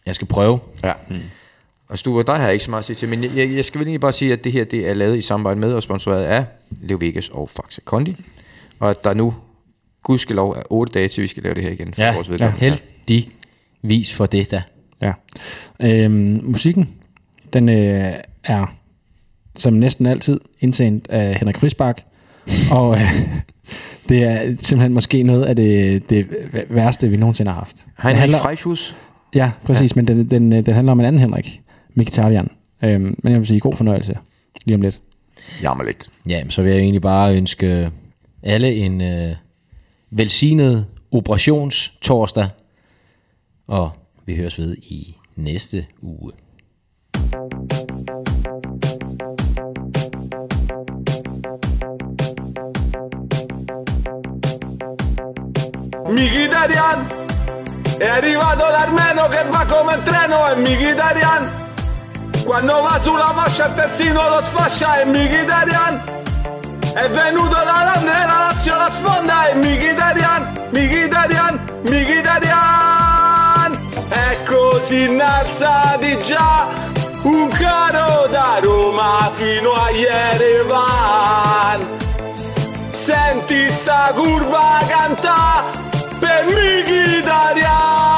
Speaker 4: Jeg skal prøve.
Speaker 2: Ja. Mm. Og Stu, og dig har jeg ikke så meget at sige til, men jeg, jeg, jeg skal vel egentlig bare sige, at det her det er lavet i samarbejde med og sponsoreret af Leo Vegas og Faxe Kondi. Og at der nu, gudskelov, er otte dage til, vi skal lave det her igen. For
Speaker 4: Ja,
Speaker 2: vores
Speaker 4: ja.
Speaker 2: vedkommende.
Speaker 4: heldigvis for det da.
Speaker 3: Ja. Øhm, musikken, den øh, er som næsten altid indsendt af Henrik Frisbak, og øh, det er simpelthen måske noget af det, det værste, vi nogensinde har haft.
Speaker 2: Heinrich
Speaker 3: Den handler-
Speaker 2: Freischus.
Speaker 3: Ja, præcis, ja. men den, den, øh, den handler om en anden Henrik, Mkhitaryan. Øhm, men jeg vil sige, god fornøjelse lige om lidt.
Speaker 2: Jammer lidt.
Speaker 4: Jamen, så vil jeg egentlig bare ønske alle en øh, velsignet operationstorsdag, og vi høres ved i næste uge.
Speaker 11: mi guitarian è arrivato l'armeno che va come un treno e mi guitarian quando va sulla fascia il terzino lo sfascia e mi guitarian è venuto da Londra e la Lazio la sfonda e Mkhitaryan, Mkhitaryan, Mkhitaryan è così innalzati già un caro da Roma fino a Yerevan senti sta curva canta per Mkhitaryan